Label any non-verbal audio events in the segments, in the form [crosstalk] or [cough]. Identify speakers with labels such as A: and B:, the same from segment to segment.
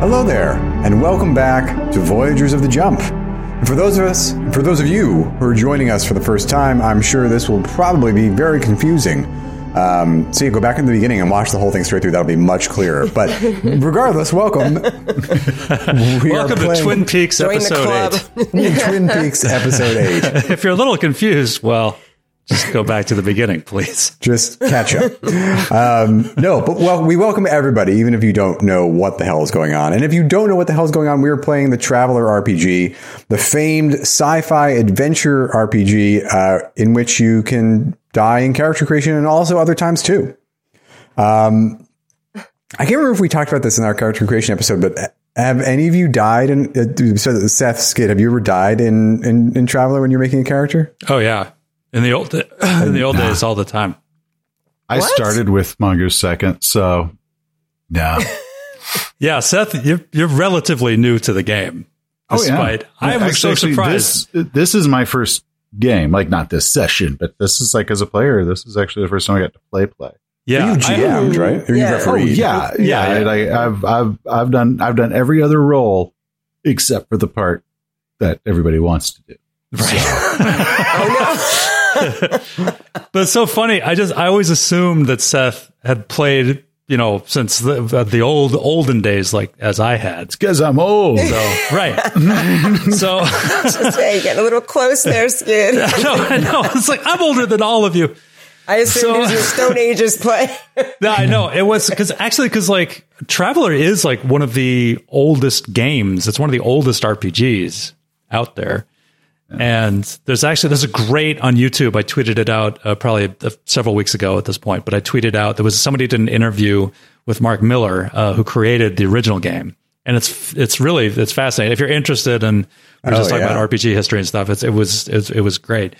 A: Hello there, and welcome back to Voyagers of the Jump. And for those of us, for those of you who are joining us for the first time, I'm sure this will probably be very confusing. Um, so you go back in the beginning and watch the whole thing straight through. That'll be much clearer.
B: [laughs]
A: But regardless, welcome. We are
B: Welcome to
A: playing
B: Twin Peaks
C: Join the
B: episode [laughs]
C: club.
B: 8.
A: Twin Peaks episode eight.
B: If you're a little confused, well, just go back to the beginning, please.
A: Just catch up. [laughs] Um, no, but well, we welcome everybody, even if you don't know what the hell is going on. And if you don't know what the hell is going on, we are playing the Traveler RPG, the famed sci-fi adventure RPG, uh, in which you can die in character creation and also other times too. Um, I can't remember if we talked about this in our character creation episode, but have any of you died in uh, so Seth Skid? Have you ever died in, in in Traveler when you're making a character?
B: Oh yeah, in the old in the old days, all the time.
D: I
C: What?
D: started with Mongoose second, so no.
B: Yeah, Seth, you're you're relatively new to the game. Despite, I was so
D: Oh, Actually,
B: surprised.
D: This, this is my first game, like not this session, but this is like as a player. This is actually the first time I got to play play.
B: yeah,
A: you
B: I-
A: GM'd, right? Or you
C: Yeah.
D: Oh
A: refereed?
D: yeah,
B: Yeah, yeah.
D: yeah. Like, I've I've I've done I've done every other role except for the part that everybody wants to do.
B: but it's so funny. I just I always assumed that Seth had played, you know, since the the old olden days, like as I had.
D: Because I'm old.
B: So right, [laughs] so. [laughs]
C: Just, hey, getting a little close there, Skid.
B: No, I know. It's like I'm older than all of you.
C: I assume
B: So-
C: these are Stone Ages
B: [laughs]
C: play.
B: No, I know. It was because actually, because like Traveler is like one of the oldest games. It's one of the oldest RPGs out there. And there's actually there's a great on YouTube. I tweeted it out uh, probably uh, several weeks ago at this point, but I tweeted out there was somebody did an interview with Mark Miller uh, who created the original game, and it's it's really it's fascinating. If you're interested in we we're just talking
A: yeah.
B: about RPG history and stuff, it's, it was it, it was great.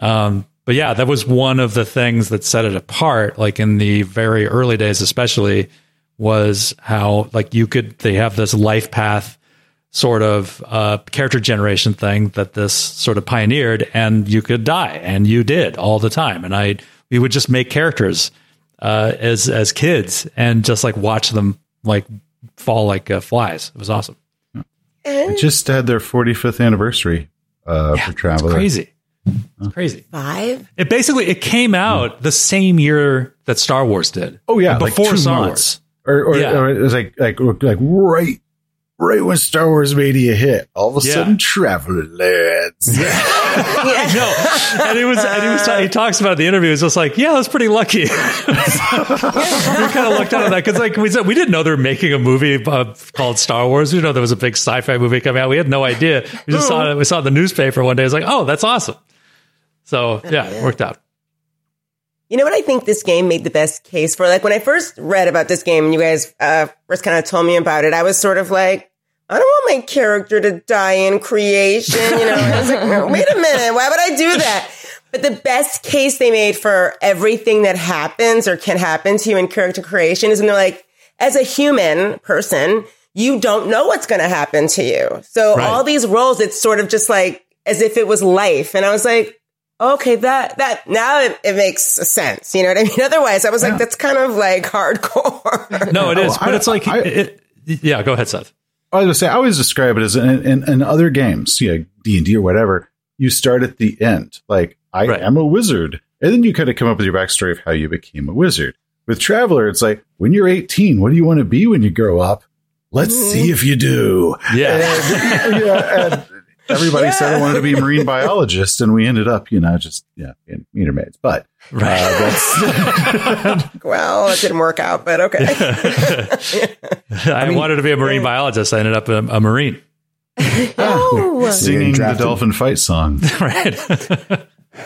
B: Um, but yeah, that was one of the things that set it apart. Like in the very early days, especially, was how like you could they have this life path sort of uh, character generation thing that this sort of pioneered, and you could die, and you did all the time. And I we would just make characters uh, as as kids and just like watch them like fall like uh, flies. It was awesome.
D: They just had their 45th anniversary uh, for Traveler.
B: It's crazy. It's crazy.
C: Five?
B: It basically it came out the same year that Star Wars did.
D: Oh yeah, like
B: before
D: two
B: Star
D: months.
B: Wars.
D: or or,
B: Yeah.
D: or it was like like like right right when Star Wars media hit, all of a
B: Yeah.
D: sudden Traveler lands.
B: [laughs] No, and he was and he was he talks about it in the interview. It's just like yeah, that's pretty lucky. [laughs] we kind of lucked out on that because like we said, we didn't know they were making a movie uh, called Star Wars. We didn't know there was a big sci-fi movie coming out. We had no idea. We just saw it. We saw it in the newspaper one day. It's like oh, that's awesome. So yeah, it worked out.
C: You know what I think this game made the best case for? Like when I first read about this game and you guys uh, first kind of told me about it, I was sort of like, I don't want my character to die in creation. You know, I was like, "No, wait a minute, why would I do that? But the best case they made for everything that happens or can happen to you in character creation is when they're like, as a human person, you don't know what's going to happen to you. So
B: Right.
C: all these roles, it's sort of just like as if it was life. And I was like, okay, that that now it, it makes sense. You know what I mean? [laughs] Otherwise, I was like, that's kind of like hardcore. [laughs]
B: No, it is,
D: Oh, I-
B: but it's like
D: I-
B: it, it- yeah. Go ahead, Seth.
D: I was gonna say I always describe it as in, in, in other games, you know, D and D or whatever. You start at the end, like I
B: Right.
D: am a wizard, and then you kind of come up with your backstory of how you became a wizard. With Traveler, it's like when you're 18, what do you want to be when you grow up? Let's see if you do.
B: Mm-hmm.
D: [laughs]
B: Yeah,
D: yeah, and everybody said I wanted to be
B: [laughs]
D: a marine biologist, and we ended up, you know, just yeah, in intermaids. But
B: right.
C: well, it didn't work out, but okay.
B: I, wanted to be a marine biologist. I ended up a, a marine.
C: Oh.
D: singing the
A: drafted.
D: dolphin fight song.
B: right.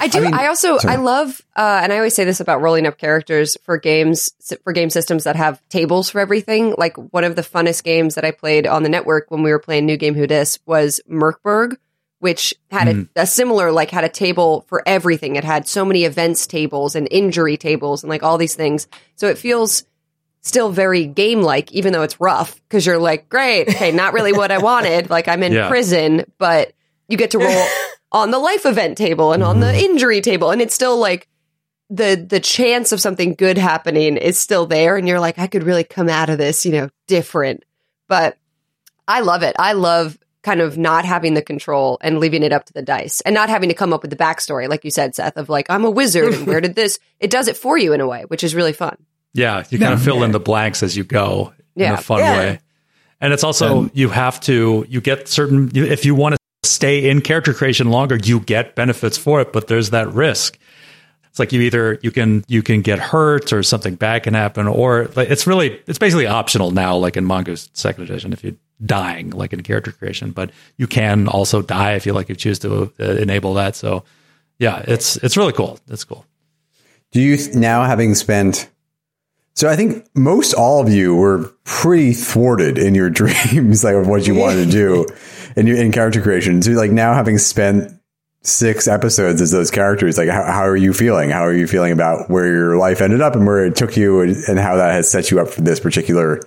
E: I do. I,
A: mean-
E: also
A: sorry.
E: I love, uh, and I always say this about rolling up characters for games for game systems that have tables for everything. Like one of the funnest games that I played on the network when we were playing New Game Who Dis was Merkberg, which had a, a similar like had a table for everything. It had so many events tables and injury tables and like all these things. So it feels still very game like, even though it's rough because you're like, great, okay, not really what I wanted. Like I'm in
B: Yeah.
E: prison, but you get to roll on the life event table and on the injury table, and it's still like the the chance of something good happening is still there, and you're like, I could really come out of this, you know, different. But I love it. I love kind of not having the control and leaving it up to the dice and not having to come up with the backstory, like you said, Seth, of like, I'm a wizard and where did this? It does it for you in a way, which is really fun.
B: Yeah, you kind of fill in the blanks as you go in
E: Yeah.
B: a fun
C: Yeah.
B: way. And it's also you have to you get certain you, if you want to stay in character creation longer, you get benefits for it, but there's that risk. It's like you either you can you can get hurt or something bad can happen, or like, it's really it's basically optional now, like in Mongoose Second Edition, if you're dying like in character creation, but you can also die if you like you choose to uh, enable that. So yeah, it's it's really cool. It's cool.
A: Do you th- now having spent? So I think most all of you were pretty thwarted in your [laughs] dreams, like of what you wanted to do in your in character creation. So like now having spent six episodes as those characters, like how, how are you feeling? How are you feeling about where your life ended up and where it took you, and, and how that has set you up for this particular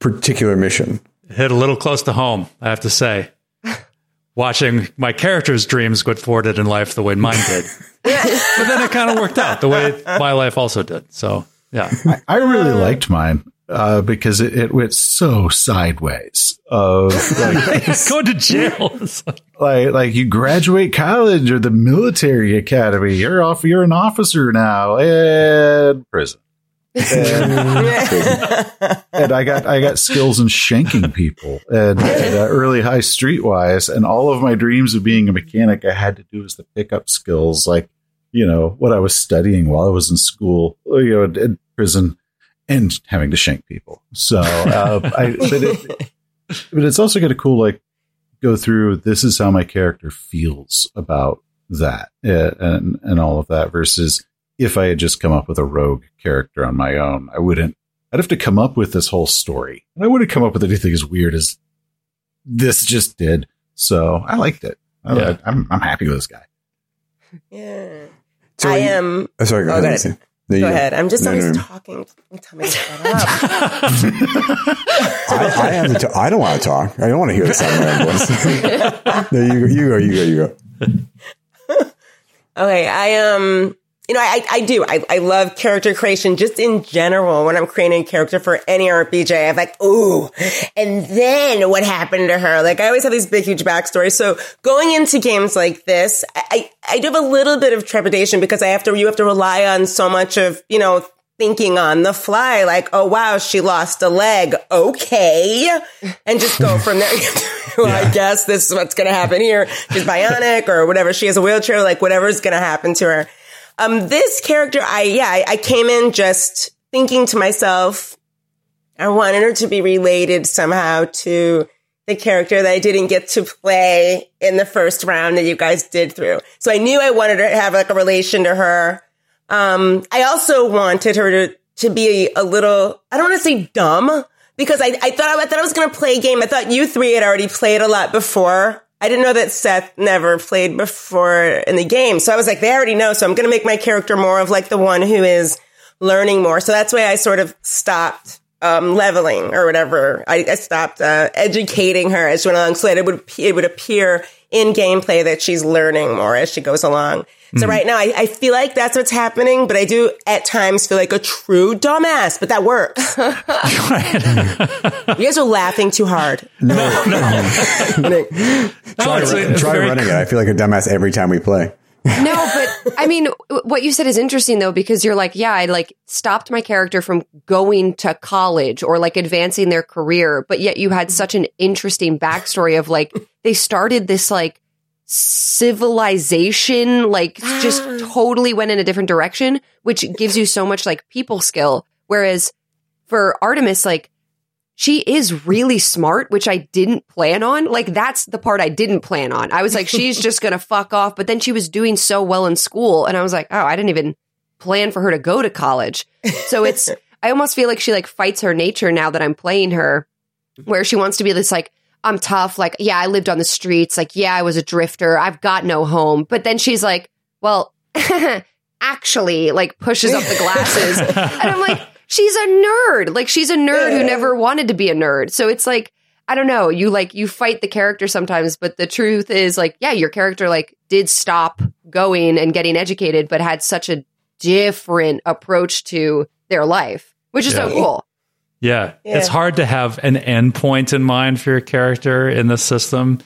A: particular mission?
B: hit a little close to home, I have to say. Watching my character's dreams get thwarted in life the way mine did. but then it kind of worked out the way my life also did. So, yeah.
D: I, I really liked mine uh, because it, it went so sideways. Of
B: [laughs]
D: like,
B: Going to jail. It's like-
D: like, like you graduate college or the military academy, you're off, you're an officer now, and prison. And,
C: [laughs]
D: and I got I got skills in shanking people and, and, uh, early high streetwise, and all of my dreams of being a mechanic I had to do is to pick up skills like you know what I was studying while I was in school, you know, in- in prison, and having to shank people. So, uh, I, but, it, but it's also got a cool like go through. This is how my character feels about that uh, and and all of that. Versus if I had just come up with a rogue character on my own, I wouldn't. I'd have to come up with this whole story, and I wouldn't come up with anything as weird as this just did. So I liked it. I,
B: Yeah.
D: I'm I'm happy with this guy.
C: Yeah.
A: So
C: I
A: you-
C: am.
A: Oh, sorry, go
C: Oh,
A: ahead.
C: go ahead.
A: Lisa. No, you
C: Go ahead. I'm just
A: No,
C: always
A: no, no.
C: talking. Don't Tell me to shut up.
A: I, I, have to ta- I don't want to talk. I don't want to hear the sound of my own voice. [laughs] no, you go. You go. You go. You go.
C: Okay, I um, you know, I I I do. I I love character creation just in general. When I'm creating a character for any RPG, I'm like, ooh, and then what happened to her? Like, I always have these big, huge backstories. So going into games like this, I I I do have a little bit of trepidation because I have to. You have to rely on so much of you know thinking on the fly. Like, oh wow, she lost a leg. Okay, and just go from there. [laughs] well, I guess this is what's going to happen here. She's bionic or whatever. She has a wheelchair, like whatever's going to happen to her. Um, this character, I, yeah, I, I came in just thinking to myself, I wanted her to be related somehow to the character that I didn't get to play in the first round that you guys did through. So I knew I wanted her to have like a relation to her. Um, I also wanted her to, to be a little, I don't want to say dumb because I, I thought I, thought I was going to play a game. I thought you three had already played a lot before. I didn't know that Seth never played before in the game. So I was like, they already know. So I'm going to make my character more of like the one who is learning more. So that's why I sort of stopped um, leveling or whatever. I, I stopped uh, educating her as she went along, so that it would it would appear in gameplay that she's learning more as she goes along. So right now, I, I feel like that's what's happening, but I do at times feel like a true dumbass. But that works. you guys are laughing too hard. [laughs]
B: No, Oh, it's a- it's
A: Try
B: very-
A: running it. I feel like a dumbass every time we play.
E: [laughs] No, but I mean, w- what you said is interesting though, because you're like, yeah, I like stopped my character from going to college or like advancing their career, but yet you had such an interesting backstory of like they started this like civilization, like just totally went in a different direction, which gives you so much like people skill. Whereas for Artemis, like she is really smart, which I didn't plan on. Like that's the part I didn't plan on. I was like, she's just gonna fuck off. But then she was doing so well in school, and I was like, oh, I didn't even plan for her to go to college. So it's I almost feel like she like fights her nature now that I'm playing her, where she wants to be this like I'm tough, like yeah, I lived on the streets, like yeah, I was a drifter, I've got no home. But then she's like, well, [laughs] actually, like pushes up the glasses, and I'm like. She's a nerd. Like she's a nerd who never wanted to be a nerd. So it's like I don't know, you like you fight the character sometimes, but the truth is like yeah, your character like did stop going and getting educated but had such a different approach to their life, which is so
B: Yeah.
E: cool.
B: Yeah.
C: Yeah.
B: It's hard to have an end point in mind for your character in this system.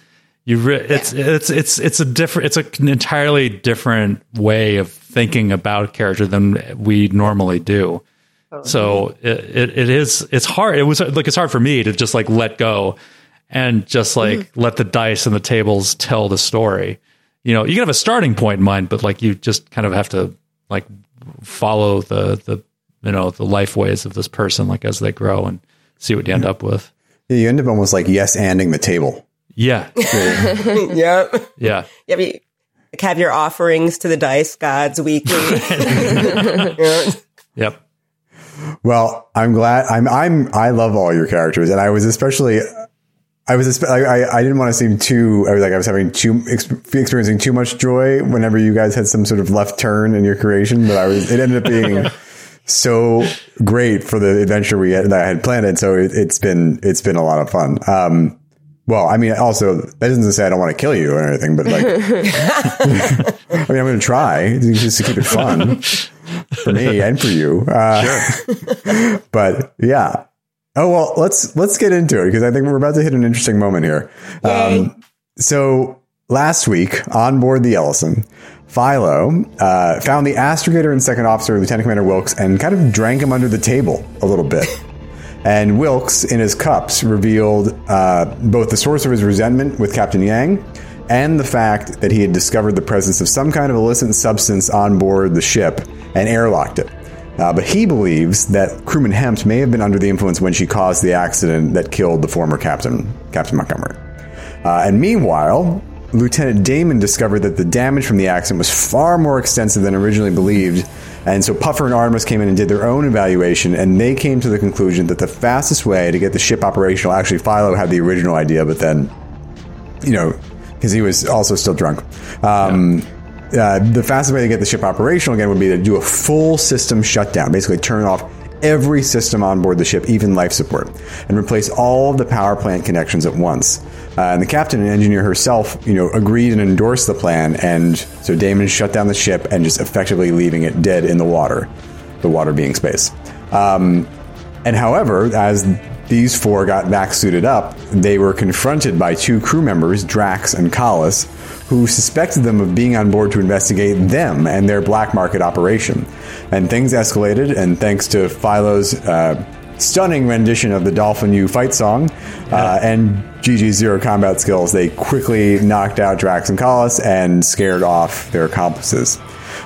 B: You re- it's it's it's it's a different it's a, an entirely different way of thinking about character than we normally do. So it, it it is it's hard. It was like it's hard for me to just like let go and just like let the dice and the tables tell the story. You know, you can have a starting point in mind, but like you just kind of have to like follow the the you know the life ways of this person like as they grow and see what you end up with
A: Yeah, you end up almost like yes anding the table.
B: yeah
C: yep.
B: yeah
C: Yeah, but you, like have your offerings to the dice gods weekly.
B: yep
A: Well, I'm glad. I'm. I'm. I love all your characters, and I was especially. I was. espe- I. I- I didn't want to seem too. I was like. I was having too ex- experiencing too much joy whenever you guys had some sort of left turn in your creation, but I was. It ended up being so great for the adventure we had, that I had planned. And so it, it's been. It's been a lot of fun. Um. Well, I mean, also that doesn't say I don't want to kill you or anything, but like, [laughs] I mean, I'm going to try just to keep it fun for me and for you. Uh, but yeah. Oh well, let's let's get into it because I think we're about to hit an interesting moment here. Um, so last week on board the Ellison, Philo uh, found the astrogator and second officer, Lieutenant Commander Wilkes, and kind of drank him under the table a little bit. and Wilkes, in his cups, revealed uh, both the source of his resentment with Captain Yang and the fact that he had discovered the presence of some kind of illicit substance on board the ship and airlocked it. Uh, but he believes that crewman Hemp may have been under the influence when she caused the accident that killed the former captain, Captain Montgomery. Uh, and meanwhile, Lieutenant Damon discovered that the damage from the accident was far more extensive than originally believed. And so Puffer and Artemis came in and did their own evaluation, and they came to the conclusion that the fastest way to get the ship operational actually, Philo had the original idea, but then, you know, because he was also still drunk. Um, uh, the fastest way to get the ship operational again would be to do a full system shutdown, basically turn off every system on board the ship, even life support, and replace all of the power plant connections at once. Uh, and the captain and engineer herself, you know, agreed and endorsed the plan, and so Damon shut down the ship and just effectively leaving it dead in the water, the water being space. Um, and however, as these four got back suited up, they were confronted by two crew members, Drax and Collis, who suspected them of being on board to investigate them and their black market operation. And things escalated, and thanks to Philo's uh, stunning rendition of the Dolphin U fight song uh, and Gigi's zero combat skills, they quickly knocked out Drax and Collis and scared off their accomplices.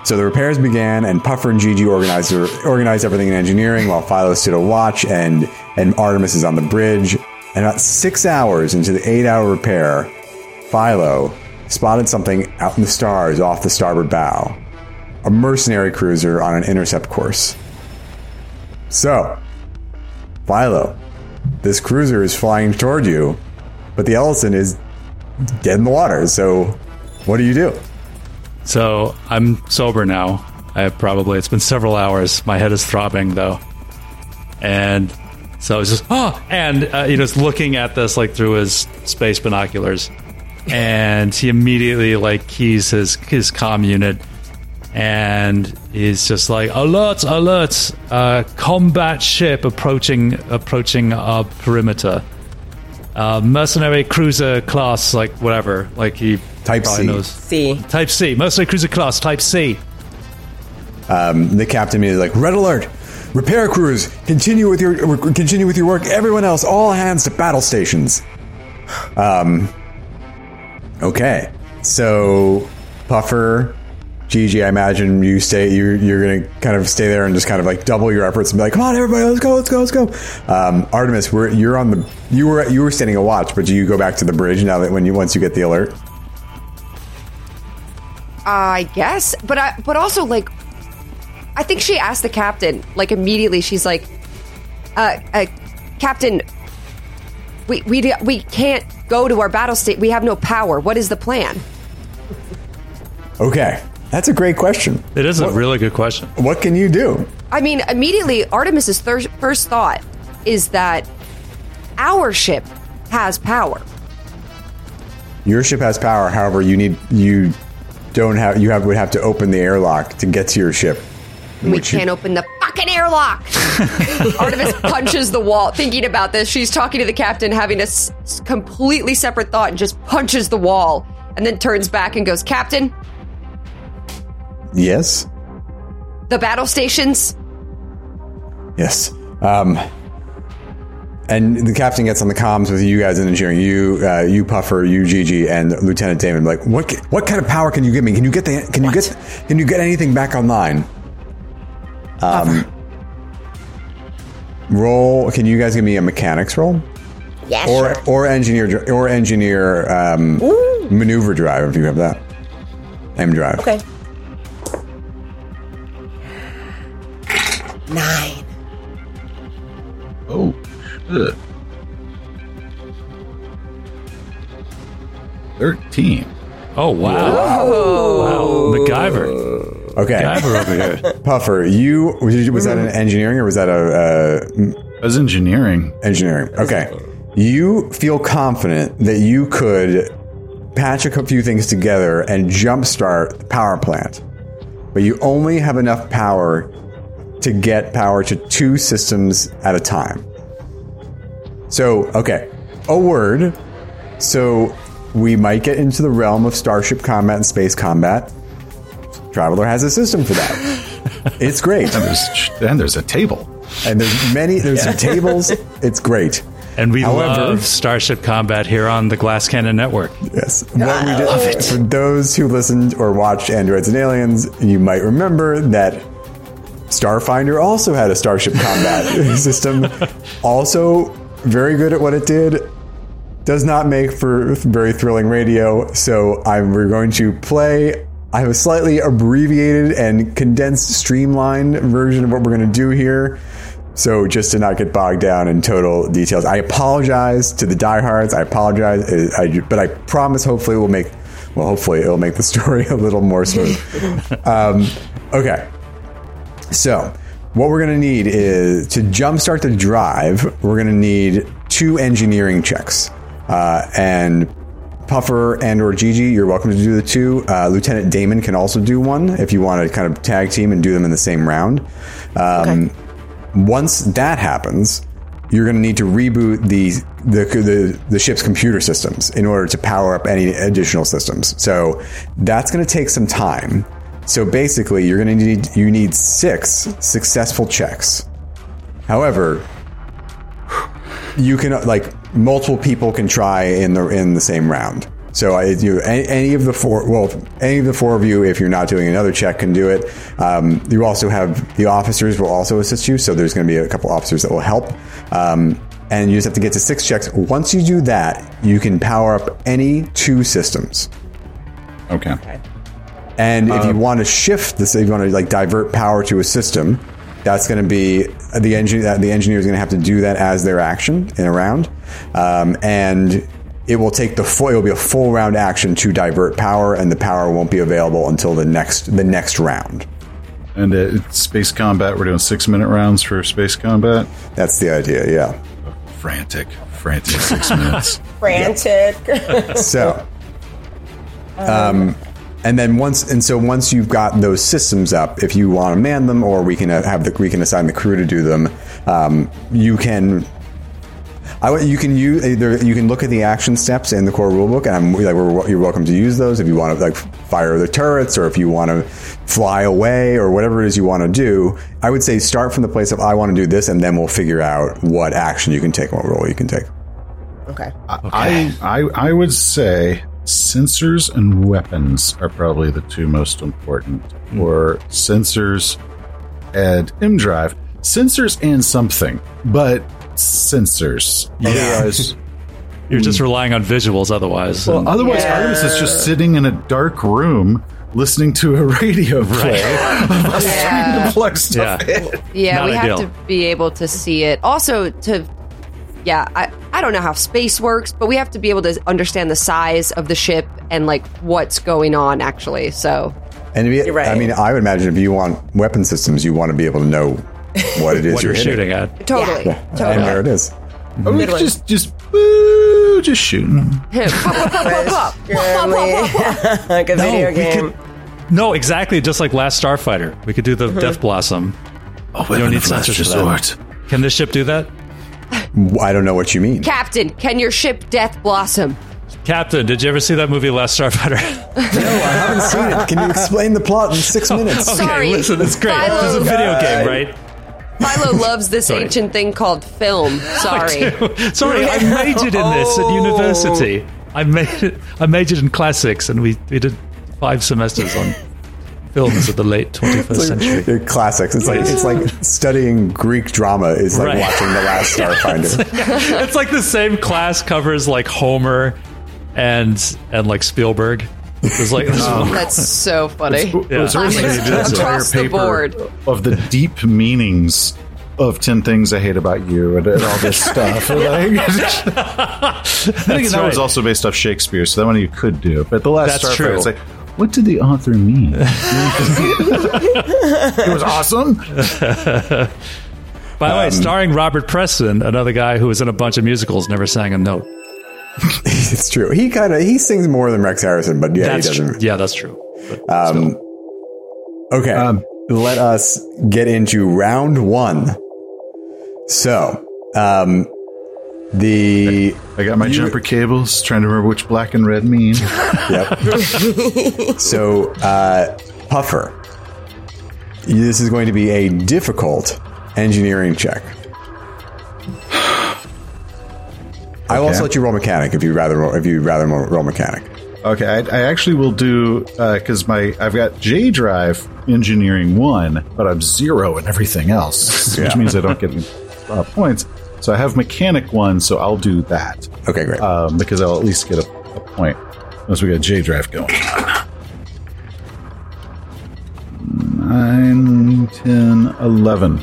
A: So the repairs began, and Puffer and Gigi organized, organized everything in engineering while Philo stood a watch, and, and Artemis is on the bridge. And about six hours into the eight hour repair, Philo spotted something out in the stars off the starboard bow a mercenary cruiser on an intercept course. So, Philo, this cruiser is flying toward you, but the Ellison is dead in the water, so what do you do?
B: so i'm sober now i probably it's been several hours my head is throbbing though and so i was just oh and uh, you know just looking at this like through his space binoculars and he immediately like keys his his comm unit and he's just like alert alert uh, combat ship approaching approaching our perimeter uh, mercenary cruiser class like whatever like he
A: Type
B: probably
A: C.
C: See,
B: Type C, mercenary cruiser class. Type C.
A: The captain is like, "Red alert! Repair crews, continue with your continue with your work. Everyone else, all hands to battle stations." Um. Okay, so Puffer Gigi, I imagine you stay. You're you're gonna kind of stay there and just kind of like double your efforts and be like, "Come on, everybody, let's go, let's go, let's go." Um, Artemis, we're, you're on the you were you were standing a watch, but do you go back to the bridge now that when you once you get the alert?
E: I guess, but I but also like, I think she asked the captain like immediately. She's like, uh, uh "Captain, we we do- we can't go to our battle state. We have no power. What is the plan?"
A: Okay, that's a great question.
B: It is a really good question.
A: What can you do?
E: I mean, immediately Artemis's thir- first thought is that our ship has power.
A: Your ship has power. However, you need you don't have you have would have to open the airlock to get to your ship.
E: We
A: Which you-
E: can't open the fucking airlock. Artemis punches the wall, thinking about this. She's talking to the captain, having a s- s- completely separate thought, and just punches the wall, and then turns back and goes, "Captain,
A: Yes.
E: the battle stations."
A: Yes. Um, and the captain gets on the comms with you guys in engineering. You, uh, you Puffer, you Gigi, and Lieutenant Damon. Like, what? ca- What kind of power can you give me? Can you get the? Can you get? Can you get anything back online? Um, roll. Can you guys give me a mechanics roll
C: Yeah,
A: or
C: sure.
A: or engineer dr- or engineer um, maneuver drive if you have that M drive?
C: Okay. Nine.
D: Oh, shit. 13.
B: Oh wow! Wow, MacGyver,
A: Okay.
B: MacGyver over here.
A: Puffer, you was you- was that an engineering or was that a? uh
D: As engineering.
A: engineering. Okay. You feel confident that you could patch a few things together and jumpstart the power plant, but you only have enough power to get power to two systems at a time. So, okay, a word. So, we might get into the realm of starship combat and space combat. Traveler has a system for that. it's great.
D: There's, and there's a table.
A: And there's many, there's some tables. It's great.
B: And we
A: However-
B: love Starship Combat here on the Glass Cannon Network.
A: Yes. What we did, For those who listened or watched Androids and Aliens, you might remember that Starfinder also had a starship combat [laughs] system. Also, very good at what it did. Does not make for very thrilling radio, so I'm, we're going to play. I have a slightly abbreviated and condensed, streamlined version of what we're going to do here. So, just to not get bogged down in total details, I apologize to the diehards. I apologize, uh, I, but I promise. Hopefully, we'll make. Well, hopefully, it'll make the [laughs] story a little more smooth. um, okay, so, what we're going to need is to jumpstart the drive, we're going to need two engineering checks. Uh, and Puffer and or Gigi, you're welcome to do the two. Uh, Lieutenant Damon can also do one if you want to kind of tag team and do them in the same round. Um, Once that happens, you're going to need to reboot the, the the the ship's computer systems in order to power up any additional systems. So that's going to take some time. So basically, you're going to need you need six successful checks. However, you can uh, like multiple people can try in the in the same round. So I, you, any, any of the four, well, any of the four of you, if you're not doing another check, can do it. Um, you also have the officers will also assist you. So there's going to be a couple officers that will help, um, and you just have to get to six checks. Once you do that, you can power up any two systems.
D: Okay.
A: And if you want to shift this, if you want to like divert power to a system, that's going to be the engine. The engineer is going to have to do that as their action in a round, um, and it will take the full. It will be a full round action to divert power, and the power won't be available until the next the next round.
D: And uh, it's space combat. We're doing six minute rounds for space combat.
A: That's the idea. Yeah.
D: Frantic. Frantic six minutes.
C: Frantic.
A: [laughs] So, um, and then once and so once you've got those systems up, if you want to man them, or we can uh, have the we can assign the crew to do them. Um, you can I, would- you can use either you can look at the action steps in the core rulebook, and I'm like we're, you're welcome to use those if you want to like fire the turrets or if you want to fly away or whatever it is you want to do. I would say start from the place of I want to do this, and then we'll figure out what action you can take, and what role you can take.
C: okay.
D: I, I I would say sensors and weapons are probably the two most important,
C: Hmm.
D: or sensors and M drive. Sensors and something, but sensors. Otherwise,
B: You're
A: Hmm.
B: just relying on visuals otherwise.
D: well,
B: and-
D: otherwise
C: Yeah.
D: Artemis is just sitting in a dark room listening to a [laughs] radio play of us trying to plug stuff
B: Yeah.
D: in.
E: [laughs] Yeah,
B: Not
E: we
B: ideal.
E: have to be able to see it. Also, to yeah, I I don't know how space works, but we have to be able to understand the size of the ship and like what's going on
B: [laughs]
E: actually. So
A: And if you,
C: You're right.
A: I mean, I would imagine if you want weapon systems, you want to be able to know what
B: [laughs]
A: it is
B: what
A: you're
B: you're
A: hitting.
B: shooting at.
E: totally,
A: And there it is.
D: Or we
C: Good
D: could
C: one.
D: just, just, boo, just shooting.
C: Currently, like a video
B: we
C: game.
B: No, exactly. Just like last Starfighter, we could do
C: Mm-hmm.
B: the Death Blossom.
D: Oh,
B: You don't need sensors for that. Can this ship do that?
A: I don't know what you mean.
E: Captain, can your ship Death Blossom?
B: Captain, did you ever see that movie Last Starfighter? [laughs]
A: I haven't seen it.
C: [laughs]
A: Can you explain the plot in
B: [laughs]
A: six
B: Oh,
A: minutes?
B: Okay,
E: Sorry.
B: listen, it's great.
E: Philo-
B: This is a video game, right?
E: Philo loves this
B: Sorry.
E: ancient thing called film. Sorry.
B: [laughs] Sorry, I majored in this at
C: Oh.
B: university. I made it, I majored in classics, and we, we did five semesters [laughs] on films of the late 21st century.
A: [laughs] They're classics. It's like it's like studying Greek drama is like
B: Right.
A: watching The Last
B: [laughs]
A: Starfinder.
B: [laughs] It's like the same class covers like Homer and and like Spielberg. It's [laughs] like this one-
E: That's so funny.
D: It was
B: Yeah.
D: originally
E: Classics
D: an entire
E: across the
D: paper
E: board.
D: of the deep meanings of 10 things I hate about you and, and all
E: [laughs]
D: this stuff. [laughs] Like, I think that
B: right.
D: was also based off Shakespeare, so that one you could do. But the last
B: That's
D: Starfighter,
B: true.
D: it's like, what did the author
B: [laughs]
D: mean? [laughs] it was awesome.
B: By the way, starring Robert Preston, another guy who was in a bunch of musicals, never sang a note.
A: [laughs] it's true. He kind of he sings more than Rex Harrison, but yeah,
B: that's
A: he
B: true.
A: doesn't.
B: Yeah, that's true. But still.
A: Okay,
B: Um,
A: let us get into round one. So, um, the
D: I got my jumper cables, trying to remember which black and red mean.
A: Yep.
C: [laughs]
A: so, uh, Puffer, this is going to be a difficult engineering check. I will also
D: Okay.
A: let you roll mechanic if you rather roll, if you rather roll, roll mechanic.
D: Okay, I, I actually will do because my I've got J Drive Engineering one, but I'm zero in everything else, [laughs] which
A: Yeah.
D: means I don't get any, uh, points. So I have Mechanic one, so I'll do that
A: Okay, great.
C: Uh,
D: um, because I'll at least get a, a point unless we got J Drive going. Nine, ten, eleven.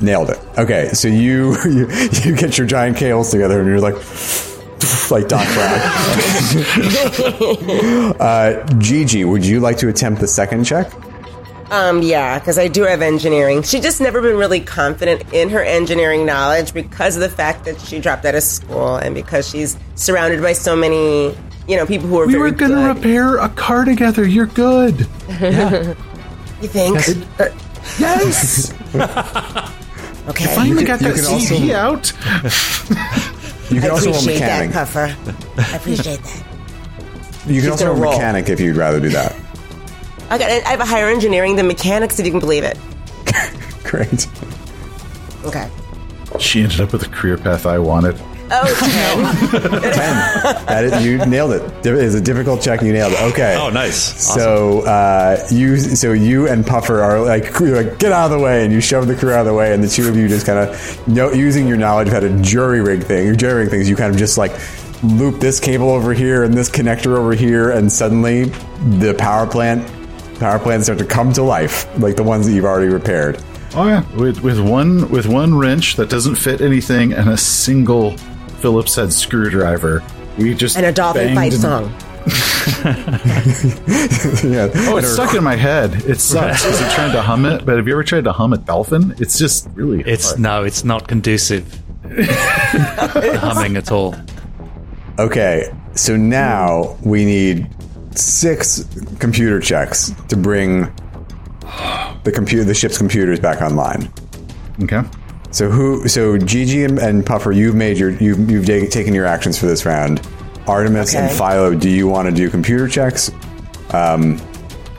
A: Nailed it. Okay, so you, [laughs] you you get your giant kales together and you're like [laughs] like Doc Brown.
C: [laughs]
A: [laughs] uh, Gigi, would you like to attempt the second check?
C: Um, yeah, because I do have engineering. She's just never been really confident in her engineering knowledge because of the fact that she dropped out of school and because she's surrounded by so many, you know, people who are
D: We
C: very
D: were going to
C: good.
D: repair a car together. You're good.
C: You think?
D: [laughs]
A: [laughs]
D: Yes,
C: Okay.
D: finally got
A: you
D: that
A: can also-
D: CD out.
A: You
C: I
A: can also roll
C: appreciate that,
A: mechanic.
C: Puffer. I appreciate that.
A: You can also
C: gonna
A: roll
C: roll.
A: mechanic if you'd rather do that.
C: I, got, I have a higher engineering than mechanics, if you can believe it.
A: Great.
C: Okay.
D: She ended up with the career path I wanted.
C: Okay.
A: That is, you nailed it. It is a difficult check. You nailed it. Okay.
B: Oh, nice.
A: So uh, you, so you and Puffer are like, you're like, get out of the way, and you shove the crew out of the way, and the two of you just kind of, no, using your knowledge of how to jury rig thing, your jury rig things, you kind of just like loop this cable over here and this connector over here, and suddenly the power plant, power plants start to come to life, like the ones that you've already repaired.
D: Oh yeah, with with one with one wrench that doesn't fit anything and a single Phillips head screwdriver, we
C: [laughs]
D: just
C: and a dolphin fight
D: banged and-
C: song.
A: yeah.
D: Oh, it's stuck in my head. It sucks. Is it trying to hum it? But have you ever tried to hum a dolphin? It's just really.
B: It's
D: hard.
B: no, it's not
D: [laughs]
B: conducive to humming at all.
A: Okay, so now we need six computer checks to bring the computer, the ship's computers back online.
D: okay.
A: So who? So Gigi and, and Puffer, you've made your you've, you've ta- taken your actions for this round. Artemis and
C: Okay.
A: Philo, do you want to do computer checks? Um,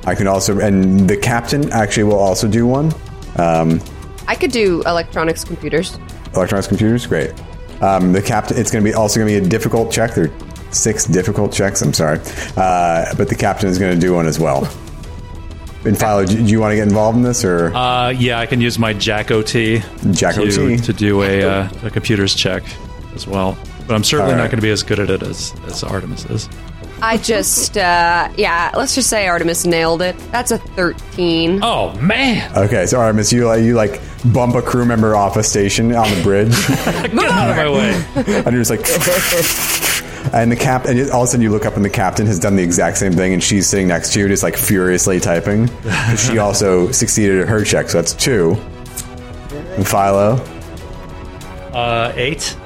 A: I can also, and the captain actually will also do one. Um,
E: I could do electronics computers.
A: electronics computers, great. Um, the captain, it's going to be also going to be a difficult check. They're Six difficult checks. I'm sorry, uh, but the captain is going to do one as well. And Philo, do, do you want to get involved in this or
B: Uh, yeah, I can use my Jack OT,
A: Jack
B: to,
A: OT.
B: to do a, uh, a computer's check as well. But I'm certainly
A: All right.
B: not going to be as good at it as, as Artemis is.
E: I just, uh, yeah, let's just say Artemis nailed it. That's a 13.
B: Oh, man.
A: Uh, Okay, so Artemis, you you like bump a crew member off a station on the bridge, [laughs]
B: Get out of my way.
A: and you're just like, [laughs] and the cap, and all of a sudden you look up, and the captain has done the exact same thing, and she's sitting next to you, just like furiously typing. But she also succeeded at her check, so that's two. And Philo
B: Uh, eight.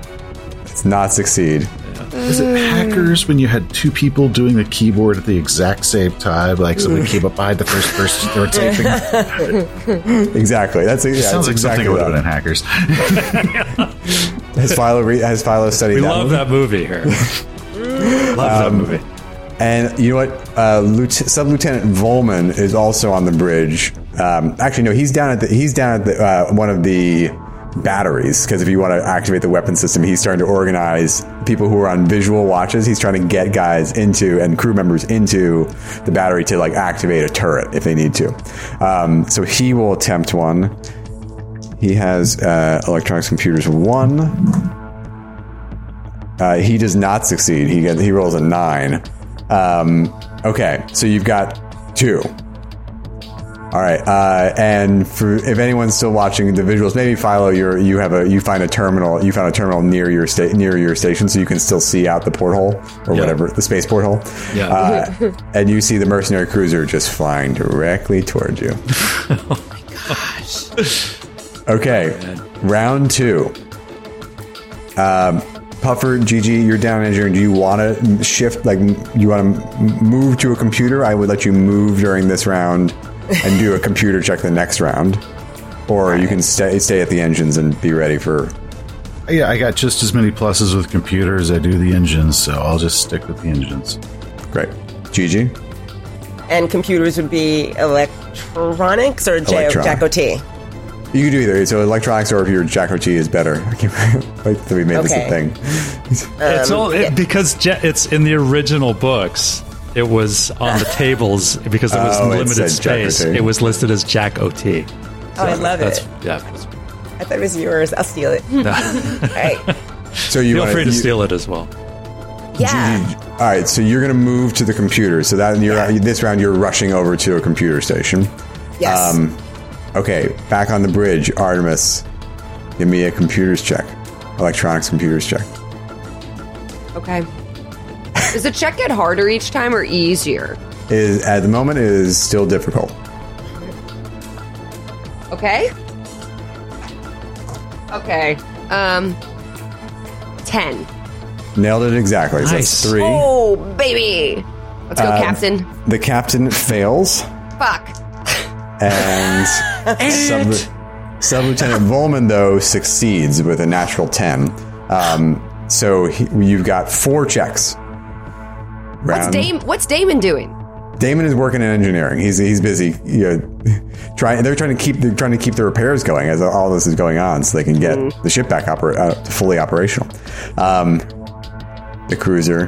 A: does not succeed.
D: Is it hackers when you had two people doing the keyboard at the exact same time? Like
C: Mm.
D: somebody came up behind the first person
C: [laughs]
D: they were typing. It
A: Exactly. That's yeah,
D: sounds
A: it's
D: like
A: exactly
D: something I would have been in
A: that.
D: hackers.
A: Has Philo re- has Philo studied
B: We
A: that?
B: love
A: movie? Um,
B: that movie
A: [laughs]
B: here. love that movie.
A: And you know what? Uh, Lieutenant, Sub Lieutenant Volman is also on the bridge. Um, actually, no, he's down at the he's down at the, uh, one of the batteries because if you want to activate the weapon system, he's starting to organize people who are on visual watches. He's trying to get guys into and crew members into the battery to like activate a turret if they need to. Um, so he will attempt one. He has uh, electronics computers one. Uh, he does not succeed. He gets, he rolls a nine. Um, okay, so you've got two. All right, uh, and for if anyone's still watching the visuals, maybe Philo, you're, you have a you find a terminal, you found a terminal near your sta- near your station, so you can still see out the porthole or whatever the space porthole.
B: Yeah.
A: uh, and you see the mercenary cruiser just flying directly toward you. [laughs] oh my gosh! Oh, Okay, round two. Um, Puffer, Gigi, you're down engineering. Do you want to shift? Like, m- you want to move to a computer? I would let you move during this round and do a computer check the next round, or you can stay stay at the engines and be ready for.
D: yeah, I got just as many pluses with computer as I do the engines, so I'll just stick with the engines.
A: Great, Gigi.
C: And computers would be electronics or J-
A: Electronic.
C: Jack O'T.
A: You can do either. So electronics, or if your Jack or T is better. [laughs] I can't wait that we made this a
C: Okay.
A: thing.
B: it's all it, because Je- it's in the original books. It was on the tables because it was
A: Oh, it
B: limited
A: said Jack
B: space.
A: OT.
B: It was listed as Jack OT.
C: Oh, I love
B: That's
C: it.
B: yeah. that's-
C: I thought it was yours. I'll steal it.
A: [laughs]
C: All right.
A: So you
B: Feel
A: wanna-
B: free to
A: you-
B: steal it as well.
C: Yeah.
A: All right, so you're going to move to the computer. So that you're this round, you're rushing over to a computer station.
C: Yes.
A: Um, okay, back on the bridge, Artemis. Give me a computers check, electronics computers check.
E: Okay. Does the check get harder each time or easier?
A: Is at the moment it is still difficult.
E: Okay. Okay. Um, 10.
A: Nailed it exactly. So
B: Nice.
A: that's three.
E: Oh, baby. Let's go, Captain.
A: The captain fails,
E: Fuck.
A: and sub, sub lieutenant Volman though succeeds with a natural ten. Um, so he, you've got four checks.
E: What's,
A: Round-
E: Dame, what's Damon doing?
A: Damon is working in engineering. He's he's busy. You know, trying. They're trying to keep they're trying to keep the repairs going as all this is going on, so they can get the ship back oper- uh, to fully operational. Um, the cruiser,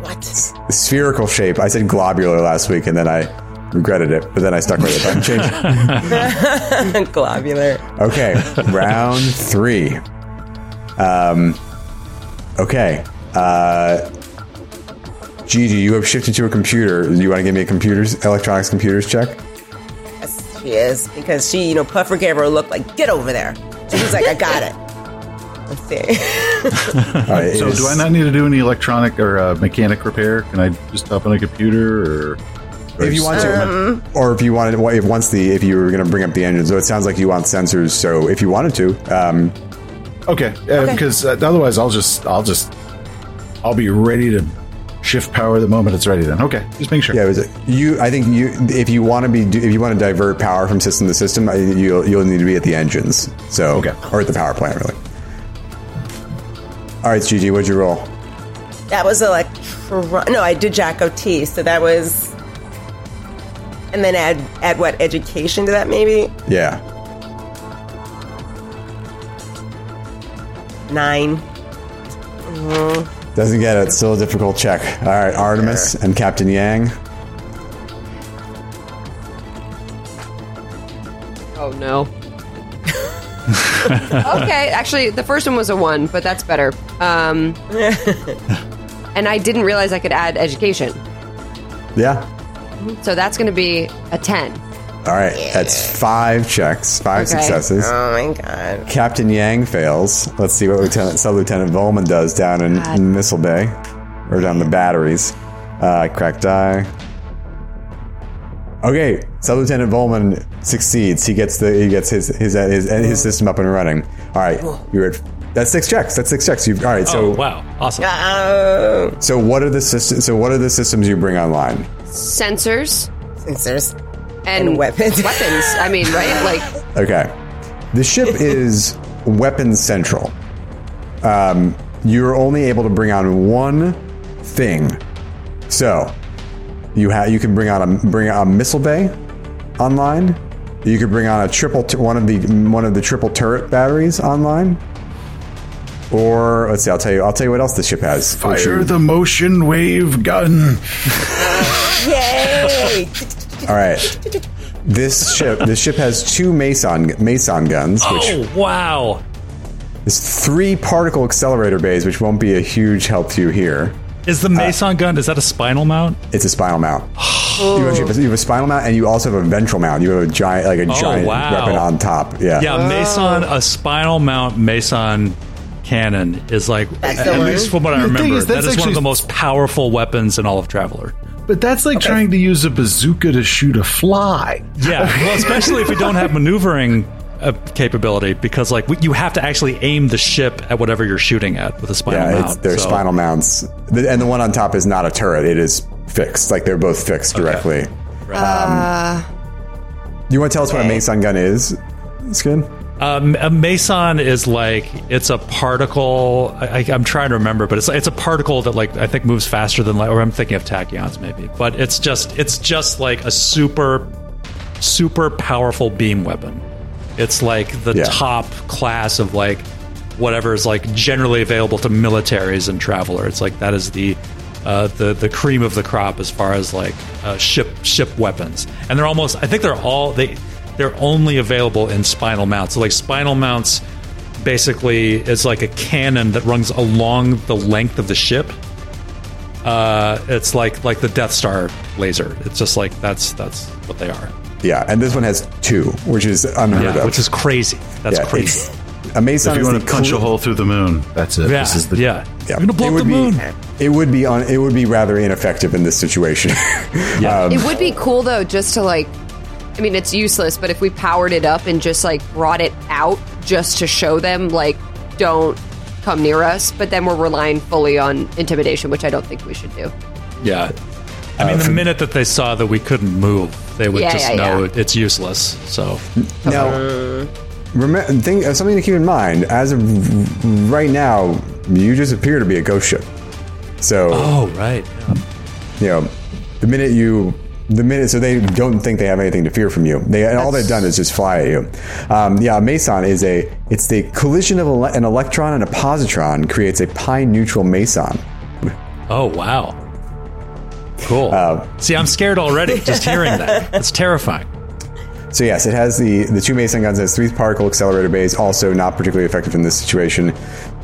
C: What?
A: the spherical shape. I said globular last week, and then I regretted it, but then I stuck with it. I'm changing.
C: [laughs] Globular.
A: Okay,
D: [laughs]
A: round three. Um, okay. Uh, Gigi, you have shifted to a computer. Do you want to give me a computers electronics computers
D: [laughs]
A: check?
C: Yes, she is. Because she, you know, Puffer gave her a look like, get over there. She was like, I got
D: [laughs]
C: it. Let's see. [laughs]
A: All right, it
D: So,
A: Uh, is-
D: do I not need to do any electronic or uh, mechanic repair? Can I just hop on a computer? Or, or
A: if you want
D: just-
A: to, or if you wanted, well, if once the if you were going to bring up the engine, so it sounds like you want sensors. So if you wanted to, um,
D: Okay, because uh, otherwise I'll just I'll just I'll be ready to shift power the moment it's ready. Then okay, just make sure.
A: yeah, it was, you. I think you if you want to be if you want to divert power from system to system, I- you'll you'll need to be at the engines. So
D: Okay.
A: or at the power plant, really. All right, Gigi, what'd you roll?
C: That was electron. No, I did Jack O'T. So that was. And then add add what education to that maybe?
A: Yeah,
C: Nine.
A: Doesn't get it. Still a difficult check. All right, Artemis and Captain Yang.
E: Oh no. okay, actually, the first one was a one, but that's better. Um, and I didn't realize I could add education,
A: Yeah.
E: so that's going to be a ten.
A: All right. That's five checks, five
E: Okay.
A: successes.
C: Oh my god.
A: Captain Yang fails. Let's see what Lieutenant Sub Lieutenant Volman does down in
E: God.
A: Missile Bay, or down the batteries. Uh, cracked eye. Okay, Sub Lieutenant Volman succeeds. He gets the he gets his his uh, his, his system up and running. All right, you're at that's six checks. That's six checks. You've all right.
B: Oh,
A: So
B: wow. Awesome.
C: Oh,
A: so what are the systems? So what are the systems you bring online?
E: Sensors
C: sensors.
E: and,
C: And weapons.
E: [laughs] Weapons. I mean, right? Like,
A: Okay. The
D: [laughs]
A: ship is weapons central. Um, you're only able to bring on one thing. So you ha- you can bring on a bring a missile bay online. You could bring on a triple tu- one of the one of the triple turret batteries online. Or let's see, I'll tell you I'll tell you what else the ship has. which
D: Fire
A: you-
D: the motion wave gun.
C: Yay!
A: all
D: [laughs]
A: right. This ship this ship has two mason mason guns, which
B: Oh, wow.
A: There's three particle accelerator bays, which won't be a huge help to you here.
B: Is the Mason gun, is that a spinal mount?
A: It's a spinal mount. You, actually have a, you have a spinal mount, and you also have a ventral mount. You have a giant, like a giant
B: Oh, wow.
A: weapon on top. Yeah.
B: Yeah, Mason, a spinal mount Mason cannon is like,
C: That's
B: at
C: the word.
B: least from what I
D: The thing
B: remember,
D: is,
B: that
D: that's
B: is one of
D: actually-
B: the most powerful weapons in all of Traveler.
D: But that's like trying to use a bazooka to shoot a fly.
B: [laughs] Yeah, well, especially if we don't have maneuvering uh, capability, because like we, you have to actually aim the ship at whatever you're shooting at with a spinal
A: Yeah,
B: mount.
A: it's, they're
B: so-
A: spinal mounts, The- and the one on top is not a turret; it is fixed. Like they're both fixed directly. Um, you want to tell us what a mason gun is? It's good.
B: Um, a meson is like it's a particle. I, I, I'm trying to remember, but it's it's a particle that like I think moves faster than light. Or I'm thinking of tachyons maybe, but it's just it's just like a super super powerful beam weapon. It's like the
A: Yeah.
B: top class of like whatever is like generally available to militaries and traveler. It's like that is the uh, the the cream of the crop as far as like uh, ship ship weapons, and they're almost. I think they're all they they're only available in spinal mounts. So like spinal mounts basically is like a cannon that runs along the length of the ship. Uh, it's like like the Death Star laser. It's just like that's that's what they are.
A: Yeah, and this one has two, which is unheard
B: Yeah,
A: of.
B: which is crazy. That's
A: Yeah, [laughs]
B: crazy.
A: it's- A mason.
D: If you
A: is
D: want
A: the
D: to punch
A: cool-
D: a hole through the moon, that's it.
B: Yeah,
D: This is the
B: yeah.
A: Yeah.
B: You're gonna blow
A: It
B: up the
A: would
B: moon.
A: be- It would be on. It would be rather ineffective in this situation. [laughs] Um,
B: Yeah.
E: it would be cool though, just to like. I mean, it's useless, but if we powered it up and just like brought it out, just to show them, like, don't come near us. But then we're relying fully on intimidation, which I don't think we should do.
B: yeah. I mean, the minute that they saw that we couldn't move, they would
E: Yeah,
B: just
E: yeah,
B: know
E: yeah.
B: it it's useless. So
A: now, remem- thing, uh, something to keep in mind: as of right now, you just appear to be a ghost ship. So
B: oh right,
A: you know, the minute you, the minute, so they don't think they have anything to fear from you. They and all they've done is just fly at you. Um, yeah, a meson is a. It's the collision of ele- an electron and a positron creates a pi neutral meson.
B: oh wow, cool. See, I'm scared already just hearing that. It's terrifying.
A: So yes, it has the the two mason guns, it has three particle accelerator bays, also not particularly effective in this situation.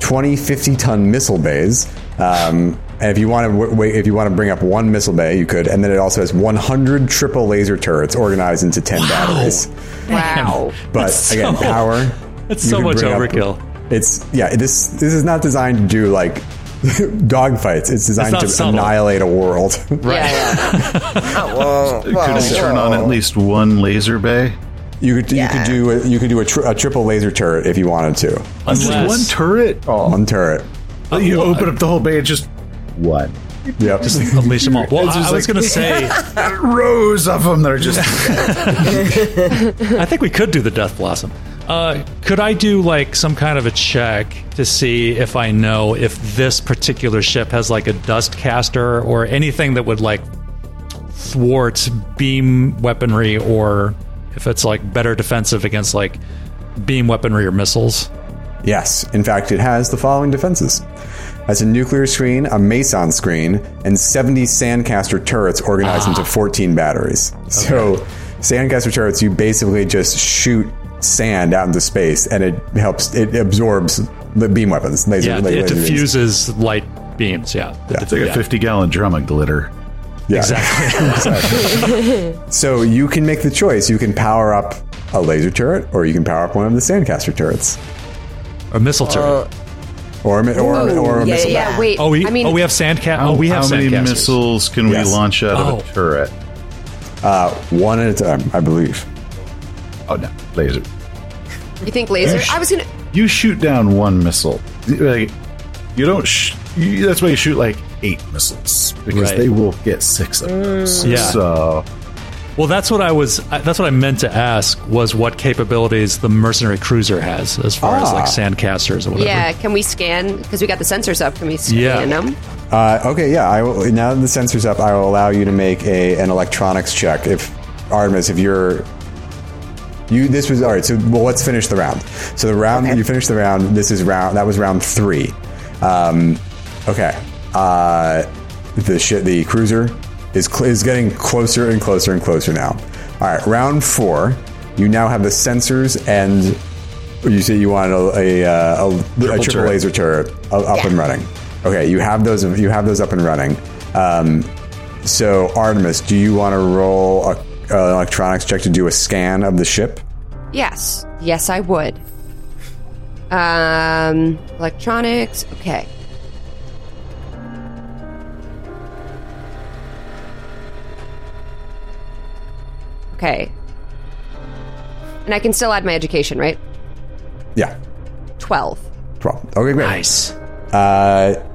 A: 20 50 ton missile bays. Um, and if you want to w- wait, if you want to bring up one missile bay, you could. And then it also has 100 triple laser turrets organized into 10 batteries.
E: Wow.
A: But
B: That's
A: again,
B: so- [laughs]
A: power.
B: It's
A: you
B: so
A: can
B: much
A: bring up-
B: overkill.
A: it's yeah. This this is not designed to do like [laughs] dogfights. It's designed
B: not
A: to
B: subtle.
A: annihilate a world.
E: Yeah, yeah.
C: Oh, whoa, whoa,
D: Could it turn on at least one laser bay?
A: You could you could
C: Yeah.
A: do a, you could do a, tri- a triple laser turret if you wanted to.
D: This is
B: Unless-
D: one turret. Oh,
A: One turret.
D: you open up the whole bay, it just one
A: Yep.
B: Unleash them all. Well,
D: It's
B: I, I
D: just
B: was
D: like-
B: gonna say,
D: [laughs] rows of them that are just
B: I think we could do the Death Blossom. Uh, could I do like some kind of a check to see if I know if this particular ship has like a dust caster or anything that would like thwart beam weaponry or if it's like better defensive against like beam weaponry or missiles?
A: Yes, in fact, it has the following defenses. That's a nuclear screen, a mason screen, and 70 Sandcaster turrets organized into 14 batteries. So, Sandcaster turrets, you basically just shoot sand out into space and it helps, it absorbs the beam weapons. Laser,
B: Yeah,
A: laser-
B: it
A: laser beams.
B: diffuses light beams. Yeah,
D: It's like a
B: Yeah.
D: 50 gallon drum of glitter.
A: Yeah.
B: exactly. [laughs]
A: So, you can make the choice. You can power up a laser turret or you can power up one of the Sandcaster turrets.
B: a missile turret.
A: Or, a mi- or, a- or a
C: yeah,
A: missile.
E: Yeah, wait.
B: oh, we,
E: I mean,
B: oh, we have sandcat.
D: How,
B: Oh, we have
D: how many
B: sandcasters.
D: missiles can
A: Yes.
D: we launch out of
B: Oh.
D: a turret?
A: Uh, one at a time, I believe.
D: Oh no, laser.
E: you think laser? I was gonna.
D: You shoot down one missile. Like, you don't. Sh- you, that's why you shoot like eight missiles because
B: Right. Mm.
D: they will get six of those.
B: Yeah.
D: So
B: Well, that's what I was. I- That's what I meant to ask was what capabilities the mercenary cruiser has as far as like
A: Ah.
B: sandcasters or whatever.
E: Yeah, can we scan? Because we got the sensors up. Can we scan
B: Yeah.
E: them?
A: Uh, okay, yeah. I will, now that the sensor's up, I will allow you to make a an electronics check. If Artemis, if you're you, this was all right. So well, let's finish the round. So the round you finished the round. This is round. That was round three. Um, okay. Uh, the shit. The cruiser is cl- is getting closer and closer and closer now. All right, round four. You now have the sensors and you say you want a a, uh, a, a triple,
D: turret.
A: laser turret u- up and running. Okay, you have those. You have those up and running. Um, so Artemis, do you want to roll a, an electronics check to do a scan of the ship?
E: Yes. Yes, I would. Um, electronics. Okay. Okay. And I can still add my education, right?
A: Yeah,
E: 12.
A: twelve. Okay, great.
B: Nice.
A: Uh,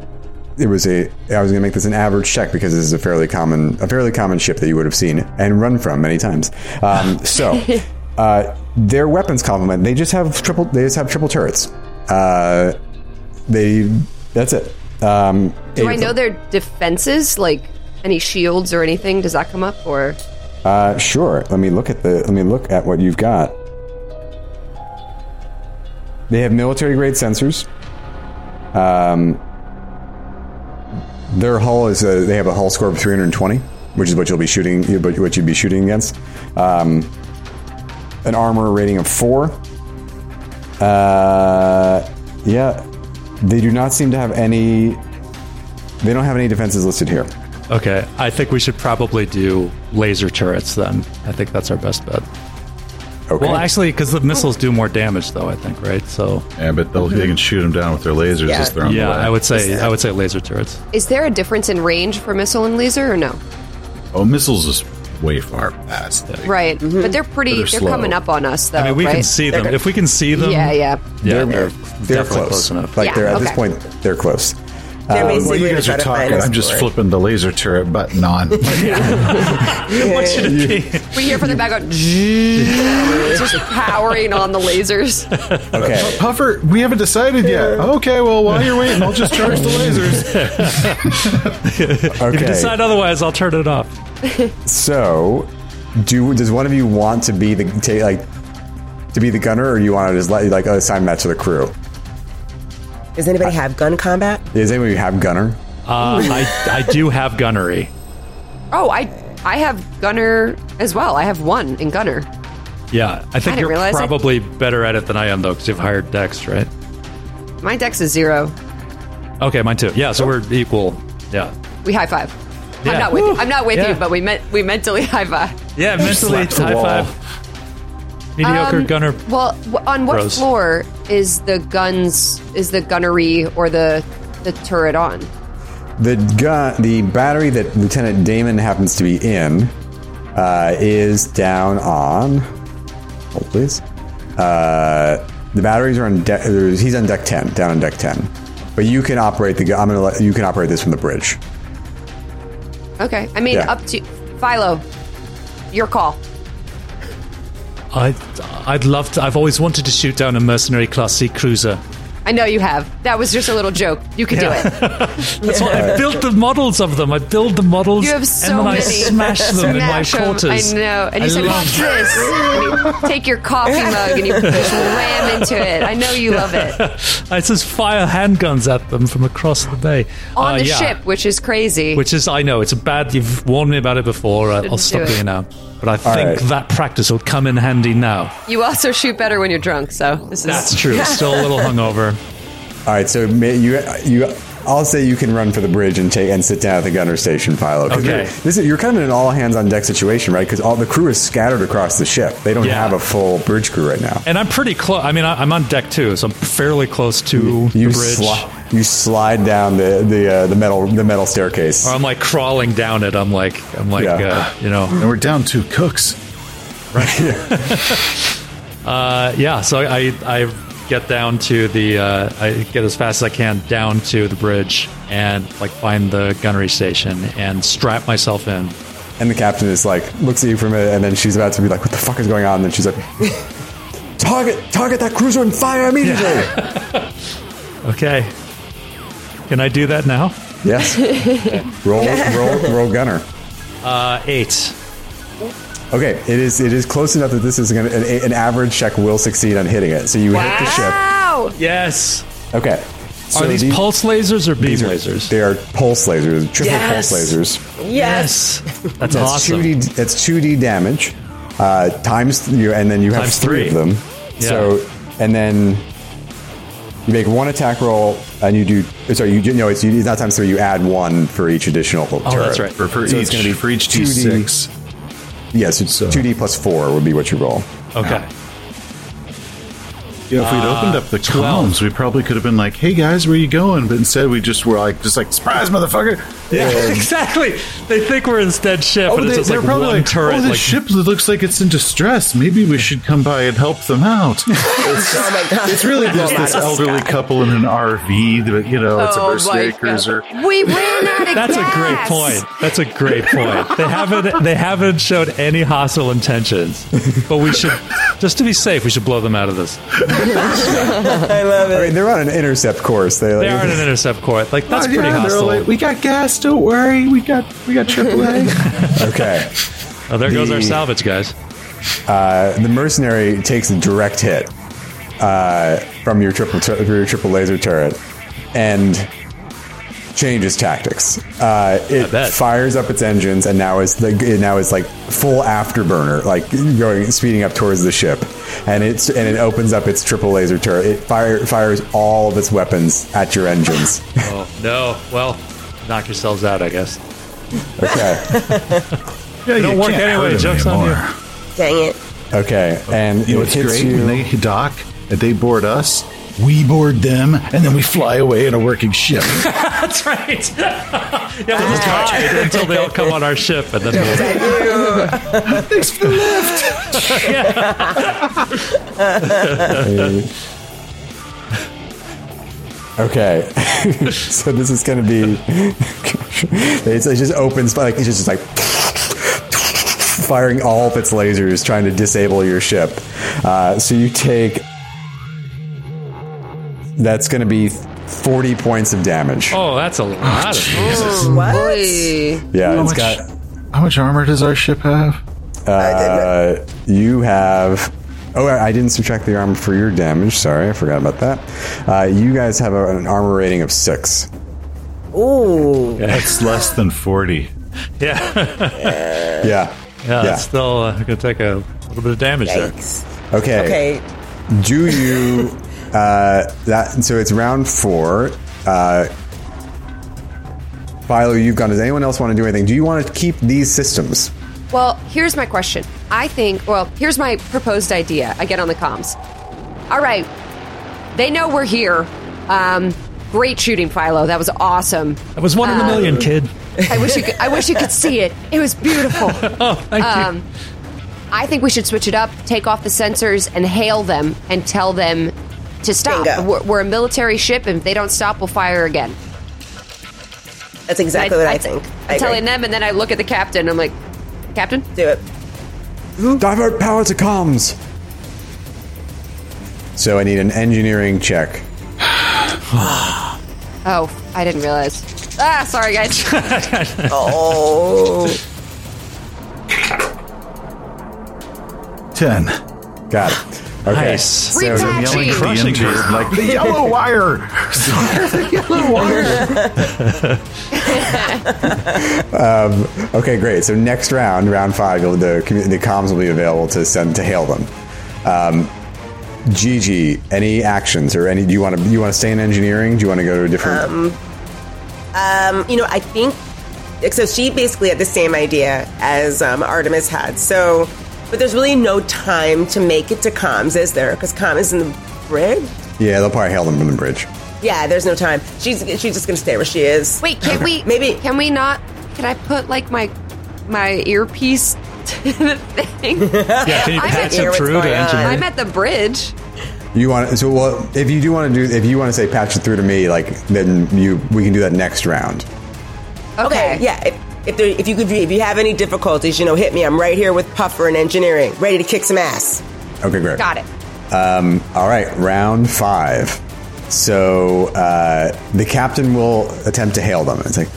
A: it was a. I was going to make this an average check because this is a fairly common, a fairly common ship that you would have seen and run from many times.
E: [laughs]
A: Um, so, uh, their weapons complement. They just have triple. They just have triple turrets. Uh, they. That's it. Um,
E: Do I know their defenses? Like any shields or anything? Does that come up? Or
A: Uh, sure. Let me look at the. Let me look at what you've got. They have military grade sensors. Um, their hull is a, they have a hull score of 320, which is what you'll be shooting. you- What you'd be shooting against. Um, an armor rating of four. Uh, yeah, they do not seem to have any. They don't have any defenses listed here.
B: Okay, I think we should probably do laser turrets then. I think that's our best bet.
A: Okay.
B: Well, actually, because the missiles do more damage, though I think, right? So
D: yeah, but they'll, they can shoot them down with their lasers
C: Yeah.
D: as they're on
B: yeah,
D: the way.
B: I would say I would say laser turrets.
E: is there a difference in range for missile and laser or no?
D: Oh, missiles is way far past. Like,
E: Right. But they're pretty,
D: Mm-hmm. They're
E: they're,
D: slow.
E: coming up on us, though.
B: I mean, we can
E: right?
B: see them if we can see them.
E: Yeah, yeah.
B: yeah, they're,
A: they're
B: definitely
A: close.
B: close. enough.
A: Like
E: Yeah,
A: they're at this
E: okay.
A: point, they're close.
C: [laughs] They're
D: Well,
C: basically
D: Uh, you
C: gonna
D: guys
C: try
D: are
C: to find
D: talking.
C: us
D: I'm just
C: for it.
D: flipping the laser turret
C: [laughs]
D: button on.
B: what should it be?
E: We hear from the background, it's [laughs] just powering on the lasers.
B: [laughs]
A: Okay.
D: Puffer, we haven't decided yet. Okay, well, while you're waiting, I'll just charge
C: [laughs]
D: the lasers.
A: Okay.
B: Decide otherwise, I'll turn it off.
A: so, do does one of you want to be the ta like to be the gunner, or you want to just let, like assign that to the crew?
C: Does anybody have gun combat?
A: Does anybody have gunner?
B: Uh, I I do have gunnery.
E: Oh, I I have gunner as well. I have one in gunner.
B: Yeah, I think
E: didn't
B: you're
E: realize I-
B: probably better at it than I am though, because you've hired Dex, right?
E: My dex is zero.
B: Okay, mine too. Yeah, so
E: Oh.
B: we're equal. Yeah.
E: We high five.
B: Yeah.
E: I'm not with you.
B: Woo.
E: I'm not with
B: Yeah.
E: you, but we meant we mentally [laughs] high five.
B: Yeah, mentally
D: slapped the
B: high
D: wall.
B: five. Mediocre
E: Um,
B: gunner.
E: Well, w- on what
B: Gross.
E: floor is the guns? Is the gunnery or the the turret on?
A: The gun, the battery that Lieutenant Damon happens to be in, uh, is down on. Hold please. Uh, the batteries are on deck. there's- He's on deck ten, down on deck ten. But you can operate the. gu- I'm gonna let you can operate this from the bridge.
E: Okay. I mean,
A: Yeah.
E: up to Philo. Your call.
B: I, I'd love to. I've always wanted to shoot down a mercenary class C cruiser.
E: I know you have. That was just a little joke. You can do it.
B: That's why I built the models of them. I build the models
E: You
B: [laughs]
E: have so
B: and then I
E: many.
B: smash
E: [laughs]
B: them in my
E: Smash 'em.
B: quarters.
E: I know. And you
B: I
E: said,
B: love
E: "Watch this." And you take your
B: [laughs]
E: coffee mug and you just ram into it. I know you love
B: Uh,
E: it
B: I just fire handguns at them from across the bay.
E: on
B: Uh,
E: the
B: yeah.
E: ship, which is crazy.
B: Which is, I know, it's a bad. You've warned me about it before. I- I'll
E: Shouldn't
B: stop
E: do it.
B: you now. But I think
A: right.
B: that practice will come in handy now.
E: you also shoot better when you're drunk. So this is
B: That's true. Still a little hungover.
A: All right, so ma- you you. I'll say you can run for the bridge and take and sit down at the gunner station, Philo. 'cause
B: Okay.
A: You're, this is, you're kind of in an all hands on deck situation, right? Because all the crew is scattered across the ship. They don't
B: Yeah.
A: have a full bridge crew right now.
B: And I'm pretty close. I mean, I, I'm on deck too, so I'm fairly close to the
A: You
B: bridge.
A: sli- you slide down the the uh, the metal the metal staircase.
B: or I'm like crawling down it. I'm like, I'm like,
A: Yeah.
B: uh, you know,
D: And we're down two cooks.
B: uh, yeah. So I, I get down to the, uh, I get as fast as I can down to the bridge and like find the gunnery station and strap myself in.
A: And the captain is like, looks at you for a minute, and then she's about to be like, "What the fuck is going on?" And then she's like, [laughs] "Target, target that cruiser and fire immediately."
B: Okay. Can I do that now? [laughs]
A: yes. Roll, roll, roll, gunner.
B: Uh, eight.
A: Okay, it is it is close enough that this is gonna an, an average check will succeed on hitting it. So you hit the ship.
E: wow.
B: Yes.
A: Okay. So
B: are these, pulse lasers or beam lasers?
A: They are pulse lasers, triple
C: Yes.
A: pulse lasers.
C: Yes.
B: That's,
A: That's
B: awesome.
A: two D. That's two D damage. Uh, times you, and then you have
B: Times
A: three,
B: three.
A: of them.
B: Yeah.
A: So, and then you make one attack roll, and you do. Sorry, you do- no, it's, you, it's not times three. You add one for each additional turret.
B: Oh, that's right.
D: For, for
A: So it's
D: each,
A: gonna be
D: for each
A: 2D.
D: D6.
A: Yes, it's two D plus four would be what you roll.
B: Okay.
D: Yeah, if we'd opened up
B: Uh,
D: the
B: 12.
D: comms, we probably could have been like, "Hey guys, where you going?" But instead, we just were like, "Just like surprise, motherfucker!"
B: Yeah,
D: And-
B: [laughs] exactly. They think we're in dead ship,
D: Oh,
B: but it's
D: they,
B: just
D: they're
B: like
D: probably
B: one
D: like,
B: turret.
D: "Oh, the
B: like,
D: ship looks like it's in distress. Maybe we should come by and help them out."
C: [laughs] Oh my god.
D: It's really just
C: [laughs]
D: this elderly couple in an RV, that, you know, it's a
E: Oh my
D: mercenary
E: God.
D: cruiser.
E: We ran out of
B: That's
E: gas.
B: a great point. That's a great point. They haven't they haven't showed any hostile intentions, but we should just to be safe. We should blow them out of this.
C: [laughs] I love
A: I
C: it.
A: mean, they're on an intercept course. They,
B: They
A: like, [laughs]
B: are in an intercept court. Like that's
D: Oh,
B: pretty
D: yeah, they're all
B: hostile.
D: like, we got gas. Don't worry, we got
B: [laughs]
D: we got AAA.
A: okay.
B: oh, there goes our
A: the-
B: salvage guys.
A: The mercenary takes a direct hit uh, from your triple tur- from your triple laser turret and changes tactics. Uh, it
B: bet.
A: fires up its engines and now is the it now is like full afterburner, like going speeding up towards the ship, and it's and it opens up its triple laser turret. It fire, fires all of its weapons at your
D: [laughs]
A: engines.
B: Oh no! Well, knock yourselves out, I guess.
A: Okay.
D: yeah,
B: don't
D: you
B: work
D: can't
B: anyway,
D: hurt 'em
B: joke's on
D: anymore.
B: you.
C: Dang it.
A: Okay, and
D: You know
A: it
D: what's
A: hits
D: great?
A: you.
D: When they hit dock and they board us, we board them, and then we fly away in a working ship.
B: That's right. [laughs] yeah, we'll just hide until they all come on our ship, and then we'll,
D: [laughs] Thanks for the lift.
A: Okay, [laughs] so this is gonna be. [laughs] it's, it just opens like it's just like firing all of its lasers, trying to disable your ship. Uh, so you take. That's gonna be forty points of damage.
B: oh, that's a lot. of-
C: What?
E: Oy.
A: yeah,
D: How
A: it's
D: much,
A: got.
D: how much armor does our ship have?
A: Uh, you have. Oh, I I didn't subtract the armor for your damage. Sorry, I forgot about that. Uh, you guys have a, an armor rating of six.
C: Ooh.
D: That's less than 40.
B: yeah, yeah.
A: Yeah.
B: That's still uh, gonna take a little bit of damage there.
C: Yikes.
A: Okay.
C: Okay.
A: Do you uh, that? So it's round four. Uh, Philo, you've gone. Does anyone else want to do anything? Do you want to keep these systems?
E: Well, here's my question. I think, well, here's my proposed idea. I get on the comms. All right. They know we're here. Um, great shooting, Philo. That was awesome.
B: That was
E: Um,
B: one in a million, kid.
E: I wish you could, I wish you could see it. It was beautiful.
B: [laughs] Oh, Thank you.
E: I think we should switch it up, take off the sensors, and hail them and tell them to stop.
C: Bingo.
E: We're, we're a military ship, and if they don't stop, we'll fire again.
C: That's exactly what I, think.
E: I'm
C: I
E: telling
C: agree.
E: them, and then I look at the captain. I'm like, Captain,
C: Do it.
A: Divert power to comms. So I need an engineering check
E: Oh, I didn't realize. Ah, sorry, guys.
C: Oh.
D: 10.
A: Got it. Okay.
B: Nice.
E: Free
D: I'm yelling at
E: patchy.
D: the
B: Crushing
D: injured, like,
B: [laughs]
D: the yellow wire! the yellow wire!
A: Okay, great. So next round, round five, you'll, the commu- the comms will be available to send to hail them. Um, Gigi, any actions or any? Do you want to you want to stay in engineering? Do you want to go to a different?
C: Um, you know, I think so. She basically had the same idea as um, Artemis had. So, but there's really no time to make it to comms, is there? Because comms is in the brig.
A: yeah, they'll probably hail them from the bridge.
C: Yeah, there's no time. She's she's just gonna stay where she is.
E: Wait, can we?
C: [laughs] Maybe-
E: can we not? Can I put like my my earpiece to
C: [laughs]
E: the thing?
B: Yeah, can you
E: I'm
B: patch
E: here,
B: it
C: what's
B: through
C: going
B: to
C: on?
B: engineering?
E: I'm at the bridge.
A: You want so well if you do want to do if you want to say patch it through to me like then you we can do that next round.
E: Okay.
C: Okay, yeah. If, if, there, if you could, if you have any difficulties, you know, hit me. I'm right here with Puffer in engineering, ready to kick some ass.
A: Okay, great.
E: Got it.
A: Um, all right, round five. So uh, the captain will attempt to hail them. It's like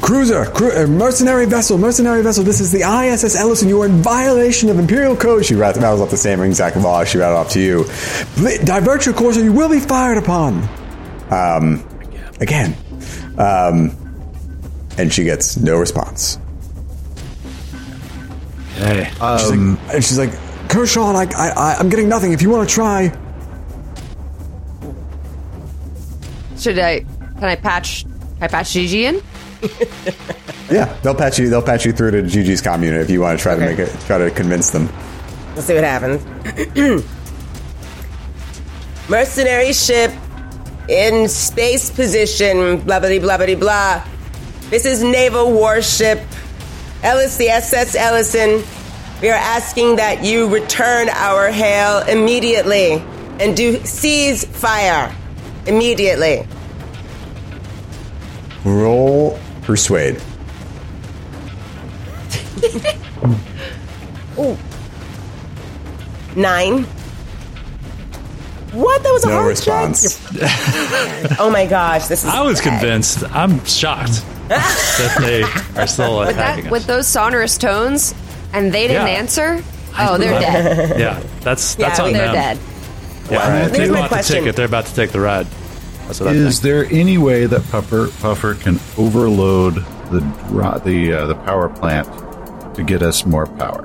A: cruiser, cru- uh, mercenary vessel, mercenary vessel. This is the ISS Ellison. You are in violation of Imperial code. She rat- rattles off the same exact law. She rattled off to you. Bl- divert your course, or you will be fired upon. Um, again, um, and she gets no response.
B: Hey.
A: She's like, and she's like, Kershaw, I, I, I, I'm getting nothing. If you want to try,
E: Should I? Can I patch? Can I patch Gigi in?
A: Yeah, they'll patch you. They'll patch you through to Gigi's comm unit if you want to try to
C: Okay.
A: make it. Try to convince them.
C: Let's see what happens. [clears throat] Mercenary ship in space position, blah, blah, blah, blah, blah. This is naval warship Ellis, the SS Ellison. We are asking that you return our hail immediately and do cease fire immediately.
A: Roll persuade.
C: Nine. What? That was a
A: No
C: hard
A: response.
C: check? Oh my gosh, this is.
B: I was
C: bad.
B: convinced. I'm shocked that they are still attacking
E: That with those sonorous tones, and they didn't
B: Yeah.
E: answer.
B: [laughs]
E: Oh, they're
B: us.
E: dead.
B: yeah, that's that's
C: Yeah,
B: on
E: They're
B: them.
E: dead.
B: Yeah,
D: There's
B: they
C: my
B: want to
C: question.
B: take it. They're about to take the ride. That's what I
D: Is
B: think.
D: there any way that Puffer, Puffer can overload the dro- the uh, the power plant to get us more power?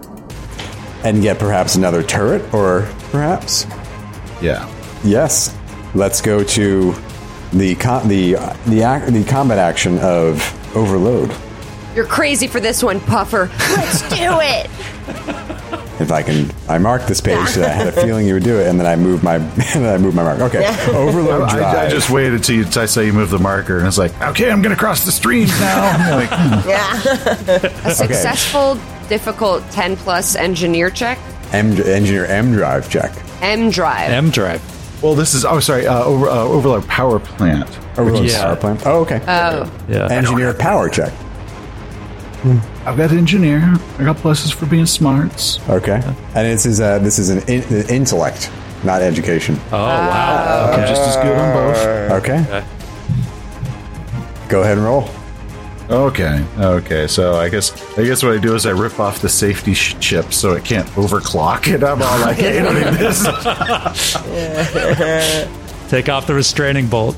A: And get perhaps another turret, or perhaps
D: Yeah.
A: yes. Let's go to the con- the the ac- the combat action of overload.
E: You're crazy for this
C: [laughs]
E: one, Puffer. Let's do it.
A: If I can, I marked this page because I had a feeling you would do it, and then I moved my [laughs] and then I moved my mark. Okay, [laughs] overload
D: I,
A: drive.
D: I just waited till you, till I saw you move the marker, and it's like, okay, I'm going to cross the stream now. [laughs] I'm like, hmm.
E: A successful, difficult ten plus engineer check.
A: M, engineer M drive check.
E: M drive.
B: M drive.
D: Well, this is. Oh, sorry. Uh, over, uh, overload power plant.
A: Overload
B: Yeah.
A: power plant. Oh, okay.
E: oh,
B: Yeah.
A: engineer power check.
D: I've got engineer. I got pluses for being smarts.
A: Okay, and this is uh, this is an, in, an intellect, not education.
B: oh wow.
D: I'm just as good on
A: Okay. Go ahead and roll.
D: both. Okay. Okay. So I guess I guess what I do is I rip off the safety sh- chip so it can't overclock it. I'm all like, hey, I don't need this. [laughs]
B: Take off the restraining bolt.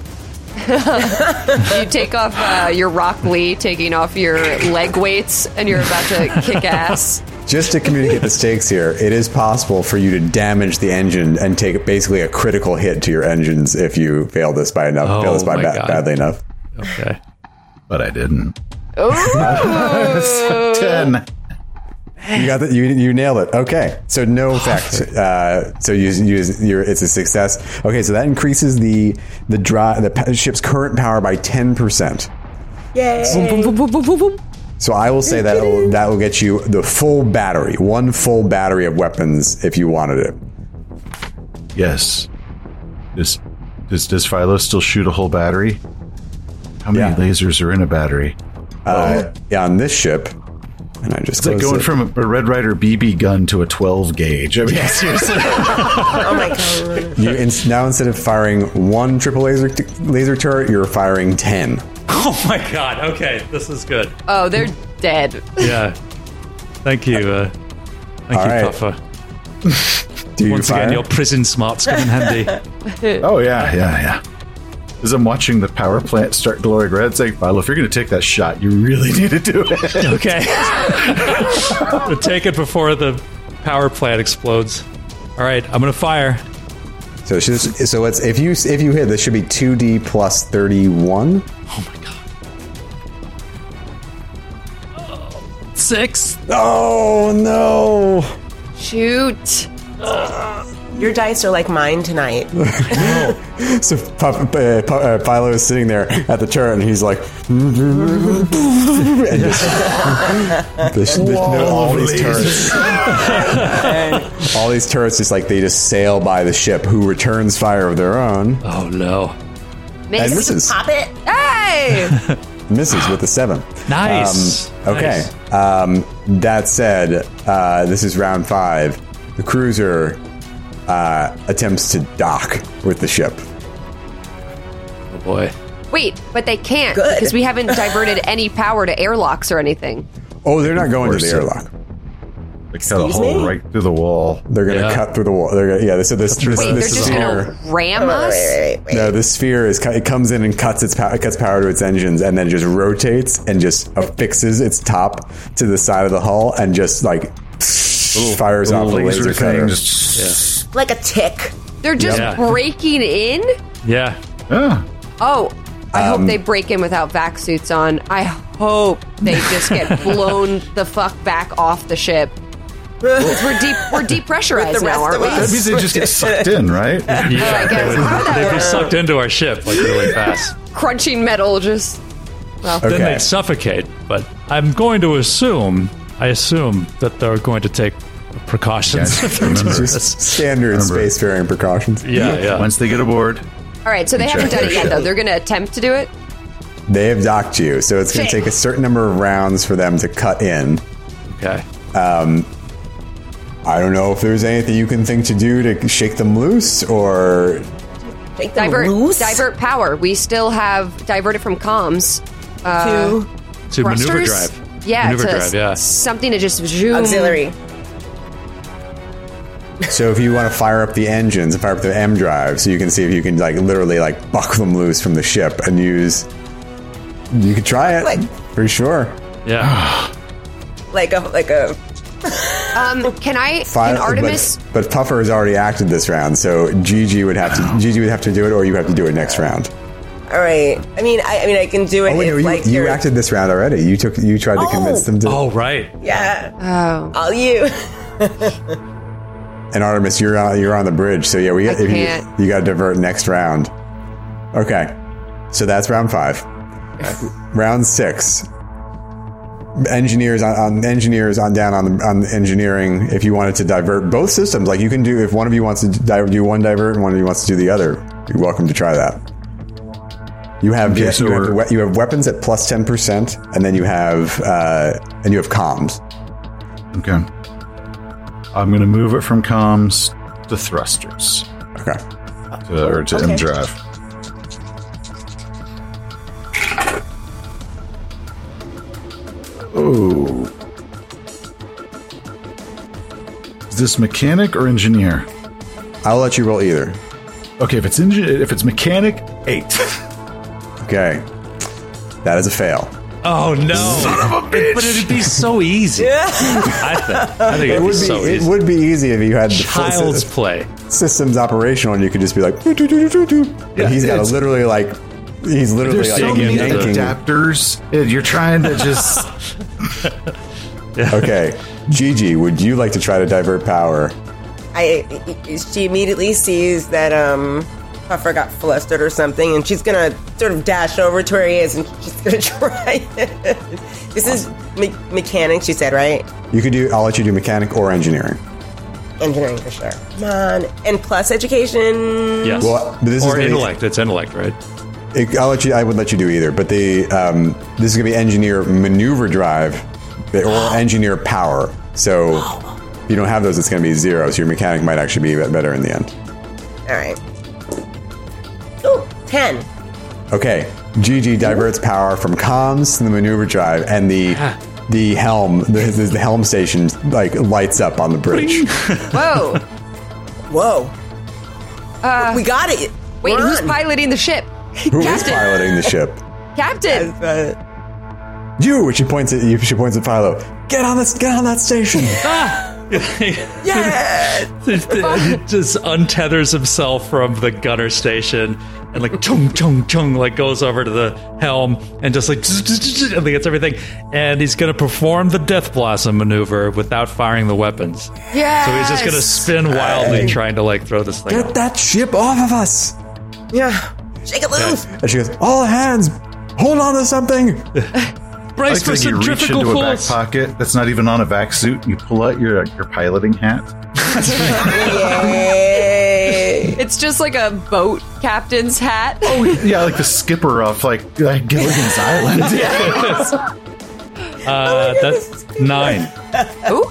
E: you take off uh, your Rock Lee, taking off your leg weights, and you're about to
B: [laughs]
E: kick ass.
A: Just to communicate the stakes here, it is possible for you to damage the engine and take basically a critical hit to your engines if you fail this by enough, fail this
B: Oh
A: by
B: my
A: ba-
B: God.
A: badly enough.
B: Okay.
D: But I didn't. [laughs]
E: Ooh.
D: Ten.
A: You got that. You, you nailed it. Okay, so no effect. Uh, so you, you you're, it's a success. Okay, so that increases the the dry, the pa- ship's current power by ten percent.
C: Yay.
A: So I will say that will, that will get you the full battery, one full battery of weapons if you wanted it.
D: Yes. Does does does Philo still shoot a whole battery? How many
A: Yeah.
D: lasers are in a battery?
A: Uh, on this ship, and I just
D: It's like
A: closed
D: going
A: it.
D: from a Red Rider BB gun to a 12 gauge. I mean, seriously.
C: Oh my god.
A: you in, now instead of firing one triple laser t- laser turret, you're firing ten.
B: [laughs] Oh my god. Okay, this is good.
E: Oh, they're dead.
B: Yeah. Thank you. Uh, thank
A: All
B: you,
A: right.
B: Puffer.
A: Do you
B: Once
A: fire?
B: again, your prison smarts come in handy.
D: [laughs] Oh, yeah, yeah, yeah. As I'm watching the power plant start glowing red, it's like, Philo, if you're going to take that shot, you really need to do [laughs] it.
B: okay. [laughs] Take it before the power plant explodes. All right, I'm gonna fire.
A: so it's just, so it's if you if you hit, this should be two D plus thirty one.
B: Oh my god. Oh, Six.
A: Oh no!
E: Shoot.
C: Your dice are like mine
A: [laughs]
C: tonight.
A: So Puff, uh, Pu- uh, Philo is sitting there at the turret, and he's like, [laughs] and just, this- this- all these turrets, all these turrets, just like they just sail by the ship, who returns fire of their own
B: Oh no.
A: and
E: Miss.
A: misses,
C: Pop it.
E: Hey!
C: [laughs]
A: misses with the seven.
B: Nice.
A: Um, okay.
B: Nice.
A: Um, that said, uh, this is round five. The cruiser uh, attempts to dock with the ship.
B: Oh boy.
E: Wait, but they can't
C: Good.
E: because we haven't diverted any power to airlocks or anything.
A: Oh, they're not going to the
D: course.
A: airlock.
D: They cut a
C: Excuse
D: hole
C: me?
D: right through the wall.
A: They're gonna
B: Yeah.
A: cut through the wall. They're gonna, yeah, they said this. This,
E: Wait,
A: this
E: they're just
A: sphere.
E: gonna ram
C: Wait,
E: us?
C: wait, wait, wait.
A: No, the sphere is. cu- It comes in and cuts its pow- it cuts power to its engines, and then just rotates and just affixes its top to the side of the hull, and just like fires off the laser, cutter.
D: things.
C: Like a tick.
E: They're just
B: Yeah.
E: breaking in?
B: Yeah.
D: Yeah.
E: Oh, I
C: Um,
E: hope they break in without vac suits on. I hope they
C: [laughs]
E: just get blown the fuck back off the ship. 'Cause we're deep, we're depressurized
C: With the rest
E: now, aren't
C: of
E: we?
D: That
C: us.
D: means they just get sucked in, right?
B: Yeah. They would, they'd be sucked into our ship like really fast.
E: Crunching metal, just
A: Okay.
B: Then they'd suffocate. But I'm going to assume. I assume that they're going to take precautions.
D: Yes,
A: [laughs]
D: remember.
A: just standard
D: Remember.
A: spacefaring precautions.
B: [laughs] yeah. Yeah.
D: Once they get aboard,
E: all right. So they haven't done it yet, though. They're gonna attempt to do it.
A: They have docked you, so it's going to
E: Shit.
A: take a certain number of rounds for them to cut in.
B: Okay.
A: I don't know if there's anything you can think to do to shake them loose, or
C: Take them
E: Divert,
C: loose.
E: divert power. We still have diverted from comms.
C: to
B: To maneuver
E: Thrusters?
B: drive.
E: Yeah,
B: Maneuver
E: to
B: drive. Yeah.
E: something to just zoom.
C: auxiliary.
A: So if you want to fire up the engines and fire up the M drive, so you can see if you can like literally like buck them loose from the ship and use. You could try it
C: Like-
A: for sure.
B: Yeah.
C: Like a like a
E: Um, can I?
A: Fi-
E: Can
A: [laughs]
E: Artemis?
A: but, but Puffer has already acted this round, so Gigi would have
C: [gasps]
A: to Gigi would have to do it, or you have to do it next round.
C: all right. I mean I, I mean I can do it
A: Oh wait,
C: if
A: no, you,
C: like
A: you
C: you're-
A: acted this round already. You took you tried to
C: Oh!
A: convince them to.
B: Oh right.
C: Yeah.
E: Oh,
C: All you. [laughs]
A: And Artemis, you're on, you're on the bridge, so yeah, we
E: I
A: if
E: can't.
A: you, you got to divert next round. Okay, so that's round
E: [laughs]
A: five. round six. Engineers on, on engineers on down on the, on the engineering. If you wanted to divert both systems, like you can do, if one of you wants to di- do one divert and one of you wants to do the other, you're welcome to try that. You have,
D: Okay,
A: you,
D: so
A: have,
D: we're-
A: we- you have weapons at plus ten percent, and then you have uh, and you have comms.
D: okay. I'm going to move it from comms to thrusters
A: Okay,
D: to, or to M drive. Oh. Is this mechanic or engineer?
A: I'll let you roll either.
D: Okay, if it's engine, if it's mechanic, eight.
A: Okay, that is a fail.
B: Oh no! But it'd be so easy. I
A: [laughs]
B: think. I think it'd
A: It
B: be
A: would be,
B: so
A: it
B: easy.
A: would be easy if you had the full
B: Child's
A: sy-
B: play.
A: systems operational and you could just be like, "Doo, doo, doo, doo, doo, doo." But
D: Yeah,
A: he's got to
D: it's-
A: literally like, he's literally
D: There's
A: like
D: so many
B: into the-
A: yanking.
D: adapters. and You're trying to just.
A: [laughs] Okay, Gigi, would you like to try to divert power?
C: I she immediately sees that um Puffer got flustered or something, and she's gonna sort of dash over to where he is, and she's gonna [laughs] try it. this is me- mechanic, she said, right?
A: You could do. I'll let you do mechanic or engineering.
C: Engineering for sure. Come on, and plus education.
B: Yes.
A: Well, but this is
B: or
A: gonna be-
B: intellect. It's intellect, right? [laughs]
A: It, I'll let you. I would let you do either. But the um, this is gonna be engineer maneuver drive They, or
B: [gasps]
A: engineer power. So if you don't have those, it's going to be zero. So your mechanic might actually be a bit better in the end.
C: All right. Ooh, 10.
A: Okay, Gigi diverts power from comms to the maneuver drive, and the the helm the, the, the helm station like lights up on the bridge.
E: Whoa.
C: Whoa. we got it.
E: Wait,
C: We're
E: who's
C: on.
E: piloting the ship?
A: Who is
E: Captain.
A: piloting the ship?
E: Captain.
C: [laughs]
A: You. She points at you. She points at Philo. Get on this. Get on that station.
C: Yes.
B: he just untethers himself from the gunner station and like chung chung chung like goes over to the helm and just like [laughs] zzz, zzz, zzz, and gets everything and he's gonna perform the death blossom maneuver without firing the weapons
E: Yeah.
B: so he's just gonna spin wildly trying to like throw this thing
A: Get
B: off.
A: that ship off of us.
C: Yeah. Shake
B: [laughs]
C: it loose.
A: And she goes, all hands, hold on to something.
B: brace for
D: like you reach
B: centrifugal
D: into a back
B: force
D: pocket that's not even on a vac suit. and You pull out your uh, your piloting hat.
C: Yay.
E: It's just like a boat captain's hat.
D: Oh yeah, like the skipper off like, like [laughs] Gilligan's Island.
E: Oh
B: uh, that's nine
E: Ooh.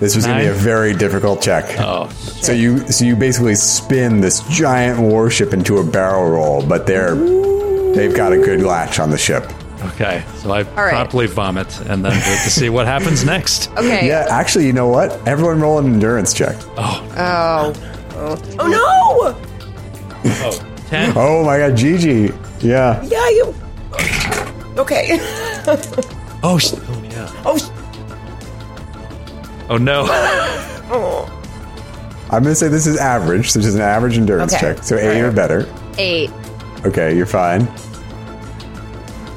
A: This was going to be a
B: Nine.
A: very difficult check.
B: oh
A: So you so you basically spin this giant warship into a barrel roll, but they're they've got a good latch on the ship.
B: okay so i
E: right.
B: promptly vomit and then wait to see what happens next
E: [laughs] Okay.
A: Yeah, actually, you know what? Everyone roll an endurance check.
E: Oh.
C: Oh, no.
B: oh 10
A: Oh my god, Gigi. Yeah.
C: Yeah, you. Okay. [laughs]
B: oh, sh- oh yeah
C: Oh, sh-
B: oh no
C: oh.
A: I'm going to say this is average. So this is an average endurance
C: Okay.
A: check. So eight or better.
E: Eight.
A: Okay, you're fine.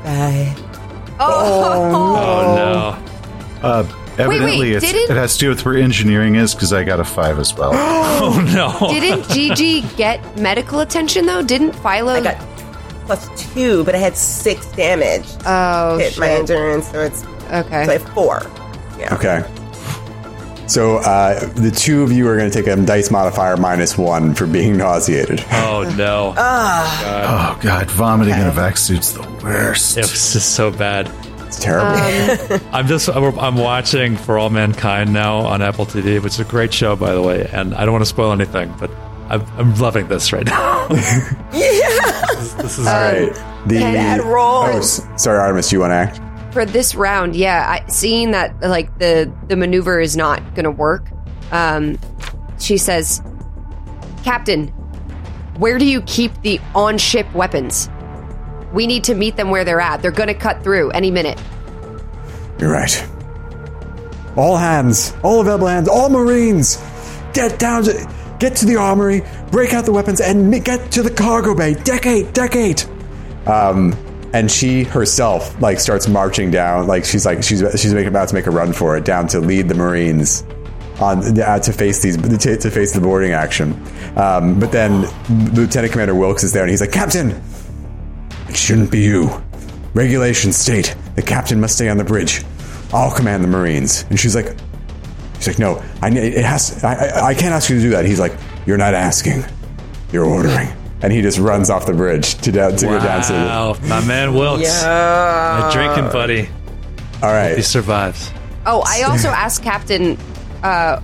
C: Bye.
E: Oh.
B: oh no
D: Uh, evidently,
E: wait,
D: it's,
E: didn't-
D: it has to do with where engineering is because I got a five as well.
B: oh no
E: Didn't Gigi get medical attention though? Didn't Philo?
C: I got plus two, but I had six damage.
E: oh.
C: hit my
E: shit.
C: endurance, so it's so I
E: Okay.
C: have four. Yeah.
A: Okay. So uh, the two of you are going to take a dice modifier minus one for being nauseated.
B: Oh no!
D: [gasps]
E: Uh.
D: oh god, vomiting in a vac suit's the worst.
B: it was just so bad.
A: It's terrible.
C: Um,
B: I'm just I'm, I'm watching For All Mankind now on Apple TV, which is a great show, by the way. And I don't want to spoil anything, but I'm, I'm loving this right now. this, this is
A: All
C: um,
A: right. The
C: Bad roll.
A: Oh, s- sorry, Artemis. You want to act?
E: For this round, yeah, I, seeing that like the the maneuver is not gonna work, um, she says, "Captain, where do you keep the on ship weapons? We need to meet them where they're at. They're gonna cut through any minute."
A: You're right. All hands, all available hands, all Marines, get down to get to the armory, break out the weapons, and mi- get to the cargo bay. Decade, decade. Um, and she herself like starts marching down, like she's like she's she's making, about to make a run for it, down to lead the Marines on uh, to face these to, to face the boarding action. Um, but then Lieutenant Commander Wilkes is there, and he's like, Captain, it shouldn't be you. Regulations state the captain must stay on the bridge. I'll command the Marines. And she's like, she's like, no, I ne- it has. I, I, I can't ask you to do that. He's like, you're not asking, you're ordering. And he just runs off the bridge to down to go down to. The,
B: wow, my man Wilkes, my drinking buddy,
A: all
B: he
A: right,
E: [laughs]
B: survives.
E: Oh,
B: [laughs]
E: I also asked Captain, uh,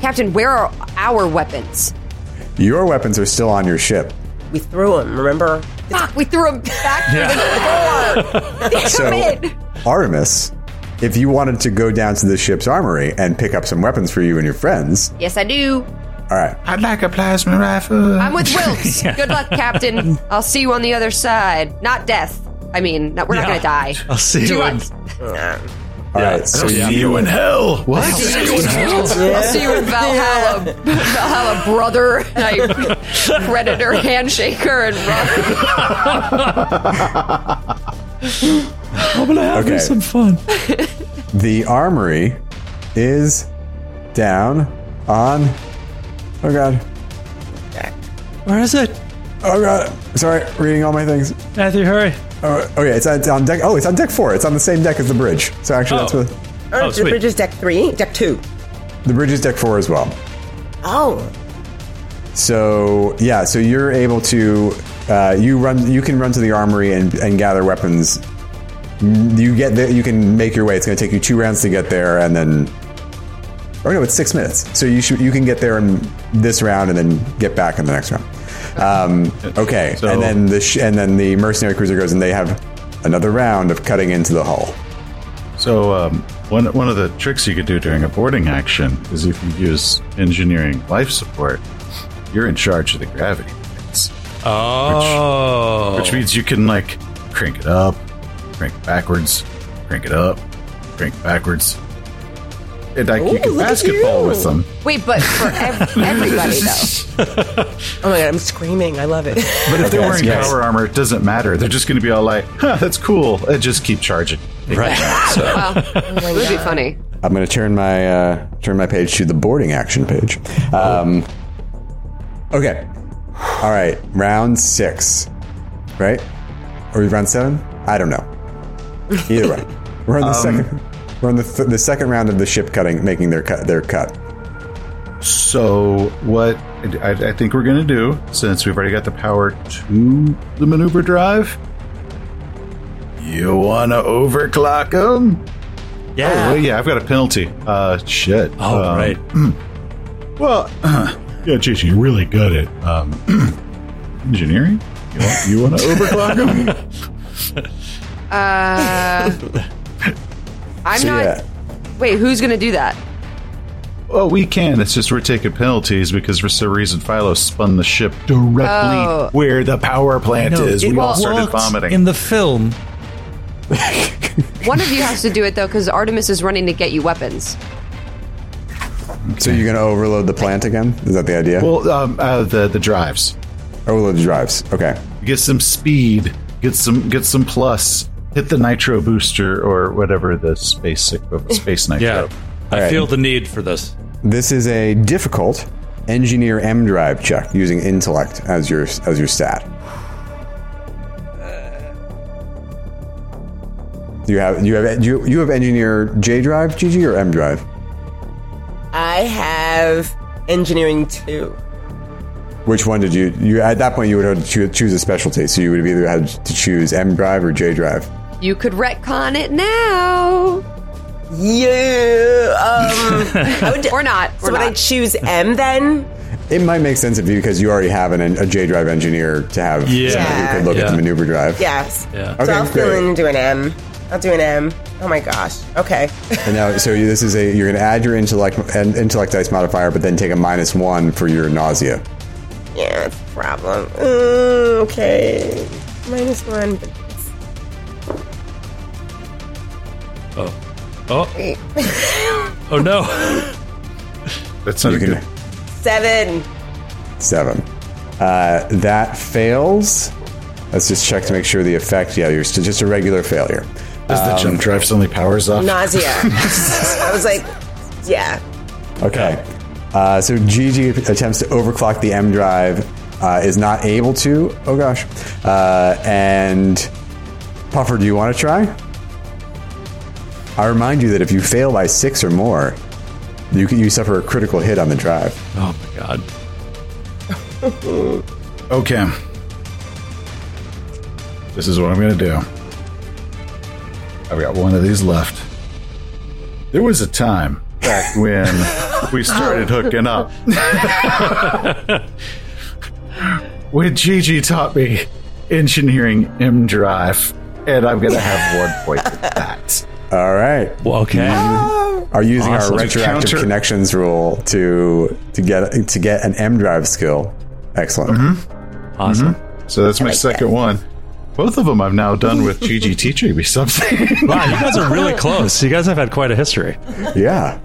E: Captain, where are our weapons?
A: your weapons are still on your ship.
C: We threw him, remember?
E: Fuck, Ah, we threw them back through the door.
A: So-
E: [laughs] Damn it!
A: Artemis, if you wanted to go down to the ship's armory and pick up some weapons for you and your friends,
E: Yes, I do.
A: all right.
D: I'd like a plasma rifle.
B: [laughs]
E: I'm with Wilkes. Good luck, Captain. I'll see you on the other side. Not death. I mean, not, we're not
B: Yeah.
E: gonna die.
B: I'll see
E: Do
B: you.
E: I-
B: In,
A: All right, so
D: See you in hell. What?
E: I'll see you in Valhalla, Valhalla brother. And I credit her handshaker and run.
B: I'm gonna have
A: Okay.
B: some fun.
A: The armory is down on. Oh god.
B: Where is it,
A: Oh god. Sorry, reading all my things.
B: Matthew? Hurry!
A: Oh, okay, it's on, it's on deck. Oh, it's on deck four. It's on the same deck as the bridge. So actually,
B: Oh.
A: that's what
B: Oh,
C: the bridge
B: sweet.
C: is deck three, deck two.
A: the bridge is deck four as well.
C: Oh,
A: So yeah, so you're able to uh, you run you can run to the armory and, and gather weapons You get there, you can make your way. It's going to take you two rounds to get there, and then. Oh no, it's six minutes. So you should you can get there in this round, and then get back in the next round. Um, okay,
D: So-
A: and then the sh- and then the mercenary cruiser goes, and they have another round of cutting into the hull.
D: So um, one one of the tricks you could do during a boarding action is if you use engineering life support, you're in charge of the gravity, plates,
B: Oh,
D: which means you can like crank it up, crank it backwards, crank it up, crank it backwards. And like you
C: Ooh,
D: can
C: look at
D: basketball
C: you.
D: with them.
E: Wait, but for ev-
D: [laughs]
E: everybody though.
C: Oh my god, I'm screaming. I love [laughs] it.
D: But if they're wearing
A: yes.
D: power armor, it doesn't matter. They're just going to be all like, "Huh, that's cool," and just keep charging.
B: right.
E: It would be funny.
A: I'm going to turn my uh, turn my page to the boarding action page. Um, okay. All right. Round six, right? Or round seven? I don't know. Either way, we're on the second. We're on the, th- the second round of the ship cutting, making their cut. Their cut.
D: So what I, I think we're going to do, since we've already got the power to the maneuver drive, you want to overclock them?
B: Yeah.
D: Oh yeah, I've got a penalty. Uh, shit.
B: Oh,
D: Um,
B: right.
D: Well, [clears throat] yeah, Jason, you're really good at um, [clears throat] engineering. You want, you want to overclock [laughs] them?
E: Uh, I'm
A: So
E: not.
A: yeah,
E: Wait, who's gonna do that?
D: Oh, we can. It's just we're taking penalties because for some reason Philo spun the ship directly
E: Oh.
D: where the power plant is. We all started vomiting.
B: in the film.
E: One of you has to do it though, because Artemis is running to get you weapons.
A: so you're going to overload the plant again? Is that the idea?
D: well, um, uh, the the drives.
A: overload the drives. Okay.
D: get some speed, get some get some plus, hit the nitro booster or whatever the space equivalent,
B: [laughs]
D: space
B: Yeah.
D: nitro.
B: I
A: right.
B: feel the need for this.
A: This is a difficult engineer M drive check using intellect as your as your stat. Do you have you have do you, you have engineer J drive GG or M drive?
C: I have engineering two.
A: Which one did you you at that point you would have to choo- choose a specialty, so you would have either had to choose M drive or J drive.
E: You could retcon it now,
D: [laughs]
C: Yeah. Um,
E: or not, or
C: so would I
E: not.
C: choose M then?
A: It might make sense if you because you already have an, a J drive engineer to have
B: Yeah.
A: somebody who could look at
B: Yeah.
A: the maneuver drive.
C: Yes.
B: Yeah.
C: So
A: Okay,
C: I'll fill
A: great.
C: in and do an M. I'll do an M. Oh my gosh. Okay. [laughs]
A: And now, so you, this is a you're going to add your intellect and intellect dice modifier, but then take a minus one for your nausea.
C: yeah, it's a problem. Mm, okay. Minus one. but it's-
B: Oh.
C: [laughs]
B: Oh. oh no.
D: That's not
A: You
D: a
A: can
D: good.
C: Seven.
A: seven. Uh, that fails. Let's just check to make sure the effect. Yeah, you're st- just a regular failure.
D: Does the jump drive suddenly Um, powers off? [laughs]
C: Nausea. I was like, yeah.
A: Okay. Uh, so Gigi attempts to overclock the M drive, uh, is not able to. Oh gosh. Uh, and Puffer, do you want to try? I remind you that if you fail by six or more, you can, you suffer a critical hit on the drive.
B: Oh my god.
D: Okay. This is what I'm going to do. I've got one of these left. There was a time back when we started hooking up. when Gigi taught me engineering M Drive, and I'm going to have one point for that.
A: All right.
B: Well, okay.
A: Are you using
B: Awesome.
A: our retroactive
D: Counter-
A: connections rule to to get to get an M drive skill. Excellent.
B: Awesome.
D: So that's my second one. Both of them I've now done with Gigi teaching me something.
B: Wow, you guys are really close. You guys have had quite a history.
A: Yeah.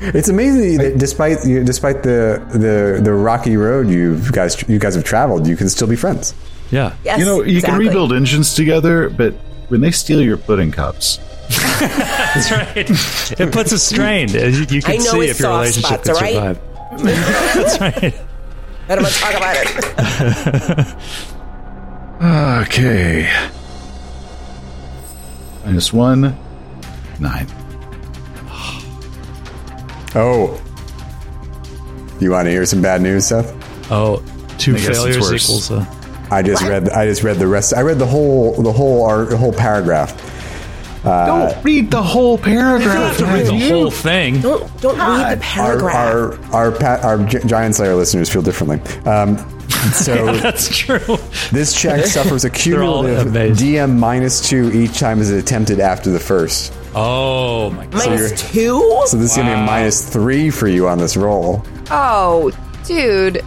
A: It's amazing that despite you- despite the the the rocky road you guys you guys have traveled, you can still be friends.
B: Yeah.
C: Yes.
D: You know, you
C: exactly.
D: can rebuild engines together, but when they steal your pudding cups,
B: [laughs] That's right. It puts a [laughs] strain. You, you
C: I
B: can
C: know
B: see
C: his
B: if your
C: soft
B: relationship
C: spots,
B: can
C: all right? [laughs]
B: survive. [laughs] That's right.
C: I don't want to talk about
D: [laughs]
C: it.
D: Okay. Minus one, nine.
A: Oh. You want to hear some bad news, Seth?
B: Oh, two
D: I guess it's
B: failures
D: worse.
B: equals a.
A: I just read I just read the rest. I read the whole the whole our whole paragraph.
D: Don't read the whole
B: [laughs]
D: paragraph.
B: the whole thing.
C: Don't don't read the
A: Our our
C: paragraph.
A: our, pa- our Gi- Giant Slayer listeners feel differently. Um, so
B: That's true.
A: this check suffers a
B: all
A: cumulative
B: amazed.
A: DM minus two each time is attempted after the first.
B: Oh my god.
C: Minus two.
A: So this is gonna be a minus three for you on this roll.
E: Oh, dude.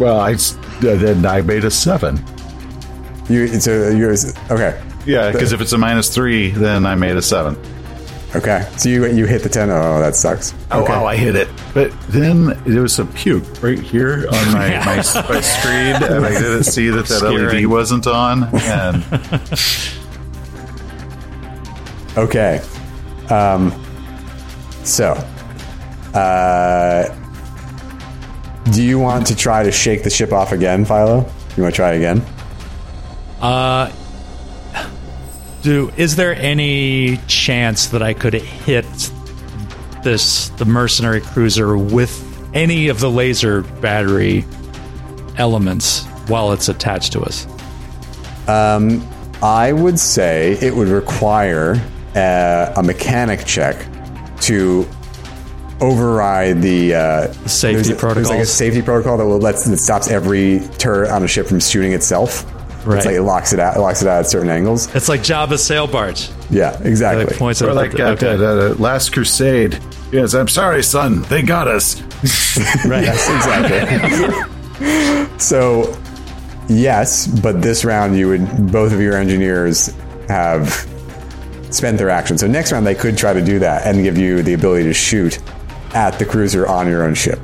D: Well, I s- uh, then I made a seven.
A: You so you're okay.
D: Yeah, because if it's a minus three, then I made a seven.
A: Okay. So you you hit the ten. Oh, that sucks.
D: Oh, wow, I hit it. But then there was some puke right here on my, [laughs] my, my screen, and I didn't see that that LED
B: Scary.
D: wasn't on. And
A: Okay. Um, so, uh, do you want to try to shake the ship off again, Philo? You want to try again?
B: Uh, do is there any chance that I could hit this the mercenary cruiser with any of the laser battery elements while it's attached to us?
A: I would say it would require uh, a, a mechanic check to override the uh, there's a- There's
B: safety
A: like a
B: protocols.
A: safety protocol that will lets that stops every turret on a ship from shooting itself.
B: Right.
A: It's like it locks it out, locks it out at certain angles.
B: It's like Java sail barge.
A: Yeah,
B: Like
A: exactly.
B: points
D: or
B: at
D: like uh,
B: okay.
D: that, uh, Last Crusade. Yes, I'm sorry, son. They got us.
B: right.
A: exactly. so, yes, but this round you would both of your engineers have spent their action. So next round they could try to do that and give you the ability to shoot at the cruiser on your own ship.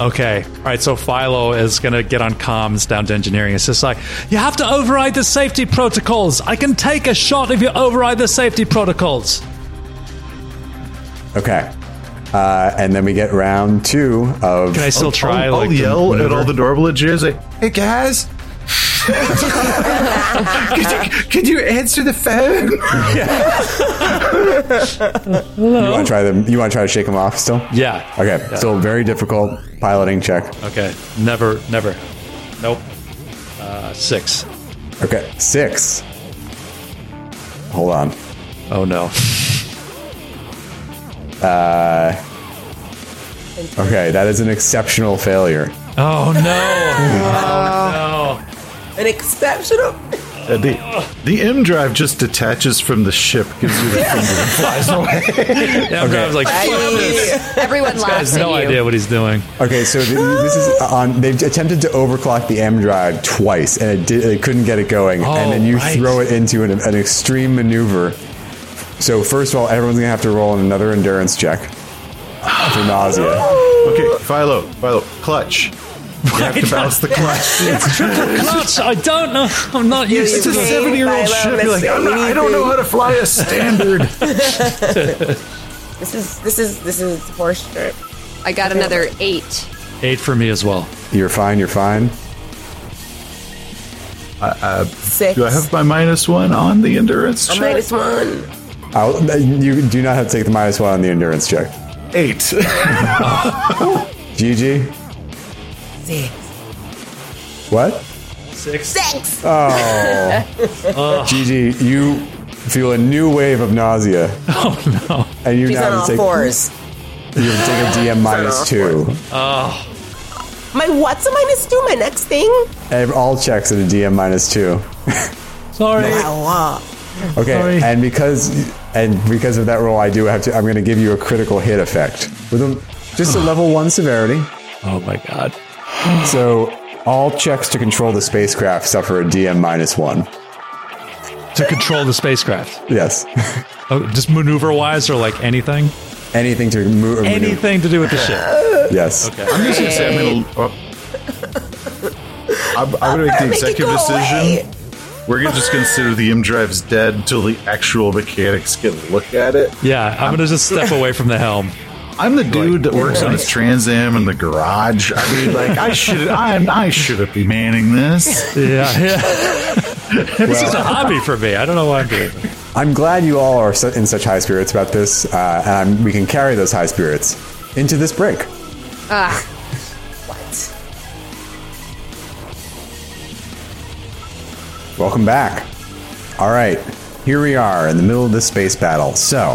B: Okay. All right. So Philo is going to get on comms down to engineering. It's just like, you have to override the safety protocols. I can take a shot if you override the safety protocols.
A: Okay. Uh, and then we get round two of
B: Can I
D: Oh,
B: still try?
D: I'll, I'll
B: like, the
D: yell at
B: maneuver?
D: all the Dorval engineers. Like, hey guys, [laughs] could, you, could you answer the phone?
A: you want to try them. You want to try to shake them off still?
B: Yeah.
A: Okay. Still very difficult piloting check.
B: Okay. Never, never. Nope. Uh, six.
A: Okay. Six. Hold on.
B: Oh no.
A: Okay, that is an exceptional failure.
B: [laughs] Oh no.
C: An exceptional.
D: Uh, the, the M drive just detaches from the ship, gives you the finger, and flies away.
B: Yeah, [laughs] I was like, "Fuck this."
E: Everyone
B: He
E: laughs
B: has
E: at
B: no
E: you.
B: idea what he's doing.
A: Okay, so th- this
B: [gasps]
A: is on. They've attempted to overclock the M drive twice, and it, did, it couldn't get it going. and then you
B: Oh, right.
A: throw it into an, an extreme maneuver. So first of all, everyone's gonna have to roll another endurance
B: [gasps]
A: check for nausea.
D: Okay, Philo, Philo, clutch. You [laughs] have to balance the clutch.
B: Clutch. I don't know. I'm not used
D: It's
B: to
D: a
C: Okay,
B: this.
D: seven-year-old
C: Philo,
D: ship.
C: let's
D: You're like,
C: say
D: I'm not, I don't know how to fly a standard.
C: This is this is this is horse shit.
E: I got another eight.
B: Eight for me as well.
A: You're fine. You're fine.
C: Six.
D: Do I have my minus one on the endurance
C: a
D: check?
C: minus one?
A: I'll, you do not have to take the minus one on the endurance check.
D: Eight. [laughs]
A: GG.
C: Six.
A: What?
B: Six.
C: Six.
A: GG. You feel a new wave of nausea,
B: [laughs] Oh no.
A: and you
C: She's
A: now
C: on
A: have
C: all
A: to take,
C: fours.
A: you have
C: [laughs]
A: to take a DM minus two.
C: My what's a minus two? My next thing.
A: Ev- All checks at a DM minus
B: [laughs]
A: two.
B: Sorry.
C: Wow.
A: Okay,
B: Sorry.
A: and because and because of that roll, I do have to. I'm going to give you a critical hit effect with a, just a level one severity.
B: Oh my god.
A: So all checks to control the spacecraft suffer a DM minus one.
B: To control the spacecraft.
A: Yes, [laughs]
B: Oh, just maneuver wise or like anything?
A: anything to move. or maneuver-
B: Anything to do with the ship.
A: Yes.
D: I'm just gonna say I'm gonna. oh. I'm, I'm gonna make
C: Make
D: the
C: it
D: executive
C: go
D: decision.
C: away.
D: We're gonna just consider the M drive's dead until the actual mechanics can look at it.
B: [laughs] Yeah, I'm gonna just step away from the helm.
D: I'm the dude that works on his Trans Am in the garage. I mean, like I should, [laughs] I'm, I shouldn't be manning [laughs] this.
B: Yeah, yeah. [laughs] this is a hobby for me. I don't know why I'm doing it.
A: I'm glad you all are su- in such high spirits about this, uh, and we can carry those high spirits into this break.
C: What?
A: Welcome back. All right. here we are in the middle of this space battle. So,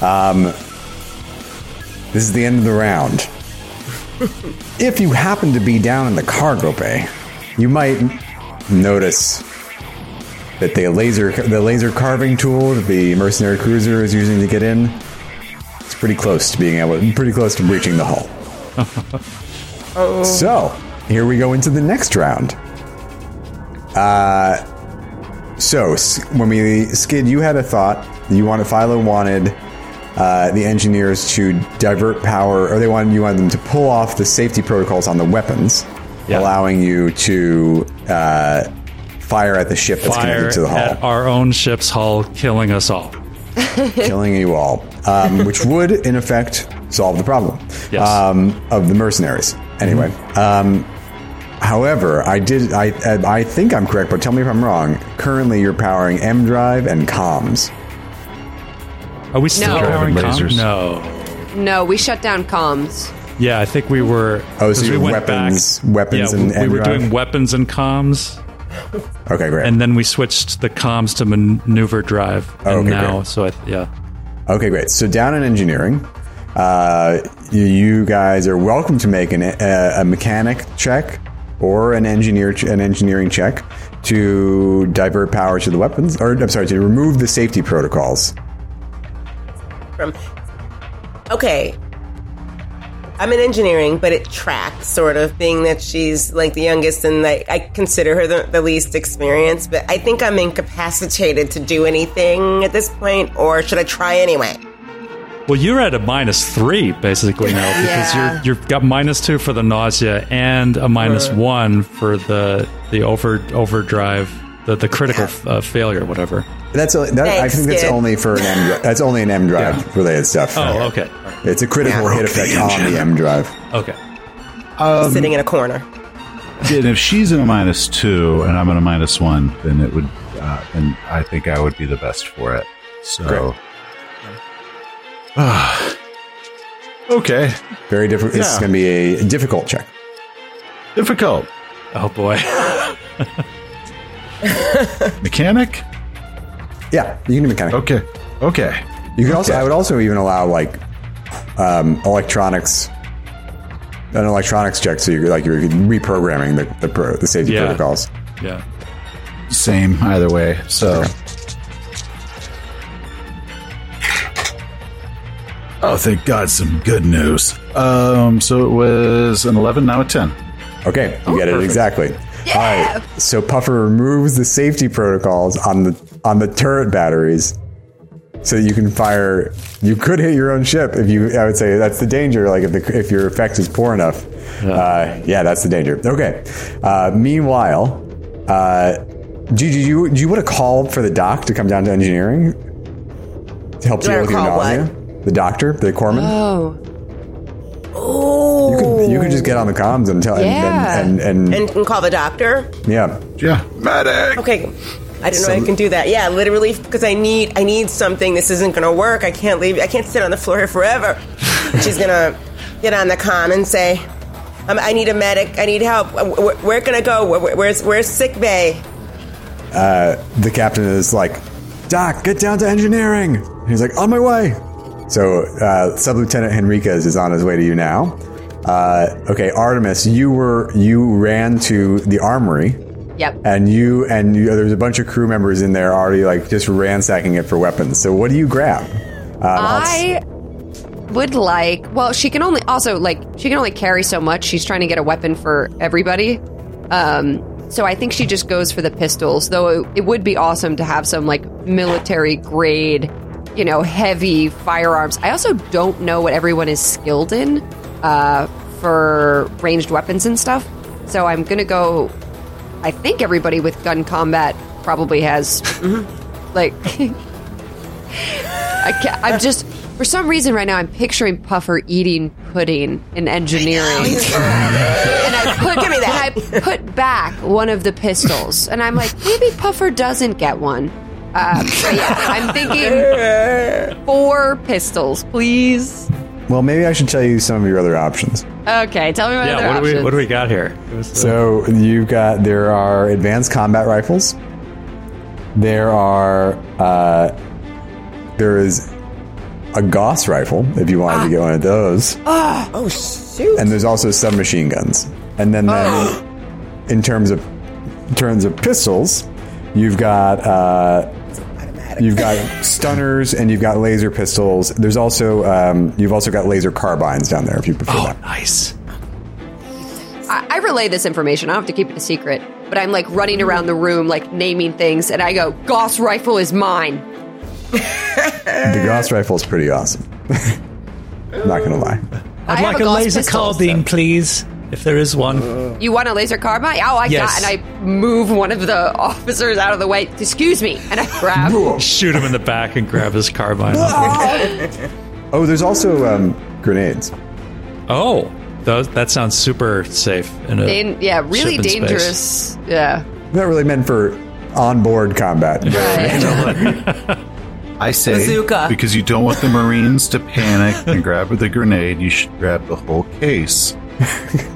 A: um, this is the end of the round. if you happen to be down in the cargo bay, you might notice that the laser the laser carving tool that the mercenary cruiser is using to get in is pretty close to being able pretty close to breaching the
B: [laughs]
A: hull. So, here we go into the next round. Uh, so, S- when we skid, you had a thought. You wanted Philo wanted uh, the engineers to divert power, or they wanted you wanted them to pull off the safety protocols on the weapons,
B: Yeah.
A: allowing you to uh, fire at the ship that's
B: Fire
A: connected to the hull,
B: at our own ship's hull, killing us all.
A: killing you all, um,
B: [laughs]
A: which would in effect solve the problem
B: Yes. Mm-hmm.
A: um, of the mercenaries. Anyway, um, however, I did. I I I think I'm correct, but tell me if I'm wrong. Currently, you're powering M drive and comms.
B: Are we still
E: No.
B: powering
D: Driving
B: com-
D: lasers.
B: No.
E: No, we shut down comms.
B: Yeah, I think we were.
A: Oh, so
B: 'cause
A: you
B: we
A: were
B: went
A: weapons-
B: back.
A: weapons
B: Yeah,
A: and-
B: we,
A: and
B: we were
A: drive?
B: doing weapons and comms,
A: Okay, great.
B: and then we switched the comms to maneuver drive. And
A: Oh, okay,
B: now,
A: great.
B: so I, yeah,
A: Okay, great. So down in engineering, uh, you guys are welcome to make an, a, a mechanic check or an engineer an engineering check to divert power to the weapons, or I'm sorry, to remove the safety protocols.
C: From okay, I'm in engineering, but it tracks sort of being that she's like the youngest and like I consider her the, the least experienced. But I think I'm incapacitated to do anything at this point, or should I try anyway?
B: Well, you're at a minus three basically
E: [laughs]
B: now because
E: Yeah.
B: you're you've got minus two for the nausea and a minus one for the the over overdrive the the critical uh, failure whatever.
A: That's only, that, I
C: Thanks,
A: think that's
C: kid.
A: only for an M. dri- That's only an M drive related stuff.
B: Oh, okay,
A: It's a critical hit effect on the M drive.
B: okay.
D: Um,
C: Sitting in a corner.
D: And if she's in a minus two and I'm in a minus one, then it would, uh, and I think I would be the best for it.
B: Oh.
D: So,
A: Great.
D: Ah. okay,
A: Very difficult. This is
D: Yeah.
A: going to be a difficult check.
D: difficult
B: Oh boy, [laughs]
D: mechanic.
A: Yeah, you can do mechanic.
D: Okay, okay.
A: You can also. I would also even allow like um, electronics, an electronics check. So you're like you're reprogramming the the, pro, the safety
B: Yeah.
A: protocols.
B: yeah.
D: Same either way. So. Oh, thank God! Some good news. Um, so it was an eleven, now a ten.
A: Okay, you get it exactly. All right. So Puffer removes the safety protocols on the on the turret batteries, so you can fire. You could hit your own ship if you. I would say that's the danger. Like if the, if your effect is poor enough. Uh, yeah, that's the danger. Okay. Uh, meanwhile, uh, Gigi, do you do you would have called for the doc to come down to engineering to help
C: Do I
A: deal with your
C: recall what?
A: nausea? The doctor, the corpsman.
E: Oh,
C: Oh,
A: you could you could just get on the comms and tell
E: Yeah.
A: and, and, and,
C: and can call the doctor.
A: and yeah.
D: Yeah, medic.
C: Okay. I didn't know I can do that. Yeah, literally, because I need I need something. This isn't gonna work. I can't leave. I can't sit on the floor here forever. She's gonna get on the comm and say, um, "I need a medic. I need help. Uh, Wh- wh- Where can I go? Wh- wh- Where's Where's sick bay?"
A: the captain is like, Doc, get down to engineering. He's like, on my way. So, uh, Sub Lieutenant Henriquez is on his way to you now. Uh, okay, Artemis, you were you ran to the armory,
E: yep.
A: and you and you, there's a bunch of crew members in there already like just ransacking it for weapons. So, what do you grab? Um, I'll s-
E: I would like. Well, she can only also like she can only carry so much. She's trying to get a weapon for everybody. Um, so I think she just goes for the pistols. Though it, it would be awesome to have some like military grade, you know, heavy firearms. I also don't know what everyone is skilled in uh, for ranged weapons and stuff. So I'm gonna go. I think everybody with gun combat probably has like I can't, I'm just for some reason right now I'm picturing Puffer eating pudding in engineering, and I put
C: Give me that.
E: and I put back one of the pistols, and I'm like maybe Puffer doesn't get one. Uh, but yeah, I'm thinking four pistols, please.
A: well, maybe I should tell you some of your other options.
E: Okay, tell me what other
B: yeah, what do
E: options.
B: we what do we got here? It was the-
A: So, you've got there are advanced combat rifles, There are uh, there is a Gauss rifle if you wanted to get one of those,
C: Oh shoot!
A: and there's also submachine guns. And then, then in terms of in terms of pistols, you've got uh, you've got stunners and you've got laser pistols. There's also um, you've also got laser carbines down there if you
B: Oh.
A: prefer that.
B: Nice.
E: I, I relay this information. I don't have to keep it a secret, but I'm like running around the room, like naming things, and I go, Goss rifle is mine.
A: The Gauss rifle is pretty awesome. [laughs] Not gonna lie.
E: I
F: I'd
E: have
F: like
E: a
F: a,
E: Gauss
F: laser
E: pistol,
F: carbine, please, if there is one.
E: You want a laser carbine? Oh, I
F: Yes.
E: got, and I move one of the [laughs] officers out of the way. Excuse me, and I grab.
B: Shoot him in the back and grab his carbine.
E: Ah!
B: off him.
A: Oh, there's also um, grenades.
B: oh, those, that sounds super safe. In a
E: Dan- yeah, really
B: ship in space.
E: dangerous. Yeah.
A: Not really meant for onboard combat.
D: I say
C: Bazooka.
D: because you don't want the Marines to panic and grab the grenade, you should grab the whole case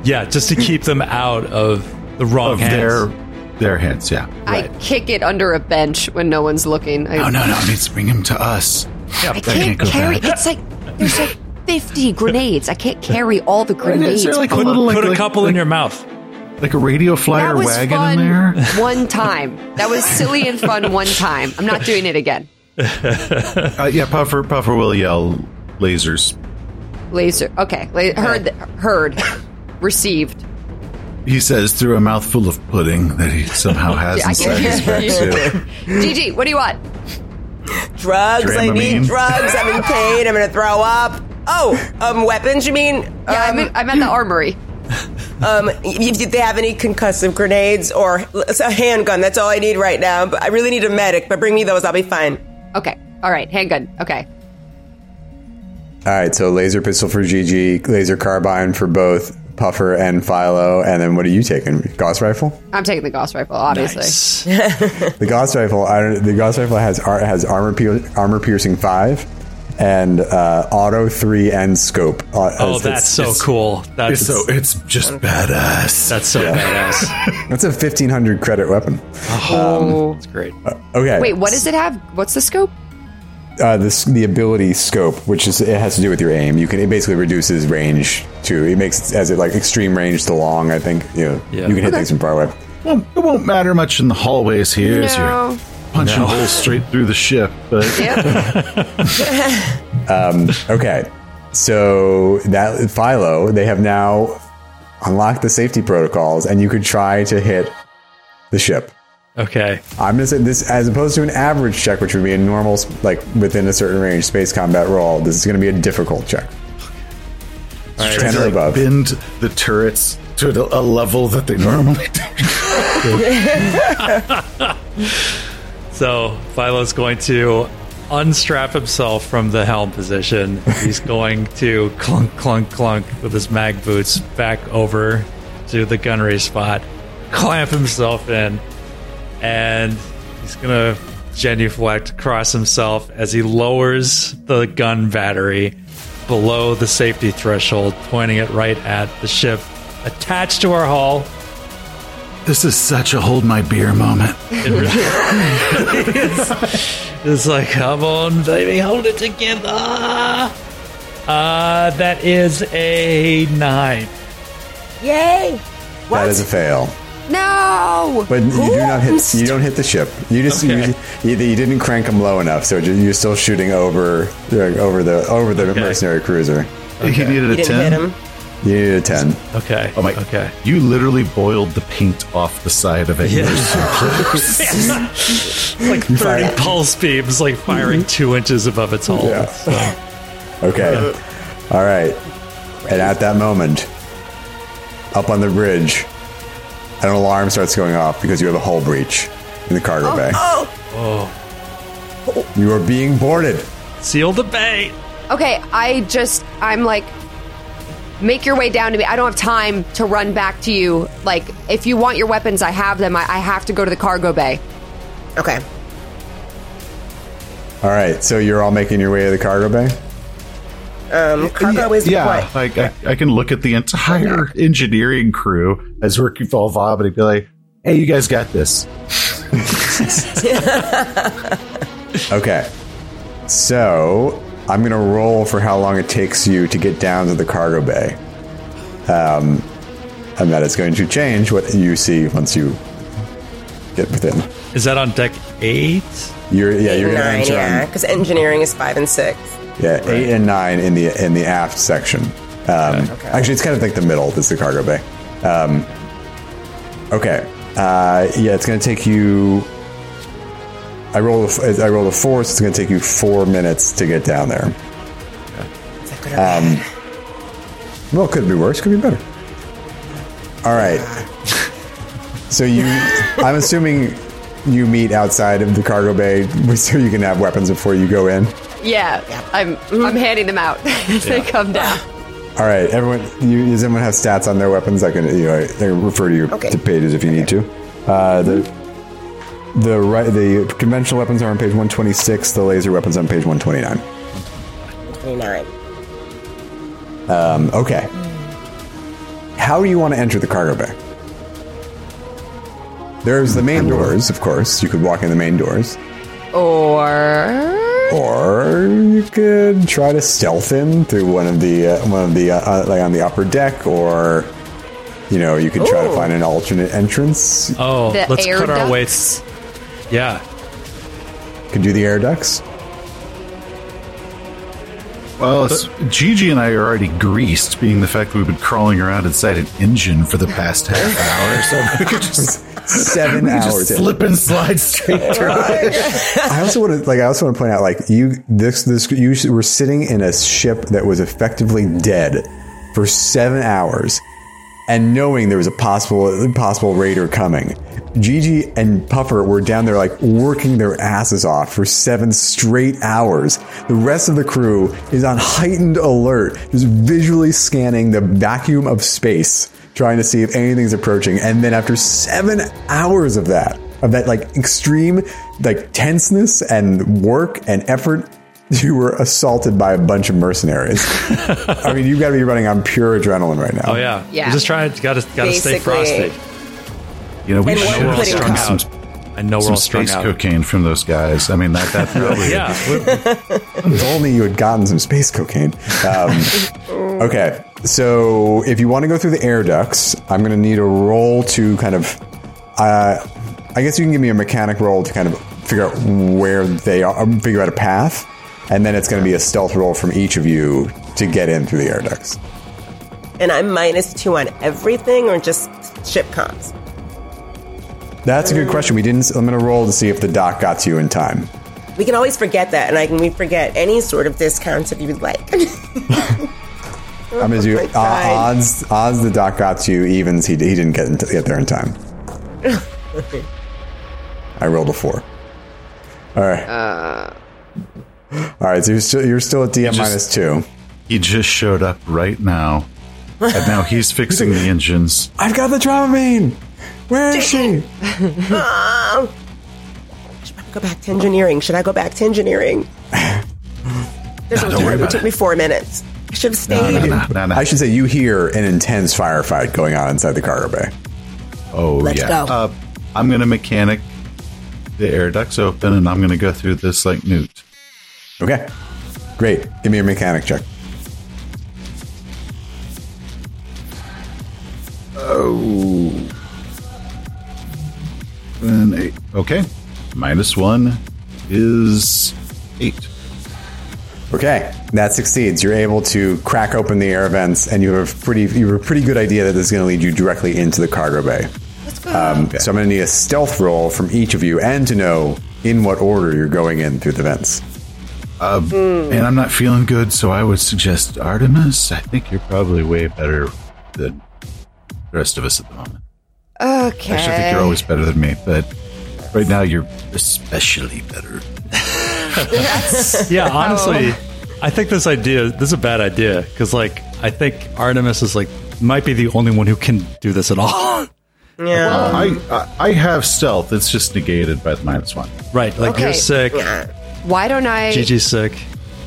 B: Yeah, just to keep them out of the wrong
D: of
B: hands.
D: their their hands. Yeah.
E: I kick it under a bench when no one's looking. I,
D: Oh no, no, let's bring him to us. Yeah,
E: I can't carry. It's like there's like 50 grenades. I can't carry all the
D: Is
E: grenades.
D: there like a
E: Come on.
D: little like,
B: Put a
D: like-
B: couple
D: like,
B: in your mouth.
D: like a radio
E: that
D: flyer
E: was
D: wagon in
E: fun
D: there?
E: [laughs] one time. That was silly and fun one time. I'm not doing it again.
D: Uh, yeah, Puffer Puffer will yell lasers.
E: Laser. Okay. La- heard. th- heard. Received.
D: He says through a mouthful of pudding that he somehow has
E: I
D: inside
E: can
D: his
E: hear
D: back
E: you.
D: suit.
E: GG. What do you want?
C: drugs. I need
D: Dramamine.
C: drugs. I'm in pain. I'm gonna throw up. Oh, um, weapons. You mean?
E: Yeah,
C: um,
E: I'm, in- I'm at the armory.
C: Um, if if they have any concussive grenades or it's a handgun, that's all I need right now. But I really need a medic. But bring me those. I'll be fine.
E: Okay. All right. Handgun. Okay.
A: All right, so laser pistol for Gigi, laser carbine for both Puffer and Philo, and then what are you taking? Gauss rifle?
E: I'm taking the Gauss rifle, obviously. [laughs]
B: Nice.
A: The Gauss rifle. I don't, the Gauss rifle has ar- has armor pier- armor piercing five, and uh, auto three and scope. Uh,
B: Oh,
A: it's-
B: that's
A: it's-
B: so cool. That's
D: So it's just badass.
B: that's so badass.
D: [laughs]
A: That's a fifteen hundred credit weapon. Um, uh,
E: Oh.
B: It's great.
A: Okay.
E: Wait, what does it have? What's the scope?
A: Uh, this the ability scope, which is it has to do with your aim. You can it basically reduces range to it makes as it like extreme range to long. I think you know,
B: Yeah.
A: you can hit things from far away.
D: won't, it won't matter much in the hallways here as
E: No.
D: you're punching holes straight through the ship. But
E: [laughs] Yeah.
A: Okay, so that Philo, they have now unlocked the safety protocols, and you could try to hit the ship.
B: Okay.
A: I'm gonna say this as opposed to an average check, which would be a normal like within a certain range space combat roll. This is gonna be a difficult check.
D: trying
A: Ten
D: to
A: or
D: like,
A: above.
D: bend the turrets to a, a level that they normally [laughs] do.
B: So Philo's going to unstrap himself from the helm position. He's going to clunk, clunk, clunk with his mag boots back over to the gunnery spot, clamp himself in, and he's going to genuflect across himself as he lowers the gun battery below the safety threshold, pointing it right at the ship attached to our hull.
D: This is such a hold my beer moment.
B: It's like, come on, baby, hold it together. Uh, that is a nine.
C: Yay!
A: That is a fail.
E: no.
A: But you do not hit. You don't hit the ship. You just
B: Okay.
A: you, you didn't crank them low enough, so ju- you're still shooting over uh, over the over the
B: Okay.
A: mercenary cruiser.
D: He needed a
C: You didn't hit
D: ten.
C: him.
A: You need a ten.
B: Okay.
D: Oh my!
B: Okay.
D: You literally boiled the paint off the side of it.
B: Like 30
A: fire-
B: pulse beams, like firing
E: Mm-hmm.
B: two inches above its hull.
A: Yeah.
B: So,
A: Okay.
B: Uh-huh.
A: All right. And at that moment, up on the bridge, an alarm starts going off because you have a hull breach in the cargo bay.
C: Oh,
B: Oh.
A: You are being boarded.
B: seal the bay.
E: Okay, I just I'm like make your way down to me. I don't have time to run back to you. Like if you want your weapons, I have them. I, I have to go to the cargo bay.
C: okay.
A: All right. So you're all making your way to the cargo bay.
C: Um, cargo is
D: yeah,
C: what?
D: like I, I can look at
B: [laughs]
D: the entire engineering crew as we're all vomiting, be like, "Hey, you guys got this."
A: Okay. So I'm going to roll for how long it takes you to get down to the cargo bay. Um, and that is going to change what you see once you get within.
B: Is that on deck eight?
A: You're yeah, you're going to
C: nine,
A: enter
C: yeah,
A: on
C: because engineering is five and six.
A: yeah eight and nine in the in the aft section. Um, Actually, it's kind of like the middle. That's the cargo bay. Um, okay. Uh, yeah, it's going to take you. I rolled a, f- I rolled a four, so it's going to take you four minutes to get down there.
C: Is that good or bad?
A: Well, could be worse. Could be better. All right. So you, I'm assuming you meet outside of the cargo bay, [laughs] so you can have weapons before you go in.
E: Yeah, I'm I'm handing them out [laughs] as they come down.
A: All right, everyone. You, does anyone have stats on their weapons? I can, you know, I can refer you
C: Okay.
A: to pages if you need to. Uh, the the right, the conventional weapons are on page 126. The laser weapons on page 129.
C: Twenty-nine.
A: Um, okay. How do you want to enter the cargo bay? There's the main doors, of course. You could walk in the main doors,
E: Or
A: or you could try to stealth in through one of the uh, one of the uh, uh, like on the upper deck, or you know you could try to
C: Ooh.
A: find an alternate entrance.
B: Oh,
E: the
B: let's
E: air
B: cut
E: ducts.
B: our weights. Yeah.
A: You could do the air ducts.
D: Well, it's, Gigi and I are already greased, being the fact that we've been crawling around inside an engine for the past half an hour, [laughs] so we could just,
A: Seven
D: [laughs] we could just
A: hours. in.
D: slip and slide
B: [laughs]
D: straight through.
A: I also want to like I also want to point out like you this this you were sitting in a ship that was effectively dead for seven hours, and knowing there was a possible possible raider coming. Gigi and Puffer were down there like working their asses off for seven straight hours. The rest of the crew is on heightened alert, just visually scanning the vacuum of space, trying to see if anything's approaching. And then after seven hours of that, of that like extreme like tenseness and work and effort, [laughs] you were assaulted by a bunch of
B: [laughs]
A: mercenaries. I mean, you've got to be running on pure adrenaline right now.
B: Oh yeah.
E: Yeah.
B: We're just trying. Got to got to stay
C: Basically.
B: frosty.
D: You know, we
C: And
D: should
C: one
B: We're all
D: have
C: pudding
D: gotten
B: strung
C: cup.
D: some,
B: out. I know we're
D: some
B: all strung
D: space
B: out.
D: cocaine from those guys. I mean,
B: [laughs]
D: that, that probably
B: Yeah. we're-
A: if only you had gotten some space cocaine. Um, okay, so if you want to go through the air ducts, I'm going to need a roll to kind of. Uh, I guess you can give me a mechanic roll to kind of figure out where they are, um, figure out a path, and then it's going to be a stealth roll from each of you to get in through the air ducts.
C: And I'm minus two on everything, or just ship comps.
A: That's a good question. We didn't. I'm going to roll to see if the doc got to you in time.
C: We can always forget that, and I can we forget any sort of discounts if you would like. [laughs]
A: I'm going to do
C: my
A: uh,
C: God.
A: odds. Odds the doc got to you. Evens he, he didn't get in get there in time. I rolled a four. All right. All right. So you're still you're still at DM minus two.
D: He just showed up right now. And now he's
B: [laughs]
D: fixing the engines.
A: I've got the Dramamine. Where is she?
C: go back to engineering. Should I go back to engineering? There's no
D: worry
C: time. It
D: about
C: took
D: it.
C: me four minutes. I should have stayed.
D: No, no, no,
A: [laughs]
D: no.
A: I should say you hear an intense firefight going on inside the cargo bay.
D: Oh
C: Let's
D: yeah.
C: go.
D: Uh, I'm gonna mechanic the air ducts open, and I'm gonna go through this like newt.
A: Okay. Great. Give me a mechanic check.
D: And eight. Okay, minus one is eight.
A: Okay, that succeeds. You're able to crack open the air vents, and you have a pretty you have a pretty good idea that this is going to lead you directly into the cargo bay. Um, So I'm going to need a stealth roll from each of you, and to know in what order you're going in through the vents.
D: And I'm not feeling good, so I would suggest Artemis. I think you're probably way better than the rest of us at the moment.
E: okay.
D: Actually, I think you're always better than me, but right now you're especially better.
B: Yeah, honestly, I think this idea this is a bad idea because like I think Artemis is like might be the only one who can do this at all. [laughs]
C: Yeah.
D: I, I I have stealth. It's just negated by the minus one.
B: right, like you're
E: Okay.
B: sick,
E: why don't I?
B: Gigi's sick.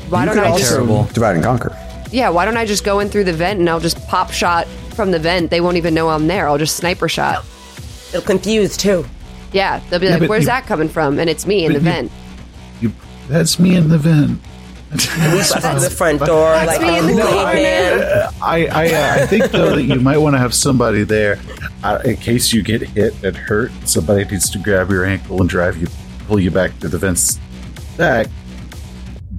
E: why
A: you
E: don't
A: could
E: I?
A: also
E: Just,
B: Terrible.
A: divide and conquer.
E: yeah, why don't I just go in through the vent and I'll just pop shot from the vent? They won't even know I'm there. I'll just sniper shot.
C: It'll confuse too.
E: Yeah, they'll be
D: Yeah,
E: like,
D: but
E: "Where's
D: you-
E: that coming from?" And it's me in the
D: but you-
E: vent.
D: You, that's me in the vent.
C: That's the front door, like
E: me
C: a
E: in the
C: late
E: car.
C: man.
D: I I, uh, I think though that you might want to have somebody there uh, in case you get hit and hurt. Somebody needs to grab your ankle and drive you, pull you back to the vents. Back,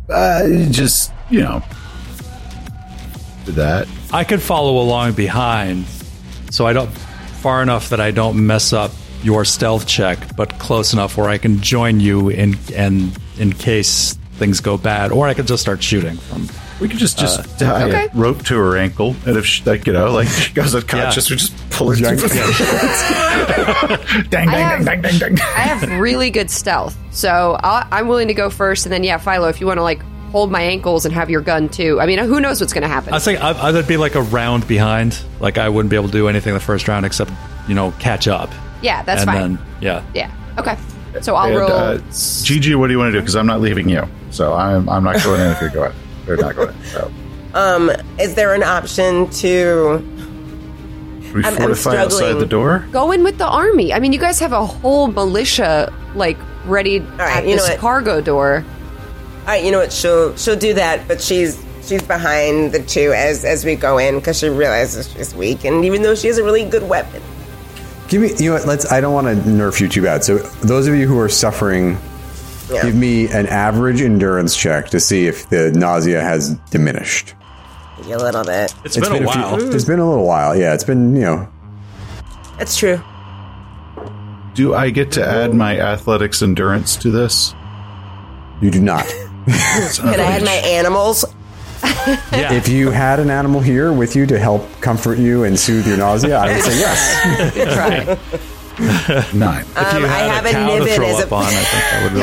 D: uh, just you know, do that.
B: I could follow along behind, so I don't far enough that I don't mess up your stealth check, but close enough where I can join you in and in case things go bad, or I could just start shooting from.
D: We could just just tie
E: okay.
D: a rope to her ankle, and if she, like you know, like she goes unconscious, we just pull her.
A: Yeah.
D: through
A: [laughs]
D: the- dang, dang,
E: have-
D: dang, dang, dang, dang.
E: I have really good stealth, so I'll, I'm willing to go first. And then, yeah, Philo, if you want to like hold my ankles and have your gun too. I mean, who knows what's going to happen?
B: I was thinking I, I'd be like a round behind, like I wouldn't be able to do anything the first round except you know catch up.
E: yeah, that's
B: and
E: fine.
B: then yeah,
E: yeah, okay. So I'll
D: And,
E: roll.
D: uh, Gigi, what do you want to do? Because I'm not leaving you, so I'm I'm not going in if you're going. They're not going. in, So.
C: Um, is there an option to?
D: We
C: I'm
D: fortify outside
C: struggling.
D: the door.
E: go in with the army. I mean, you guys have a whole militia like ready
C: right,
E: at
C: you know
E: this
C: what?
E: cargo door.
C: All right, you know what? She'll she'll do that, but she's she's behind the two as as we go in because she realizes she's weak, and even though she has a really good weapon,
A: Give me, you know what? Let's. I don't want to nerf you too bad. So those of you who are suffering,
C: Yeah.
A: give me an average endurance check to see if the nausea has diminished.
C: a little bit.
A: It's
B: been, a
A: few-
B: while.
A: it's been a little while. Yeah, it's been you know.
C: That's true.
D: Do I get to add my athletics endurance to this?
A: You do not.
C: Can I add my animals?
B: yeah.
A: if you had an animal here with you to help comfort you and soothe your nausea, I would say yes.
C: [laughs]
E: Good try.
D: Nine.
C: Um, I have a
B: cow to
C: niven
B: throw
C: as
B: up
C: a.
B: on. I think that would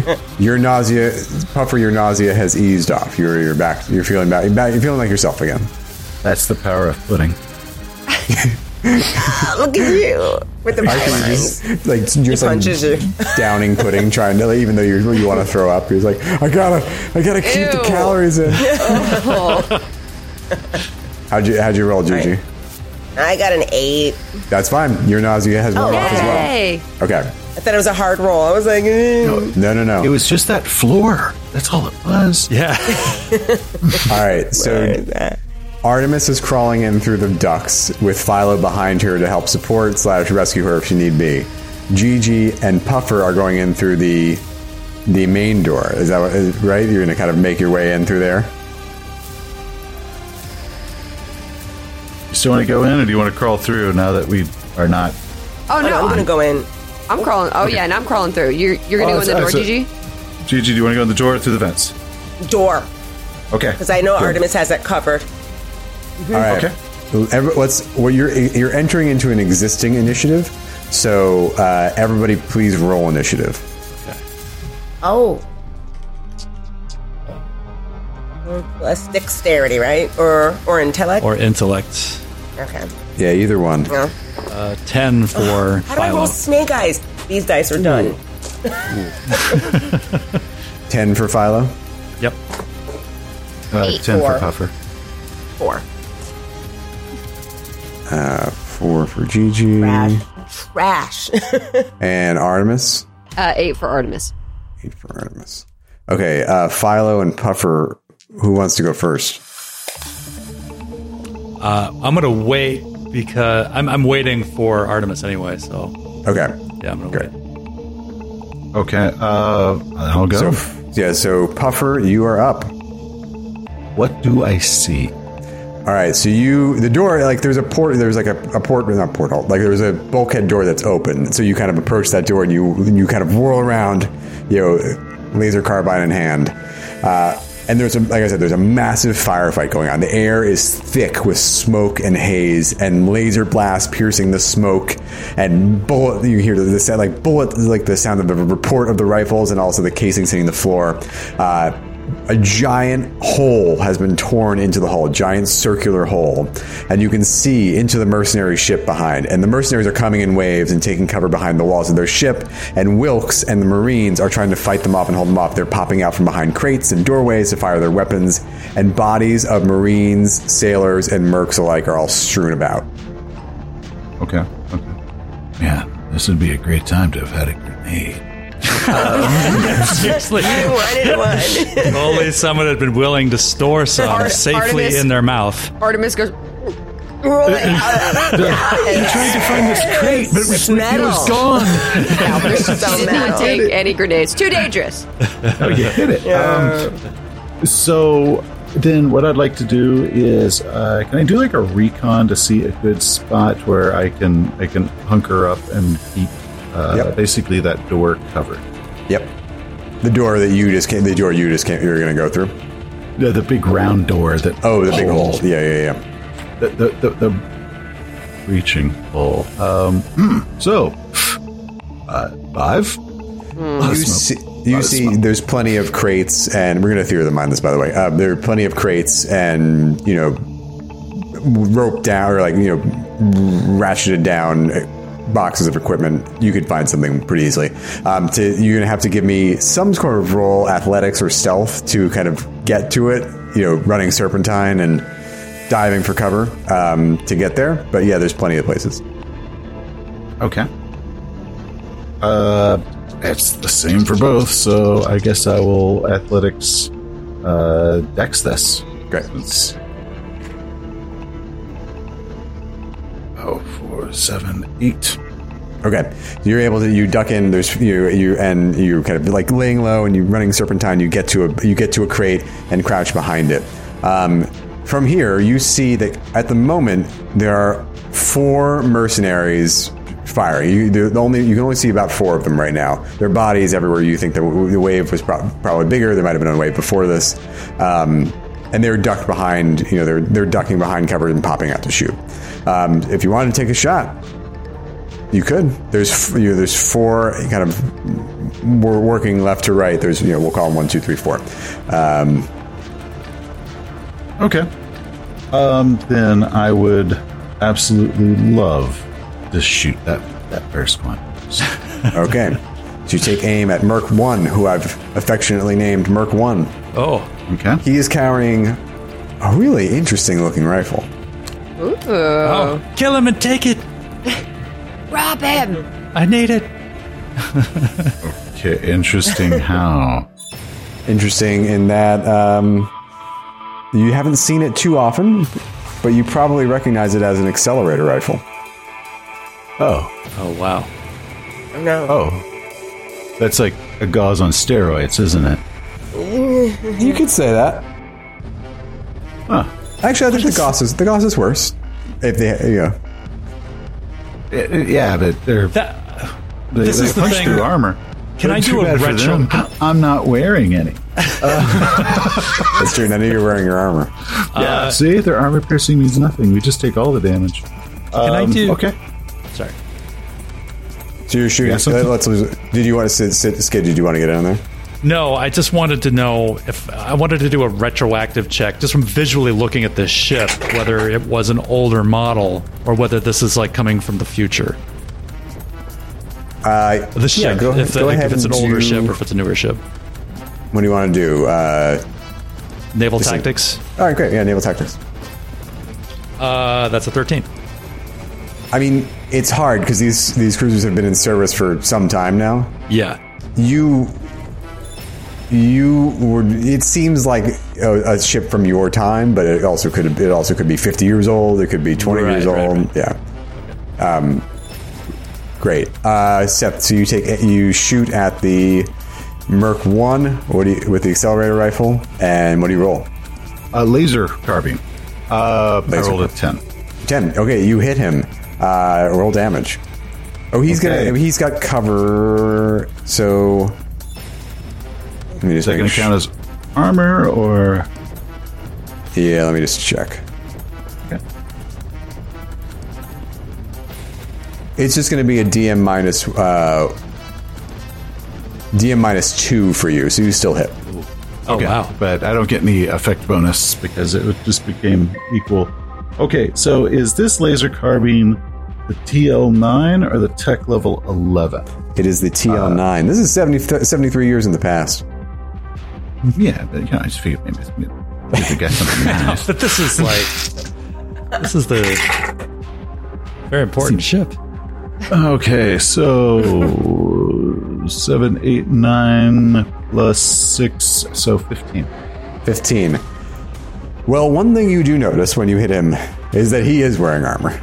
C: [laughs]
B: really help.
A: Your nausea, puffer, your nausea has eased off. You're you're back. You're feeling back. You're, back, you're feeling like yourself again.
D: That's the power of pudding.
C: [laughs] Look at you with the
A: I can
C: pylons.
A: just like just like
C: punches you. [laughs]
A: downing pudding, trying to like, even though you you want to throw up. He's like, I gotta, I gotta keep the
E: Ew.
A: calories
C: [laughs]
A: in. [laughs]
E: Oh,
A: How'd you how'd you roll, Gigi?
C: I got an eight.
A: That's fine. Your nausea has worn off
E: yay.
A: as well. Okay.
C: I thought it was a hard roll. I was like, eh.
A: No, no, no.
D: It was just that floor. That's all it was.
B: Yeah,
D: [laughs]
A: All right. So Artemis is crawling in through the ducts with Philo behind her to help support slash rescue her if she need be. Gigi and Puffer are going in through the the main door. Is that what, is, right? You're going to kind of make your way in through there.
D: You still want to go in, or do you want to crawl through now that we are not?
E: oh no,
C: I'm
E: I'm,
C: gonna go in.
E: I'm crawling. Oh yeah, and I'm crawling through. You're you're gonna
D: Oh,
E: go in the
D: it's-
E: door,
D: it's a-
E: Gigi?
D: Gigi, do you want to go in the door or through the vents?
C: Door.
D: Okay.
C: Because I know
D: Good.
C: Artemis has that covered.
A: All right.
D: Okay.
A: Every- Let's. Well, you're you're entering into an existing initiative, so uh, everybody, please roll initiative.
C: Oh. Plus dexterity, right? Or or intellect?
B: or intellect.
C: okay.
A: Yeah, either one.
C: No.
B: Uh, Ten for
C: How do I
B: Philo.
C: roll snake eyes? These dice are done.
A: Ten for Philo.
B: Yep.
D: Uh,
C: Eight,
D: ten
C: four.
D: for Puffer.
C: Four.
A: uh, Four for Gigi
C: Trash. Trash. [laughs]
A: and Artemis.
E: Uh, eight for Artemis.
A: Eight for Artemis. Okay, uh, Philo and Puffer. Who wants to go first?
B: I'm gonna wait because I'm, I'm waiting for Artemis anyway.
C: [laughs]
B: So
A: Okay.
B: yeah, I'm gonna
A: Okay.
B: wait.
D: Okay. Uh, I'll
A: So
D: go.
A: yeah, so Puffer, you are up.
D: what do I see?
A: All right, so you the door like there's a port there's like a, a port not porthole like there's a bulkhead door that's open. So you kind of approach that door and you you kind of whirl around, you know, laser carbine in hand. Uh, and there's a like I said, there's a massive firefight going on. The air is thick with smoke and haze, and laser blasts piercing the smoke, and bullet. You hear the, the sound like bullet like the sound of the report of the rifles, and also the casings hitting the floor. Uh, a giant hole has been torn into the hull, a giant circular hole, and you can see into the mercenary ship behind. And the mercenaries are coming in waves and taking cover behind the walls of their ship. And Wilkes and the Marines are trying to fight them off and hold them off. They're popping out from behind crates and doorways to fire their weapons. And bodies of Marines, sailors, and mercs alike are all strewn about.
D: Okay. Okay. Yeah. This would be a great time to have had a grenade.
B: Seriously.
C: I wanted
D: [laughs]
C: one.
B: If Only someone had been willing to store some
E: Ar-
B: safely
E: Artemis.
B: in their mouth.
E: Artemis goes,
C: Rolling out of
D: Trying to find this crate, but
B: [laughs]
D: it was,
C: metal.
D: it was gone.
E: Albert,
D: [laughs]
E: she
C: So
E: did
C: metal.
E: not take any grenades. Too dangerous.
D: oh, you [laughs] hit it. Um, so then, what I'd like to do is, uh, can I do like a recon to see a good spot where I can I can hunker up and keep uh,
A: Yep.
D: basically that door covered,
A: Yep. The door that you just came, the door you just came, you're going to go through.
D: the, the big round door that
A: Oh, the big hole. Yeah, yeah, yeah.
D: the the, the, the reaching hole. Um, hmm. so uh, five. Lot
A: You
D: of smoke.
A: see, you see there's plenty of crates, and we're going to theory of the mind this, by the way. Uh, there are plenty of crates, and you know, rope down or like you know, ratcheted down uh, boxes of equipment. You could find something pretty easily. Um, to, you're going to have to give me some sort of roll, athletics or stealth, to kind of get to it. You know, running serpentine and diving for cover um, to get there. But yeah, there's plenty of places.
D: Okay. Uh, it's the same for both, so I guess I will athletics uh, dex this.
A: Great.
D: It's- Oh, four, seven, eight.
A: Okay, you're able to you duck in. There's you you and you kind of like laying low and you running serpentine. You get to a you get to a crate and crouch behind it. Um, from here, you see that at the moment there are four mercenaries firing. You the the only you can only see about four of them right now. Their bodies everywhere. You think the, the wave was prob probably bigger. There might have been a wave before this. Um, and they're ducked behind, you know, they're they're ducking behind cover and popping out to shoot. Um, if you wanted to take a shot, you could. There's f- you know, there's four kind of we're working left to right. There's you know we'll call them one two three four. Um,
D: Okay. Um, then I would absolutely love to shoot that that first [laughs] one.
A: okay, so you take aim at Merc One, who I've affectionately named Merc One.
B: Oh,
D: Okay.
A: He is carrying a really interesting looking rifle.
B: oh. Kill him and take it.
E: Rob him.
B: I need it.
D: Okay. Interesting. How?
A: Interesting in that um, you haven't seen it too often, but you probably recognize it as an accelerator rifle.
D: [laughs] Oh,
B: Oh, wow.
C: Oh, no.
D: oh, that's like a gauze on steroids, isn't it?
A: You could say that.
D: Huh.
A: Actually, I think the Goss is the Goss is worse. If they, yeah,
D: Uh, Yeah, but they're
B: That,
D: they,
B: This
D: they
B: is the
D: punch
B: thing.
D: through armor.
B: Can
D: But
B: I
D: too
B: do a
D: bad for
B: retro-
D: them. I'm not
B: [laughs]
D: wearing any.
A: that's true. None of you are wearing your armor.
D: yeah, Uh, see, their armor piercing means nothing. We just take all the damage.
B: can I
D: Um,
B: do?
D: Okay.
B: Sorry.
A: So you're shooting.
D: Yeah, something-
A: let's lose. it. Did you want to sit, sit? Skid? Did you want to get in there?
B: No, I just wanted to know if I wanted to do a retroactive check just from visually looking at this ship, whether it was an older model or whether this is like coming from the future.
A: Uh,
B: The ship,
A: go ahead-
B: if, the-
A: go
B: if
A: ahead
B: it's an
A: and
B: older
A: do-
B: ship or if it's a newer ship.
A: What do you want to do? Uh,
B: Naval
A: Listen.
B: tactics.
A: all right, great. Yeah, naval tactics.
B: Uh, that's a thirteen.
A: I mean, it's hard because these these cruisers have been in service for some time now.
B: Yeah.
A: you you were it seems like a, a ship from your time but it also could it also could be 50 years old it could be 20
B: Right,
A: years old
B: right,
A: yeah um great uh Seth, so you take you shoot at the merc 1 what do you, with the accelerator rifle and what do you roll
D: A Uh, laser carbine. Uh, I
A: Laser
D: rolled a ten.
A: 10 okay you hit him uh roll damage oh he's
D: Okay.
A: gonna he's got cover so let me
D: Is
A: just make
D: that going to
A: sure-
D: count as armor or?
A: Yeah, let me just check.
D: Okay.
A: It's just going to be a DM minus uh, DM minus two for you, so you still hit.
B: Oh wow.
D: But I don't get any effect bonus because it would- just became equal. Okay, so is this laser carbine the TL9 or the tech level 11?
A: It is the TL nine. this is 70, 73 years in the past.
D: Yeah, but you know, I just figured maybe it's- maybe we got [laughs] something nice.
B: But
A: [laughs]
B: this is like this is the very important ship.
D: Okay, so seven, eight, nine plus six, so fifteen.
A: 15. Well, one thing you do notice when you hit him is that he is wearing armor.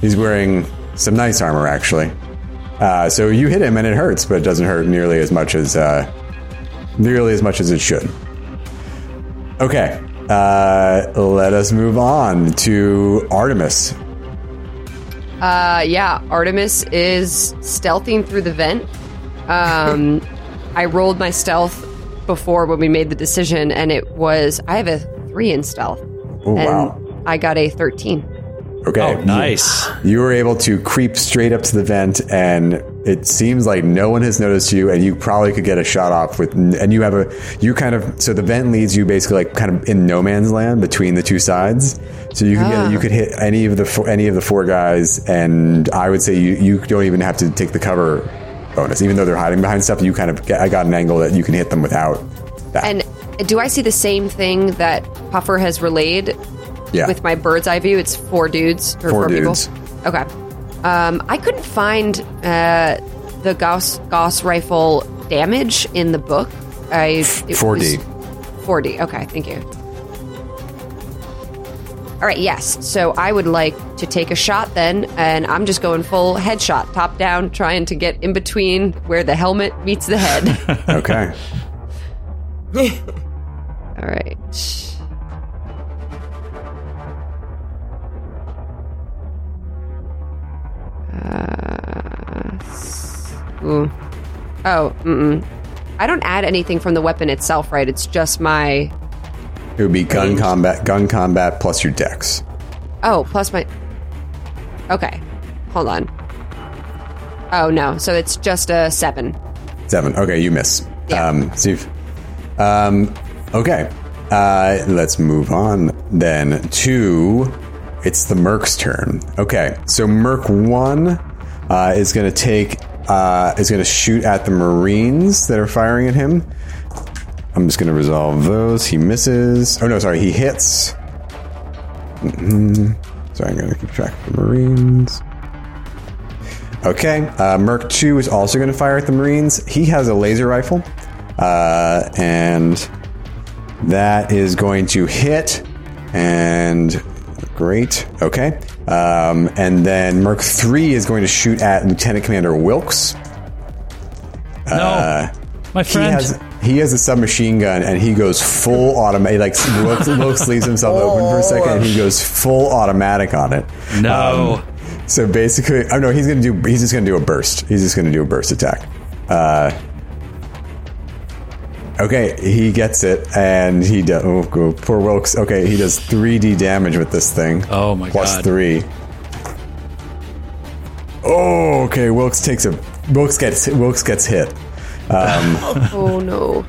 A: He's wearing some nice armor, actually. Uh, so you hit him and it hurts, but it doesn't hurt nearly as much as uh, nearly as much as it should. Okay, uh, let us move on to Artemis.
E: Uh, yeah, Artemis is stealthing through the vent. Um, I rolled my stealth before when we made the decision, and it was I have a three in stealth,
A: Oh,
E: and
A: wow.
E: I got a thirteen.
A: Okay,
B: Oh, nice.
A: You were able to creep straight up to the vent, and it seems like no one has noticed you, and you probably could get a shot off with. And you have a, you kind of, so the vent leads you basically like kind of in no man's land between the two sides. So you could get,
E: Ah.
A: you could hit any of the four, any of the four guys, and I would say you you don't even have to take the cover bonus, even though they're hiding behind stuff. You kind of, get, I got an angle that you can hit them without that.
E: And do I see the same thing that Puffer has relayed
A: yeah,
E: with my bird's eye view? It's four dudes or
A: Four
E: four,
A: dudes.
E: people. Okay. Um, I couldn't find uh, the Gauss Gauss rifle damage in the book. I it
A: 4D.
E: was- 4D. Okay, thank you. All right, yes. So I would like to take a shot then, and I'm just going full headshot, top down, trying to get in between where the helmet meets the head. [laughs]
A: okay,
E: All right. Uh, s- ooh. Oh, mm-mm. I don't add anything from the weapon itself, right? It's just my
A: it would be gun combat, gun combat plus your dex.
E: oh, plus my. Okay, hold on. Oh no, so it's just a seven.
A: Seven. Okay, you miss.
E: Yeah.
A: Um, so you've- um, okay. Uh, let's move on then to it's the Merc's turn. Okay, so Merc one uh, is going to take uh, is going to shoot at the Marines that are firing at him. I'm just going to resolve those. He misses. Oh no, sorry, he hits. Mm-hmm. Sorry, I'm going to keep track of the Marines. Okay, uh, Merc 2 is also going to fire at the Marines. He has a laser rifle, uh, and that is going to hit. And great, okay. Um, and then Merc 3 is going to shoot at Lieutenant Commander Wilkes.
B: No, my
A: Uh, He
B: friend.
A: has, he has a submachine gun and he goes full automatic. Like, Wilkes, Wilkes leaves himself open for a second and he goes full automatic on it. Um,
B: no.
A: So basically, oh no, he's gonna do. He's just gonna do a burst. He's just gonna do a burst attack. Uh, okay, he gets it, and he does. Oh, go- poor Wilkes. Okay, he does three D damage with this thing.
B: Oh my
A: Plus
B: God.
A: three. Oh, okay. Wilkes takes a. Wilkes gets. Wilkes gets hit.
E: [laughs] Oh no.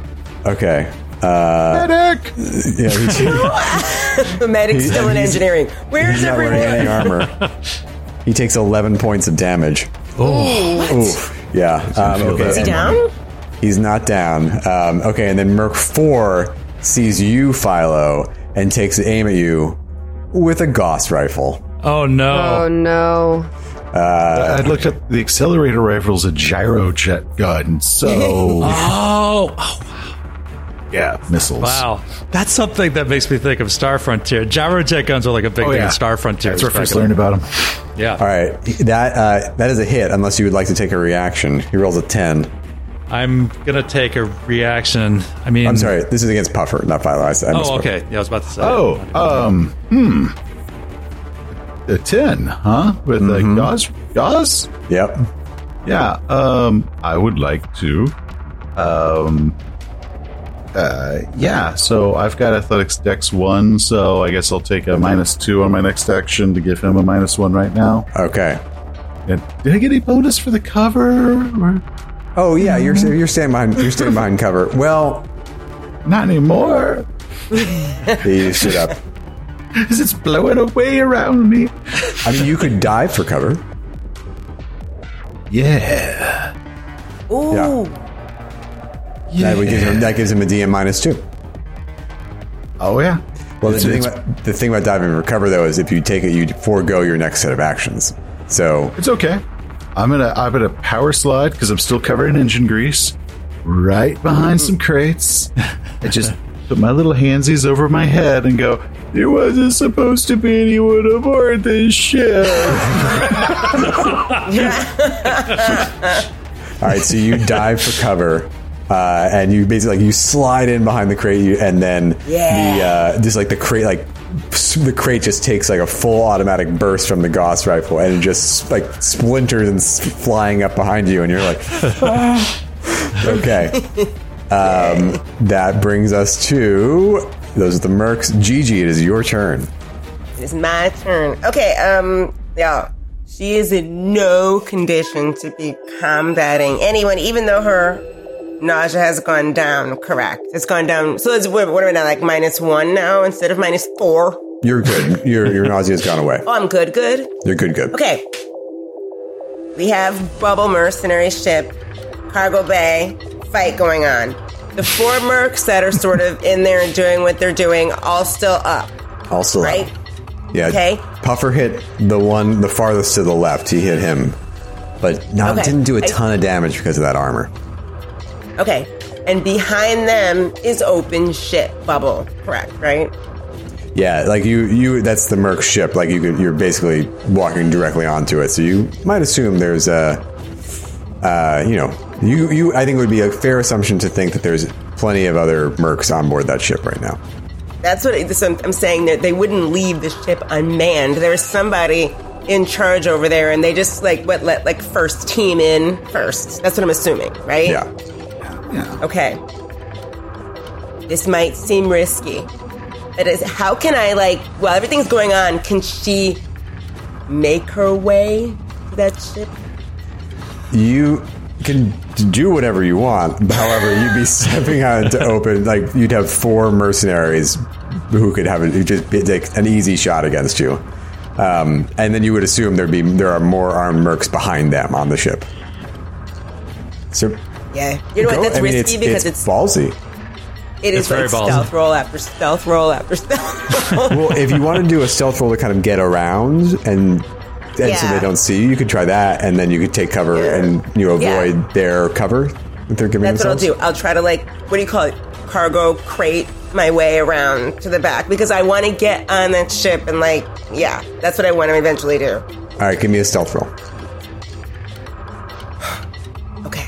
A: Okay. Uh,
D: Medic!
A: yeah, he-
C: the medic's still in engineering. Where's
A: he's not wearing
C: everyone?
A: any armor. He takes eleven points of damage. Oof. Yeah. Um, okay.
C: Is he
A: and-
C: down?
A: He's not down. Um, okay, and then Merc 4 sees you, Philo, and takes aim at you with a Gauss rifle.
B: Oh no.
E: Oh no.
D: I looked up the accelerator rifle's a gyrojet
B: [laughs]
D: gun, so
B: Oh, oh,
D: yeah, missiles.
B: wow. That's something that makes me think of Star Frontier. Gyrojet guns were like a big
D: Oh,
B: thing
D: yeah.
B: in Star Frontier.
D: That's where I first
B: Back in-
D: learned about them.
B: Yeah.
A: All right, that uh, that is a hit. Unless you would like to take a reaction, he rolls a ten.
B: I'm gonna take a reaction. I mean,
A: I'm sorry, this is against Puffer, not Philo. I, I
B: Oh,
A: misspoke.
B: okay. Yeah, I was about to say.
D: Oh, um, hmm. A 10, huh? With
B: Mm-hmm.
D: a gauze? Gauze?
A: Yep.
D: Yeah, um, I would like to. Um, uh, yeah, so I've got athletics dex one, so I guess I'll take a minus two on my next action to give him a minus one right now.
A: Okay.
D: And did I get any bonus for the cover? Or-
A: Oh yeah, you're you're staying behind you're staying behind cover. Well, [laughs]
D: Not anymore, [laughs]
A: he stood up.
D: because it's blowing away around me.
A: I mean, you could dive for cover.
D: Yeah.
C: Ooh. [laughs]
A: That would give him that gives him a DM minus two.
D: Oh, yeah.
A: Well, the
D: It's-
A: thing,
D: it's-
A: about, the thing about diving and recover, though, is if you take it, you forego your next set of actions. So
D: It's okay. I'm gonna I'm gonna power slide because I'm still covered in engine grease, right behind some crates. I just put my little handsies over my head and go. There wasn't supposed to be anyone aboard this ship.
A: All right, so you dive for cover, uh, and you basically like you slide in behind the crate, you, and then
C: Yeah.
A: the uh, just like the crate like the crate just takes like a full automatic burst from the Gauss rifle, and it just like splinters and s- flying up behind you, and you're like, "Ah." okay. Um, that brings us to those are the Mercs. Gigi, it is your turn.
C: It's my turn. Okay, um, yeah. She is in no condition to be combating anyone, even though her nausea has gone down, correct? It's gone down. So it's, what what am I now, like minus one now instead of minus four? Oh,
A: You're good. your your nausea has gone away.
C: I'm good, good.
A: You're good. Good.
C: Okay. We have bubble mercenary ship, cargo bay, fight going on. The four mercs that are sort of in there and doing what they're doing, all still up,
A: Also,
C: right?
A: Yeah.
C: Okay.
A: Puffer hit the one the farthest to the left. He hit him, but not
C: Okay.
A: didn't do a
C: I-
A: ton of damage because of that armor.
C: Okay. And behind them is open ship bubble. Correct, right?
A: Yeah, like you you that's the Merc ship. Like you could, you're basically walking directly onto it. So you might assume there's a, uh, you know, you you I think it would be a fair assumption to think that there's plenty of other Mercs on board that ship right now.
C: That's what it, so I'm, I'm saying that they wouldn't leave the ship unmanned. There's somebody in charge over there and they just like what let like first team in first. That's what I'm assuming, right?
A: Yeah.
C: Okay. This might seem risky. But is how can I like while everything's going on, can she make her way to that ship?
A: You can do whatever you want. However, you'd be [laughs] stepping out into open. Like you'd have four mercenaries who could have a, who just be, like, an easy shot against you, um, and then you would assume there'd be there are more armed mercs behind them on the ship. So
C: Yeah. You know
A: go-
C: what? That's
A: I mean,
C: risky because it's
A: ballsy.
C: It is
B: It's very
C: like
B: ballsy.
C: stealth roll after stealth roll after stealth [laughs] roll.
A: Well, if you want to do a stealth roll to kind of get around and. And so
C: Yeah.
A: they don't see you. You could try that, and then you could take cover
C: Yeah.
A: and you
C: Yeah.
A: avoid their cover that they're giving
C: That's what I'll
A: themselves.
C: do. I'll try to like what do you call it? Cargo crate my way around to the back because I want to get on that ship and like yeah, that's what I want to eventually do.
A: All right, give me a stealth roll.
C: Okay.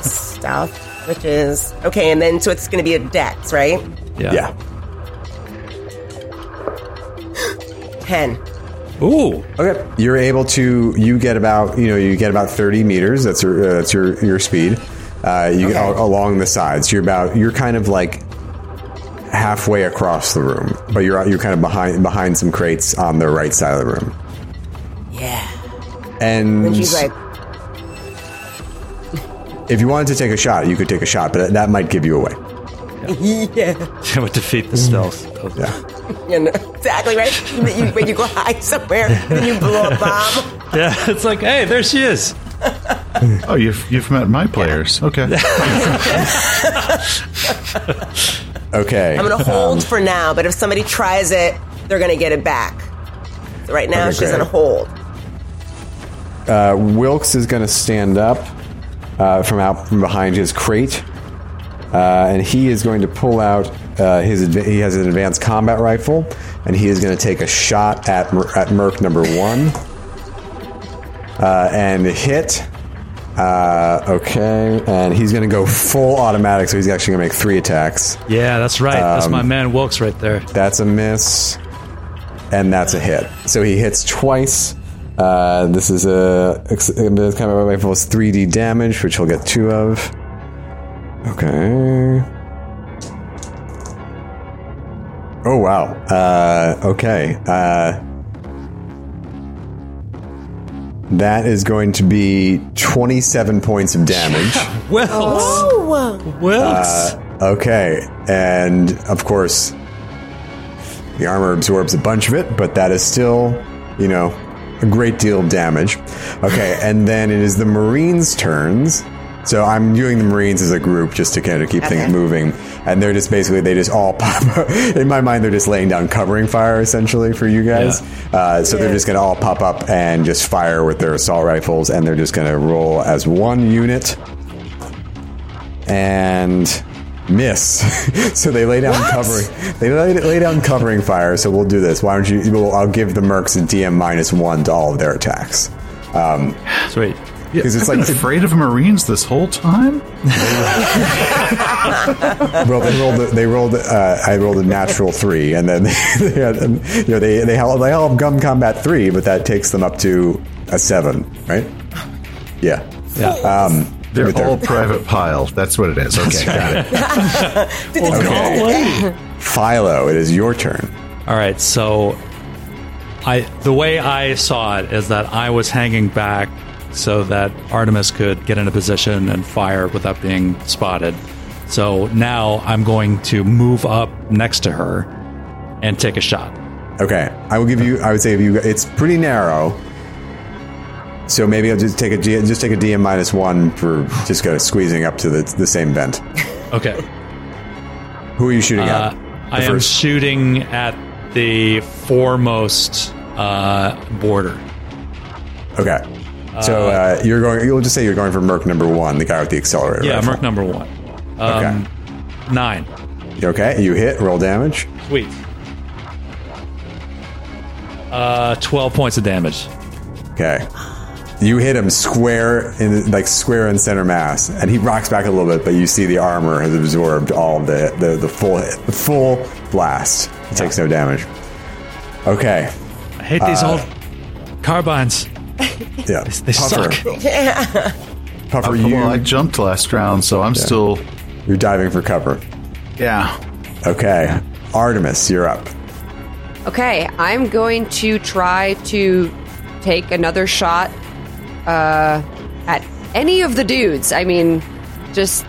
B: [laughs]
C: stealth, which is okay, and then so it's going to be a dex, right?
A: Yeah.
C: Ten.
B: Ooh.
A: Okay. You're able to. You get about. You know. You get about thirty meters. That's your. Uh, that's your your speed. Uh, you get
C: Okay.
A: al- along the sides. You're about. You're kind of like halfway across the room, but you're out- you're kind of behind behind some crates on the right side of the room.
C: Yeah.
A: And
C: And she's like,
A: if you wanted to take a shot, you could take a shot, but that might give you away.
C: yeah,
B: [laughs] It would defeat the stealth.
A: Yeah.
C: you know, [laughs] exactly right. But you, but you go hide somewhere, then you blow a bomb.
B: [laughs] Yeah, it's like, hey, there she is.
D: Oh, you've you've met my players. Okay.
A: Okay. [laughs]
C: I'm gonna hold for now, but if somebody tries it, they're gonna get it back. So right now,
A: Okay,
C: she's
A: great.
C: gonna hold.
A: Uh, Wilkes is going to stand up uh, from out from behind his crate, uh, and he is going to pull out uh, his. adva- He has an advanced combat rifle, and he is going to take a shot at Mer- at Merc number one, uh, and hit. Uh, okay, and he's going to go full automatic, so he's actually going to make three attacks.
B: Yeah, that's right. that's my man Wilkes right there.
A: That's a miss, and that's a hit. So he hits twice. Uh, this is a ex- advanced combat rifle is 3d damage, which he'll get two of. Okay. Oh wow. Uh, okay. Uh, that is going to be 27 points of damage.
B: Wilkes.
C: uh,
B: Wilkes.
A: Uh, Okay, and of course, the armor absorbs a bunch of it, but that is still, you know, a great deal of damage. Okay, and then it is the Marines' turns. So I'm doing the Marines as a group just to kind of keep things moving, and they're just basically they just all [laughs] pop. up. In my mind, they're just laying down covering fire essentially for you guys. Uh, so they're just going to all pop up and just fire with their assault rifles, and they're just going to roll as one unit and miss. [laughs] so they lay down covering. They lay, lay down covering fire. So we'll do this. Why don't you? Well, I'll give the mercs a DM minus one to all of their attacks. Um,
B: Sweet.
A: because it's
D: [laughs]
A: like
D: afraid of Marines this whole time.
A: Well, they rolled. a- They rolled. Uh, I rolled a natural three, and then [laughs] they had, you know they they all they all have gum combat three, but that takes them up to a seven, right? Yeah,
B: Yeah.
A: Um,
D: They're
A: with their-
D: all private pile. That's what it is. Okay, got it.
A: okay. Philo, it is your turn.
B: All right, so I the way I saw it is that I was hanging back so that Artemis could get in a position and fire without being spotted. So now I'm going to move up next to her and take a shot.
A: Okay, I will give you. I would say if you, it's pretty narrow. So maybe I'll just take a G- just take a DM minus one for just kind of squeezing up to the the same vent.
B: [laughs] Okay.
A: Who are you shooting
B: Uh,
A: at?
B: I am shooting at the foremost uh, border.
A: Okay. So uh, you're going. You'll just say you're going for Merc number one, the guy with the accelerator.
B: Yeah,
A: rifle.
B: Merc number one. Um, Nine.
A: Okay, you hit. Roll damage.
B: Sweet. Uh, 12 points of damage.
A: Okay. You hit him square in like square in center mass, and he rocks back a little bit, but you see the armor has absorbed all of the the, the full hit, the full blast. It takes no damage. Okay.
B: I hate these
A: Uh,
B: old carbines.
A: Yeah.
B: They suck.
A: [laughs] Puffer,
D: well, I
A: you
D: jumped last round, so I'm still.
A: you're diving for cover.
D: Yeah,
A: Okay. Artemis, you're up.
E: Okay, I'm going to try to take another shot uh, at any of the dudes. I mean, just.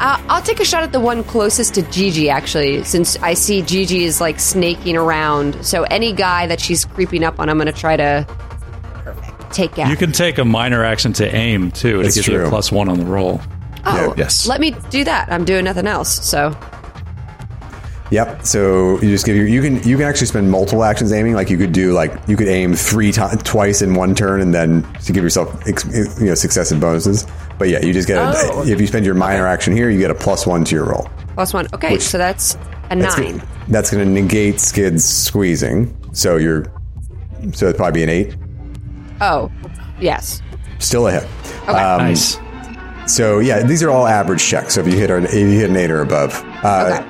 E: I I'll take a shot at the one closest to Gigi, actually, since I see Gigi is like snaking around. So any guy that she's creeping up on, I'm going to try to take out.
B: You can take a minor action to aim, too. It
A: It's
B: gives you
A: true.
B: a plus one on the roll.
E: oh,
D: yes.
E: Let me do that. I'm doing nothing else. So
A: Yep. So you just give your you can you can actually spend multiple actions aiming. Like you could do like you could aim three times twice in one turn, and then to give yourself ex- you know successive bonuses. But yeah, you just get a,
E: Oh.
A: if you spend your minor action here, you get a plus one to your roll.
E: plus one. Okay, so that's a
A: That's
E: nine.
A: gonna- That's going to negate Skid's squeezing. So you're so it'd probably be an eight.
E: Oh, yes.
A: Still a hit.
E: Okay.
A: Um,
B: nice.
A: So yeah, these are all average checks. So if you hit an if you hit an eight or above, uh,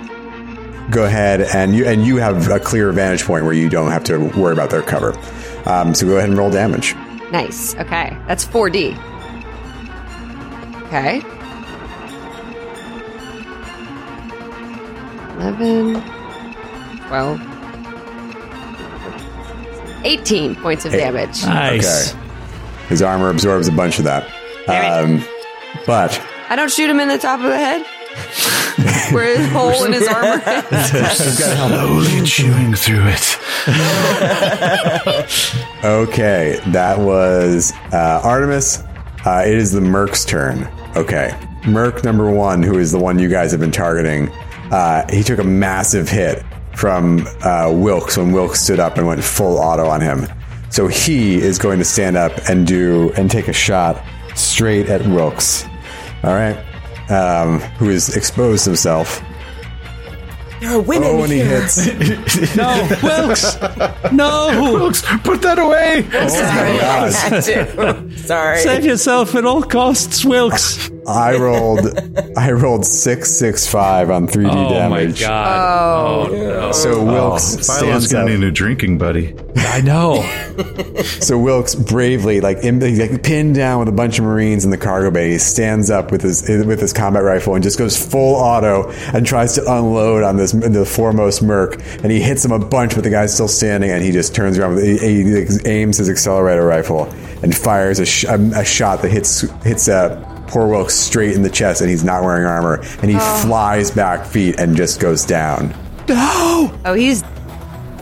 A: go ahead and you and you have a clear vantage point where you don't have to worry about their cover. Um, so go ahead and roll damage.
E: Nice. Okay. That's 4D. Okay. 11, 12, 18 points of damage.
B: Nice.
A: His armor absorbs a bunch of that. Um, but
E: I don't shoot him in the top of the head. Where his hole in his armor is.
D: slowly chewing through it.
A: okay, that was uh, Artemis. Uh, it is the Merc's turn. Okay, Merc number one, who is the one you guys have been targeting, uh, he took a massive hit from uh, Wilkes when Wilkes stood up and went full auto on him. So he is going to stand up and do and take a shot straight at Wilkes. All right, um, who has exposed himself.
C: There are women
A: Oh, and he
C: here.
A: hits.
B: No, Wilkes! No!
D: Folks, put that away.
A: Oh,
C: [laughs] Sorry.
B: Save yourself at all costs, Wilkes!
A: I rolled I rolled six six five on three D
B: Oh
A: damage.
B: my god. Oh, no.
A: So Wilkes
D: Philon's
A: stands up.
D: gonna need a drinking buddy.
B: I know.
A: So Wilkes bravely, like, in, like pinned down with a bunch of Marines in the cargo bay, he stands up with his with his combat rifle and just goes full auto and tries to unload on this the foremost Merc. And he hits him a bunch, but the guy's still standing. And he just turns around, with, he, he aims his accelerator rifle and fires a, sh- a, a shot that hits hits uh, poor Wilkes straight in the chest. And he's not wearing armor, and he flies back feet and just goes down.
E: Oh, he's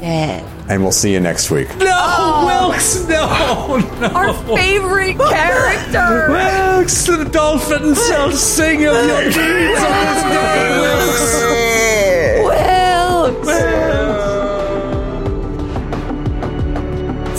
E: dead.
A: and we'll see you next week.
B: No, Oh. Wilkes, no, no.
E: Our favorite character.
B: [laughs] Wilkes, the dolphin shall sing of your deeds on this day,
A: [laughs]
B: Wilkes.
C: [laughs]
E: Wilkes.